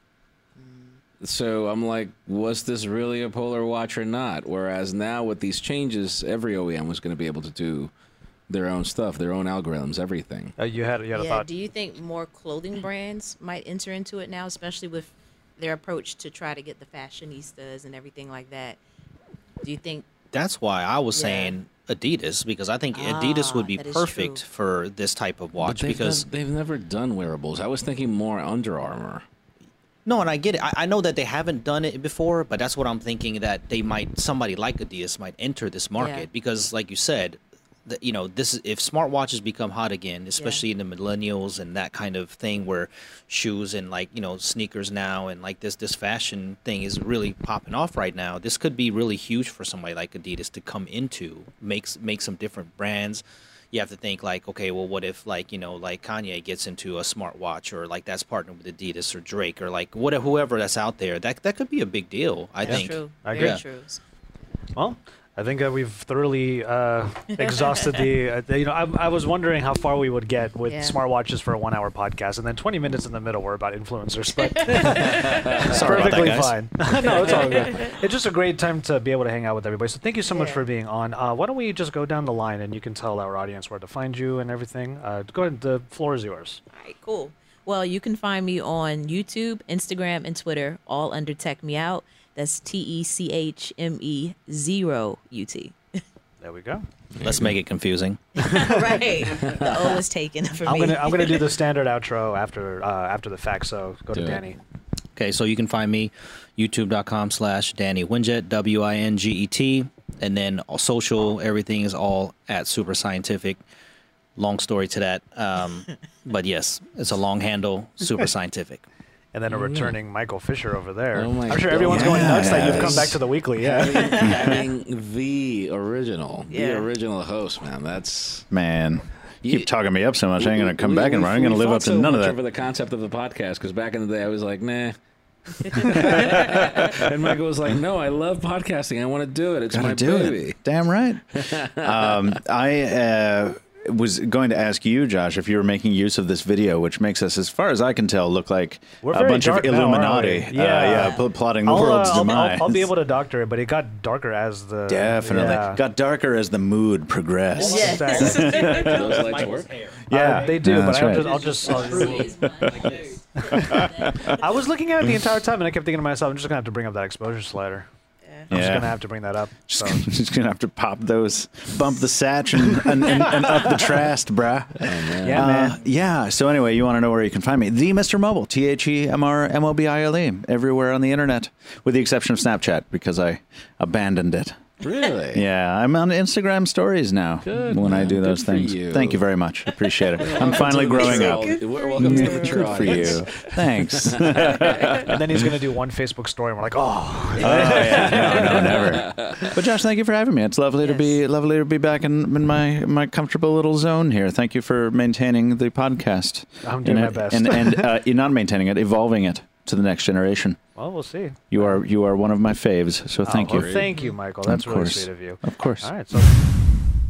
[SPEAKER 2] So I'm like, was this really a Polar watch or not? Whereas now with these changes, every E OEM was going to be able to do their own stuff, their own algorithms, everything.
[SPEAKER 1] Uh, you had, you had a
[SPEAKER 6] Yeah.
[SPEAKER 1] thought.
[SPEAKER 6] Do you think more clothing brands might enter into it now, especially with their approach to try to get the fashionistas and everything like that? Do you think?
[SPEAKER 3] That's why I was
[SPEAKER 6] Yeah.
[SPEAKER 3] saying Adidas because I think Adidas would
[SPEAKER 6] Ah,
[SPEAKER 3] be
[SPEAKER 6] that is
[SPEAKER 3] perfect
[SPEAKER 6] true.
[SPEAKER 3] for this type of watch
[SPEAKER 2] But they've
[SPEAKER 3] because
[SPEAKER 2] nev- they've never done wearables. I was thinking more Under Armour.
[SPEAKER 3] no, and I get it. I, I know that they haven't done it before, but that's what I'm thinking that they might somebody like Adidas might enter this market because, like you said, the, you know this is if smartwatches become hot again, especially in the millennials and that kind of thing where shoes and like you know sneakers now and like this this fashion thing is really popping off right now. This could be really huge for somebody like Adidas to come into makes make some different brands. you have to think like, okay, well, what if like you know like Kanye gets into a smartwatch or like that's partnered with Adidas or Drake or like whatever whoever that's out there that that could be a big deal. I
[SPEAKER 6] That's
[SPEAKER 3] think.
[SPEAKER 6] true.
[SPEAKER 1] I
[SPEAKER 6] Very
[SPEAKER 3] agree.
[SPEAKER 6] true.
[SPEAKER 1] Well, I think that we've thoroughly uh, exhausted the. Uh, the- you know, I, I was wondering how far we would get with
[SPEAKER 6] Yeah.
[SPEAKER 1] smartwatches for a one-hour podcast, and then 20 minutes in the middle were about influencers, but it's
[SPEAKER 3] Sorry about that,
[SPEAKER 1] perfectly
[SPEAKER 3] guys.
[SPEAKER 1] fine. no, it's all good. It's just a great time to be able to hang out with everybody. So thank you so much
[SPEAKER 6] Yeah.
[SPEAKER 1] for being on. Uh, why don't we just go down the line, and you can tell our audience where to find you and everything. Uh, go ahead. The floor is yours.
[SPEAKER 6] All right, cool. Well, you can find me on YouTube, Instagram, and Twitter, all under Tech Me Out. That's T E C H M E zero U T.
[SPEAKER 1] There we go.
[SPEAKER 3] Let's make it confusing.
[SPEAKER 6] Right. the O is taken for
[SPEAKER 1] I'm
[SPEAKER 6] me.
[SPEAKER 1] gonna I'm gonna do the standard outro after uh, after the fact. So go
[SPEAKER 2] Do
[SPEAKER 1] to
[SPEAKER 2] it.
[SPEAKER 1] Danny.
[SPEAKER 3] Okay, so you can find me youtube.com slash Danny Winget, W I N G E T. And then all social, everything is all at Super Scientific. Long story to that. Um, but yes, it's a long handle, Super Scientific.
[SPEAKER 1] And then a returning Michael Fisher over there.
[SPEAKER 2] Oh my
[SPEAKER 1] I'm sure everyone's going nuts that you've come
[SPEAKER 2] goodness.
[SPEAKER 1] back to the weekly. Yeah.
[SPEAKER 2] Having the original,
[SPEAKER 6] Yeah.
[SPEAKER 2] the original host, man. That's
[SPEAKER 4] Man, you
[SPEAKER 2] You-
[SPEAKER 4] keep talking me up so much. I ain't
[SPEAKER 2] We-
[SPEAKER 4] gonna come
[SPEAKER 2] we-
[SPEAKER 4] back and
[SPEAKER 2] we-
[SPEAKER 4] run. I'm gonna
[SPEAKER 2] we
[SPEAKER 4] live
[SPEAKER 2] fought
[SPEAKER 4] up to
[SPEAKER 2] so
[SPEAKER 4] none of
[SPEAKER 2] much
[SPEAKER 4] that.
[SPEAKER 2] Over the concept of the podcast, because back in the day, I was like, nah. and Michael was like, "No, I love podcasting. I want to do it. It's my baby."
[SPEAKER 4] Damn right. um, I uh, was going to ask you, Josh, if you were making use of this video, which makes us, as far as I can tell, look like
[SPEAKER 1] We're
[SPEAKER 4] a
[SPEAKER 1] very
[SPEAKER 4] bunch of
[SPEAKER 1] dark now, aren't
[SPEAKER 4] Illuminati.
[SPEAKER 1] we?
[SPEAKER 4] Uh,
[SPEAKER 1] Yeah.
[SPEAKER 4] yeah, pl- plotting the
[SPEAKER 1] I'll, uh,
[SPEAKER 4] world's
[SPEAKER 1] I'll,
[SPEAKER 4] demise.
[SPEAKER 1] I'll, I'll be able to doctor it, but it got darker as the
[SPEAKER 4] Definitely
[SPEAKER 1] Yeah.
[SPEAKER 4] got darker as the mood progressed.
[SPEAKER 6] Yeah.
[SPEAKER 1] Exactly.
[SPEAKER 2] Those lights work.
[SPEAKER 1] Uh, they do,
[SPEAKER 4] No,
[SPEAKER 1] but
[SPEAKER 4] that's
[SPEAKER 1] I'll
[SPEAKER 4] right.
[SPEAKER 1] just, I'll just. I'll- I was looking
[SPEAKER 4] Mm-hmm.
[SPEAKER 1] at it the entire time, and I kept thinking to myself, I'm just gonna have to bring up that exposure slider. I'm just
[SPEAKER 4] Yeah.
[SPEAKER 1] gonna have to bring that up. So.
[SPEAKER 4] Just gonna have to pop those, bump the satch and, and, and, and up the trast,
[SPEAKER 2] Oh,
[SPEAKER 4] bruh.
[SPEAKER 1] Yeah,
[SPEAKER 4] Uh, yeah. So anyway, you want to know where you can find me? The Mr. Mobile, T H E M R M O B I L E, everywhere on the internet, with the exception of Snapchat because I abandoned it.
[SPEAKER 2] Really?
[SPEAKER 4] Yeah, I'm on Instagram stories now
[SPEAKER 2] Good,
[SPEAKER 4] when I
[SPEAKER 2] man.
[SPEAKER 4] do
[SPEAKER 2] Good
[SPEAKER 4] those
[SPEAKER 2] for
[SPEAKER 4] things.
[SPEAKER 2] you.
[SPEAKER 4] Thank you very much. Appreciate it. I'm finally
[SPEAKER 2] Welcome to the mature
[SPEAKER 4] growing up.
[SPEAKER 2] al- Welcome to the
[SPEAKER 4] Good
[SPEAKER 2] mature
[SPEAKER 4] for you.
[SPEAKER 2] audience.
[SPEAKER 4] Thanks. oh,
[SPEAKER 8] and then he's gonna do one Facebook story, and we're like, oh,
[SPEAKER 4] yeah. No, no, never. But Josh, thank you for having me. It's lovely to be
[SPEAKER 9] Yes.
[SPEAKER 4] lovely to be back in, in my my comfortable little zone here. Thank you for maintaining the podcast.
[SPEAKER 8] I'm doing
[SPEAKER 4] and,
[SPEAKER 8] my best.
[SPEAKER 4] And, and uh, you're not maintaining it, evolving it to the next generation.
[SPEAKER 8] well, we'll see.
[SPEAKER 4] You are you are one of my faves. So thank
[SPEAKER 8] Oh, well,
[SPEAKER 4] you.
[SPEAKER 8] Thank you, Michael. That's really
[SPEAKER 4] course.
[SPEAKER 8] sweet of you.
[SPEAKER 4] Of course.
[SPEAKER 8] All right. So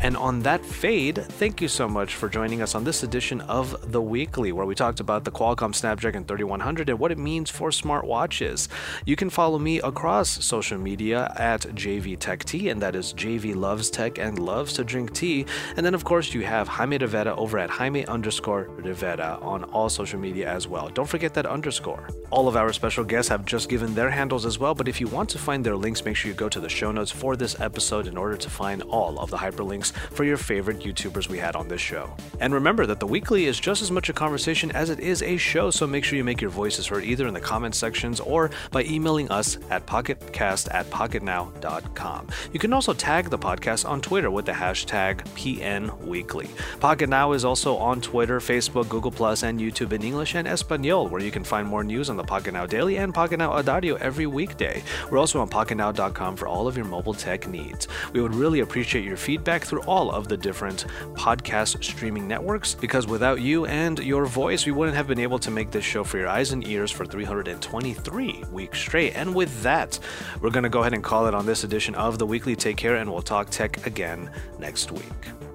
[SPEAKER 1] And on that fade, thank you so much for joining us on this edition of The Weekly, where we talked about the Qualcomm Snapdragon 3100 and what it means for smartwatches. You can follow me across social media at JVTechT, and that is JV loves tech and loves to drink tea. And then, of course, you have Jaime Rivera over at Jaime underscore Rivera on all social media as well. Don't forget that underscore. All of our special guests have just given their handles as well, but if you want to find their links, make sure you go to the show notes for this episode in order to find all of the hyperlinks for your favorite YouTubers we had on this show. And remember that the weekly is just as much a conversation as it is a show, so make sure you make your voices heard either in the comment sections or by emailing us at pocketcast at pocketnow.com. You can also tag the podcast on Twitter with the hashtag PNWeekly. Pocket Now is also on Twitter, Facebook, Google, Plus, and YouTube in English and Espanol, where you can find more news on the Pocket Now Daily and Pocket Now Audario every weekday. We're also on PocketNow.com for all of your mobile tech needs. We would really appreciate your feedback through all of the different podcast streaming networks because without you and your voice, we wouldn't have been able to make this show for your eyes and ears for 323 weeks straight. And with that, we're going to go ahead and call it on this edition of The Weekly. Take care, and we'll talk tech again next week.